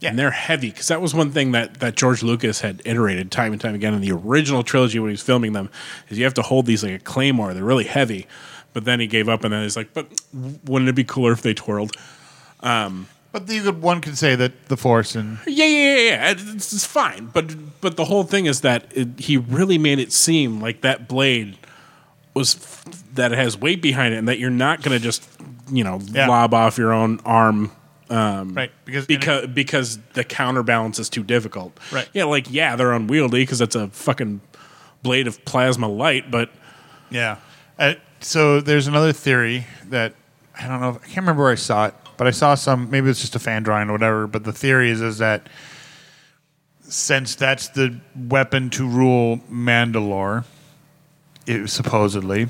Speaker 3: Yeah.
Speaker 5: And they're heavy because that was one thing that, that George Lucas had iterated time and time again in the original trilogy when he was filming them is you have to hold these like a claymore. They're really heavy, but then he gave up and then he's like, but wouldn't it be cooler if they twirled?
Speaker 3: But you could, one could say that the Force and
Speaker 5: Yeah, yeah, yeah, yeah. It's, it's fine, but but the whole thing is that it, he really made it seem like that blade was f- that it has weight behind it, and that you're not going to just you know
Speaker 3: Yeah.
Speaker 5: lob off your own arm
Speaker 3: right because
Speaker 5: because because the counterbalance is too difficult.
Speaker 3: Right.
Speaker 5: Yeah, like yeah, they're unwieldy because it's a fucking blade of plasma light, but
Speaker 3: Yeah. Uh, so there's another theory that I don't know. If, I can't remember where I saw it, but I saw some. Maybe it's just a fan drawing or whatever. But the theory is is that since that's the weapon to rule Mandalore, it was supposedly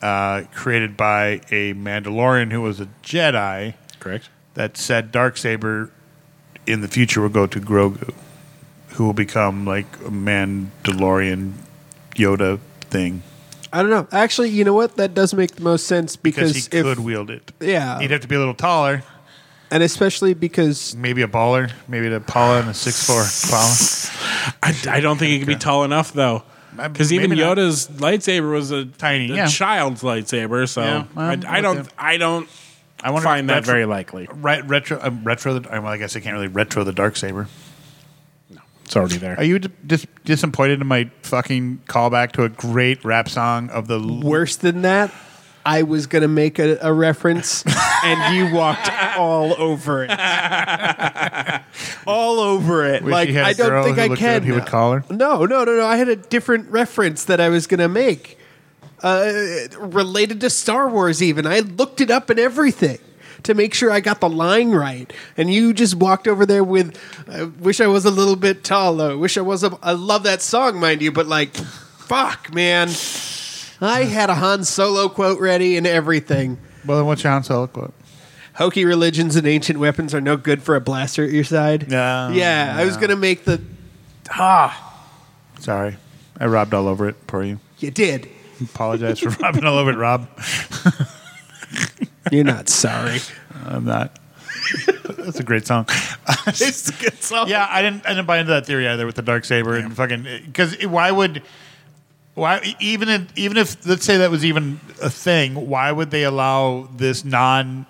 Speaker 3: uh, created by a Mandalorian who was a Jedi
Speaker 5: correct.
Speaker 3: that said Darksaber in the future will go to Grogu, who will become like a Mandalorian Yoda thing.
Speaker 4: I don't know. Actually, you know what? That does make the most sense
Speaker 3: because
Speaker 4: because
Speaker 3: he
Speaker 4: if
Speaker 3: could wield it.
Speaker 4: Yeah.
Speaker 3: he'd have to be a little taller,
Speaker 4: and especially because
Speaker 3: maybe a baller, maybe a Paula and a six four Paula.
Speaker 5: I, I don't think he can be tall enough though.
Speaker 3: Um,
Speaker 5: Because even
Speaker 3: maybe not.
Speaker 5: Yoda's lightsaber was a
Speaker 3: Tiny,
Speaker 5: a
Speaker 3: yeah.
Speaker 5: child's lightsaber, so
Speaker 3: Yeah, I'm
Speaker 5: I,
Speaker 3: with
Speaker 5: I
Speaker 3: you.
Speaker 5: don't, I don't,
Speaker 3: I wonder
Speaker 5: find
Speaker 3: if
Speaker 5: that
Speaker 3: retro-
Speaker 5: very likely.
Speaker 3: Right, retro, um, retro. The, well, I guess I can't really retro the dark saber.
Speaker 5: It's already there.
Speaker 3: Are you d- dis- disappointed in my fucking callback to a great rap song of the? l-
Speaker 4: worse than that, I was going to make a, a reference and you walked all over it. all over it.
Speaker 3: Wish
Speaker 4: like
Speaker 3: he had a
Speaker 4: I
Speaker 3: girl
Speaker 4: don't think
Speaker 3: who
Speaker 4: I
Speaker 3: looked
Speaker 4: can.
Speaker 3: good, he would call her?
Speaker 4: No, no, no, no. I had a different reference that I was going to make. Uh, related to Star Wars even. I looked it up and everything. to make sure I got the line right. And you just walked over there with, I wish I was a little bit taller. Wish I was a. I love that song, mind you, but like, fuck, man. I had a Han Solo quote ready and everything.
Speaker 3: Well, then what's your Han Solo quote?
Speaker 4: Hokey religions and ancient weapons are no good for a blaster at your side.
Speaker 3: No,
Speaker 4: Yeah, I was
Speaker 3: no.
Speaker 4: going to make the. Ah,
Speaker 3: Sorry, I robbed all over it for you.
Speaker 4: you did.
Speaker 3: Apologize for robbing all over it, Rob.
Speaker 4: You're not sorry.
Speaker 3: I'm not. That's a great song.
Speaker 4: it's a good song.
Speaker 3: yeah, I didn't. I didn't buy into that theory either with the dark saber and fucking because why would why even if, even if let's say that was even a thing, why would they allow this non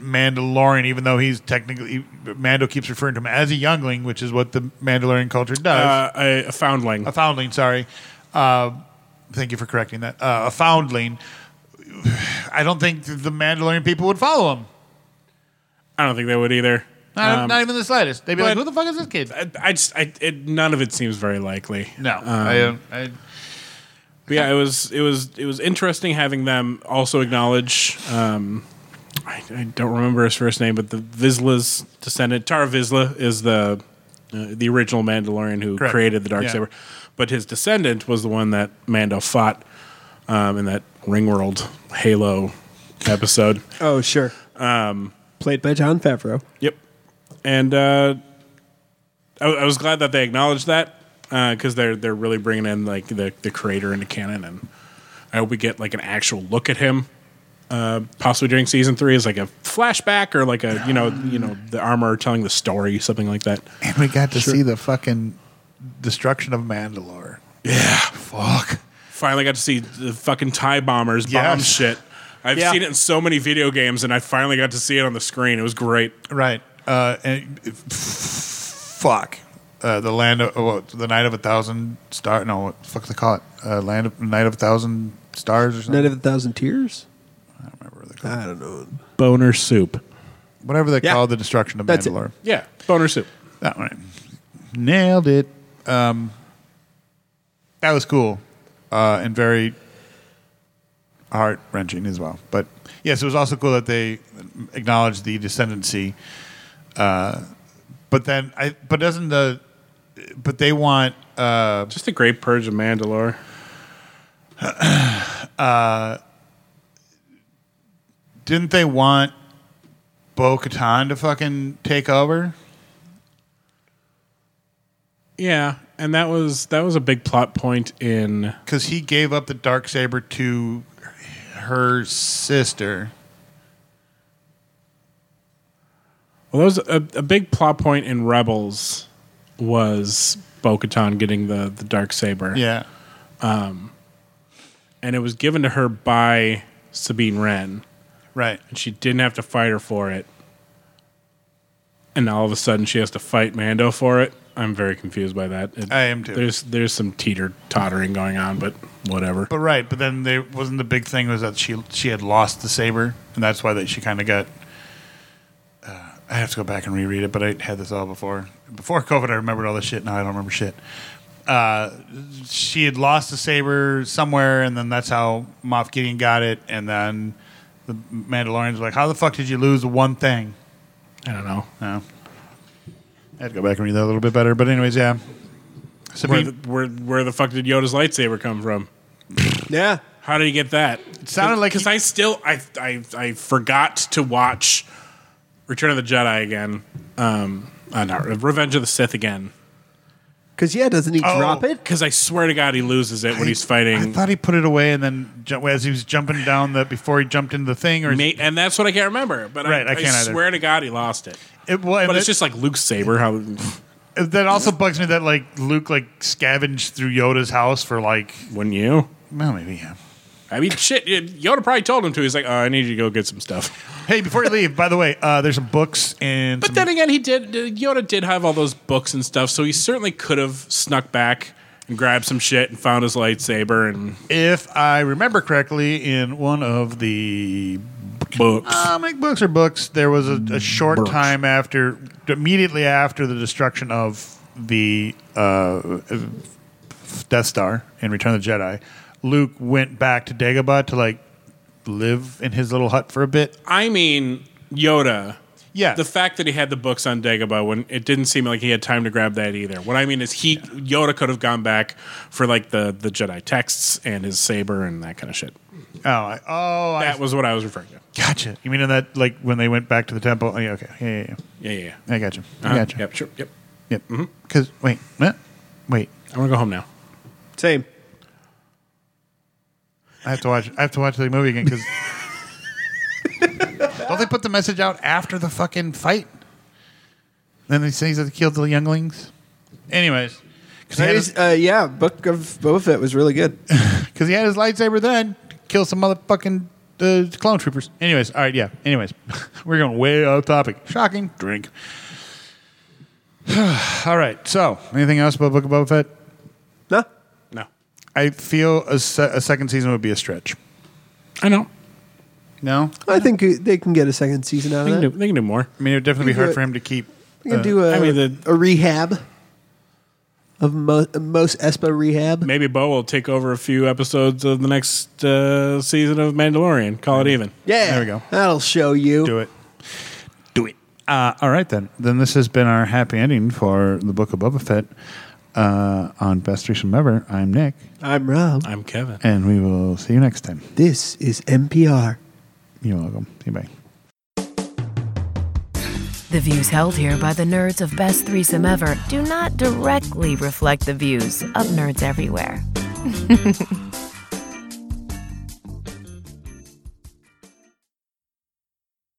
Speaker 3: Mandalorian, even though he's technically Mando keeps referring to him as a youngling, which is what the Mandalorian culture does.
Speaker 5: Uh, a, a foundling.
Speaker 3: a foundling. Sorry, uh, thank you for correcting that. Uh, a foundling. I don't think the Mandalorian people would follow him.
Speaker 5: I don't think they would either.
Speaker 3: Not,
Speaker 5: Um,
Speaker 3: not even the slightest. They'd be like,
Speaker 5: but-
Speaker 3: "Who the fuck is this kid?"
Speaker 5: I, I just, I, it, none of it seems very likely.
Speaker 3: No,
Speaker 5: Um,
Speaker 3: I, um, I,
Speaker 5: But yeah, it was it was it was interesting having them also acknowledge. Um, I, I don't remember his first name, but the Vizla's descendant, Tar Vizla, is the uh, the original Mandalorian who
Speaker 3: Correct.
Speaker 5: created the dark
Speaker 3: Yeah.
Speaker 5: saber. But his descendant was the one that Mando fought um, in that Ringworld Halo episode.
Speaker 4: Oh, sure. Um, Played by John Favreau.
Speaker 5: Yep. And uh, I, I was glad that they acknowledged that because they're they're really bringing in like the the creator into canon, and I hope we get like an actual look at him. Uh, possibly during season three is like a flashback or like a you know you know the armor telling the story something like that.
Speaker 3: and we got to see the fucking destruction of Mandalore. Yeah, fuck.
Speaker 5: Finally got to see the fucking tie bombers bomb
Speaker 3: Yes.
Speaker 5: shit. I've
Speaker 3: Yeah.
Speaker 5: seen it in so many video games, and I finally got to see it on the screen. It was great.
Speaker 3: Right. Uh, and f- fuck. Uh, the land of oh, the night of a thousand star. No, what the fuck do they call it? Uh, land of night of a thousand stars or something.
Speaker 4: Night of a Thousand Tears?
Speaker 3: I don't remember what they call
Speaker 4: I don't know.
Speaker 5: Boner soup.
Speaker 3: it. Whatever they
Speaker 4: Yeah.
Speaker 3: call the destruction of
Speaker 4: That's it.
Speaker 3: Mandalore.
Speaker 5: Yeah, boner soup.
Speaker 3: That one. Nailed it. Um, that was cool uh, and very heart wrenching as well. But yes, it was also cool that they acknowledged the descendancy. Uh, but then, I but doesn't the but they want
Speaker 5: Just a great purge of Mandalore.
Speaker 3: didn't they want Bo Katan to fucking take over?
Speaker 5: Yeah, and that was that was a big plot point in
Speaker 3: Because he gave up the dark saber to her sister.
Speaker 5: well, that was a, a big plot point in Rebels was Bo-Katan getting the the dark saber,
Speaker 3: Yeah.
Speaker 5: and it was given to her by Sabine Wren,
Speaker 3: Right.
Speaker 5: and she didn't have to fight her for it, and now all of a sudden she has to fight Mando for it. I'm very confused by that. It-
Speaker 3: I am too.
Speaker 5: There's there's some teeter tottering going on, but whatever.
Speaker 3: But right, but then they wasn't the big thing was that she she had lost the saber, and that's why that she kind of got. Uh, I have to go back and reread it, but I had this all before before COVID. I remembered all this shit. Now I don't remember shit. Uh, she had lost the saber somewhere, and then that's how Moff Gideon got it. And then the Mandalorians were like, "How the fuck did you lose one thing?"
Speaker 5: I don't know.
Speaker 3: No. I had to go back and read that a little bit better, but anyways, yeah.
Speaker 5: Where
Speaker 3: Sabine,
Speaker 5: the, where where the fuck did Yoda's lightsaber come from?
Speaker 4: Yeah.
Speaker 5: How did he get that? It
Speaker 3: sounded like
Speaker 5: because
Speaker 3: he-
Speaker 5: I still I, I I forgot to watch Return of the Jedi again. Um, uh, not Revenge of the Sith again
Speaker 4: Because, yeah, doesn't he
Speaker 3: Oh.
Speaker 4: drop it?
Speaker 5: because I swear to God he loses it when he's
Speaker 3: I
Speaker 5: fighting.
Speaker 3: thought he put it away, and then ju- as he was jumping down the before he jumped into the thing, or
Speaker 5: Ma- and that's what I can't remember. But
Speaker 3: Right,
Speaker 5: I,
Speaker 3: I can't
Speaker 5: I
Speaker 3: either.
Speaker 5: swear to God he lost it.
Speaker 3: It, well, and
Speaker 5: But it's
Speaker 3: that-
Speaker 5: just like Luke's saber. How
Speaker 3: that also bugs me that like Luke like scavenged through Yoda's house for like
Speaker 5: wouldn't you?
Speaker 3: well maybe yeah.
Speaker 5: I mean, shit. Yoda probably told him to. He's like, oh, I need you to go get some stuff.
Speaker 3: Hey, before you leave, by the way, uh, there's some books and
Speaker 5: But
Speaker 3: some-
Speaker 5: then again, he did. uh, Yoda did have all those books and stuff, so he certainly could have snuck back and grabbed some shit and found his lightsaber and
Speaker 3: if I remember correctly, in one of the
Speaker 5: books.
Speaker 3: comic Ah, books or books, there was a, a short
Speaker 5: Books.
Speaker 3: time after, immediately after the destruction of the uh, Death Star in Return of the Jedi, Luke went back to Dagobah to like live in his little hut for a bit?
Speaker 5: I mean, Yoda.
Speaker 3: Yeah.
Speaker 5: The fact that he had the books on Dagobah when it didn't seem like he had time to grab that either. What I mean is he Yoda could have gone back for like the the Jedi texts and his saber and that kind of shit.
Speaker 3: Oh, I, oh, I
Speaker 5: That was what I was referring to.
Speaker 3: gotcha. You mean in that like when they went back to the temple? Oh, yeah, okay, yeah, yeah,
Speaker 5: Yeah, yeah, yeah.
Speaker 3: yeah. I gotcha. I
Speaker 5: Uh-huh.
Speaker 3: gotcha.
Speaker 5: Yep, Mm-hmm. sure. Yep.
Speaker 3: Yep. Because wait, what? wait.
Speaker 5: I want to go home now.
Speaker 4: Same.
Speaker 3: I have to watch. I have to watch the movie again because don't they put the message out after the fucking fight? Then they say that they killed the younglings. Anyways, because he, had his-
Speaker 4: uh, yeah, Book of Boba Fett was really good.
Speaker 3: 'cause he had his lightsaber then to kill some motherfucking uh, clone troopers. Anyways, all right, yeah. Anyways, we're going way off topic. Shocking. Drink. all right. So, anything else about Book of Boba Fett?
Speaker 4: no,
Speaker 5: No.
Speaker 3: I feel a, se- a second season would be a stretch.
Speaker 5: I know.
Speaker 3: No,
Speaker 4: I think they can get a second season out
Speaker 5: They
Speaker 4: of
Speaker 5: can do,
Speaker 4: that.
Speaker 5: they can do more.
Speaker 3: I mean it would definitely be
Speaker 4: do
Speaker 3: hard
Speaker 4: it.
Speaker 3: for him to keep.
Speaker 4: They can
Speaker 3: uh,
Speaker 4: do a,
Speaker 5: I mean, the-
Speaker 4: a rehab of Mo- most Espa rehab.
Speaker 5: Maybe Bo will take over a few episodes of the next uh, season of Mandalorian. Call it even.
Speaker 4: yeah,
Speaker 3: There we go.
Speaker 4: That'll show you.
Speaker 3: Do it. Do it. Uh, all right, then. Then this has been our happy ending for the Book of Boba Fett uh, on Best Threesome Ever. I'm Nick,
Speaker 4: I'm Rob.
Speaker 5: I'm Kevin.
Speaker 3: and we will see you next time.
Speaker 4: this is NPR.
Speaker 3: You're welcome. See you. Bye.
Speaker 2: The views held here by the nerds of Best Threesome Ever do not directly reflect the views of nerds everywhere.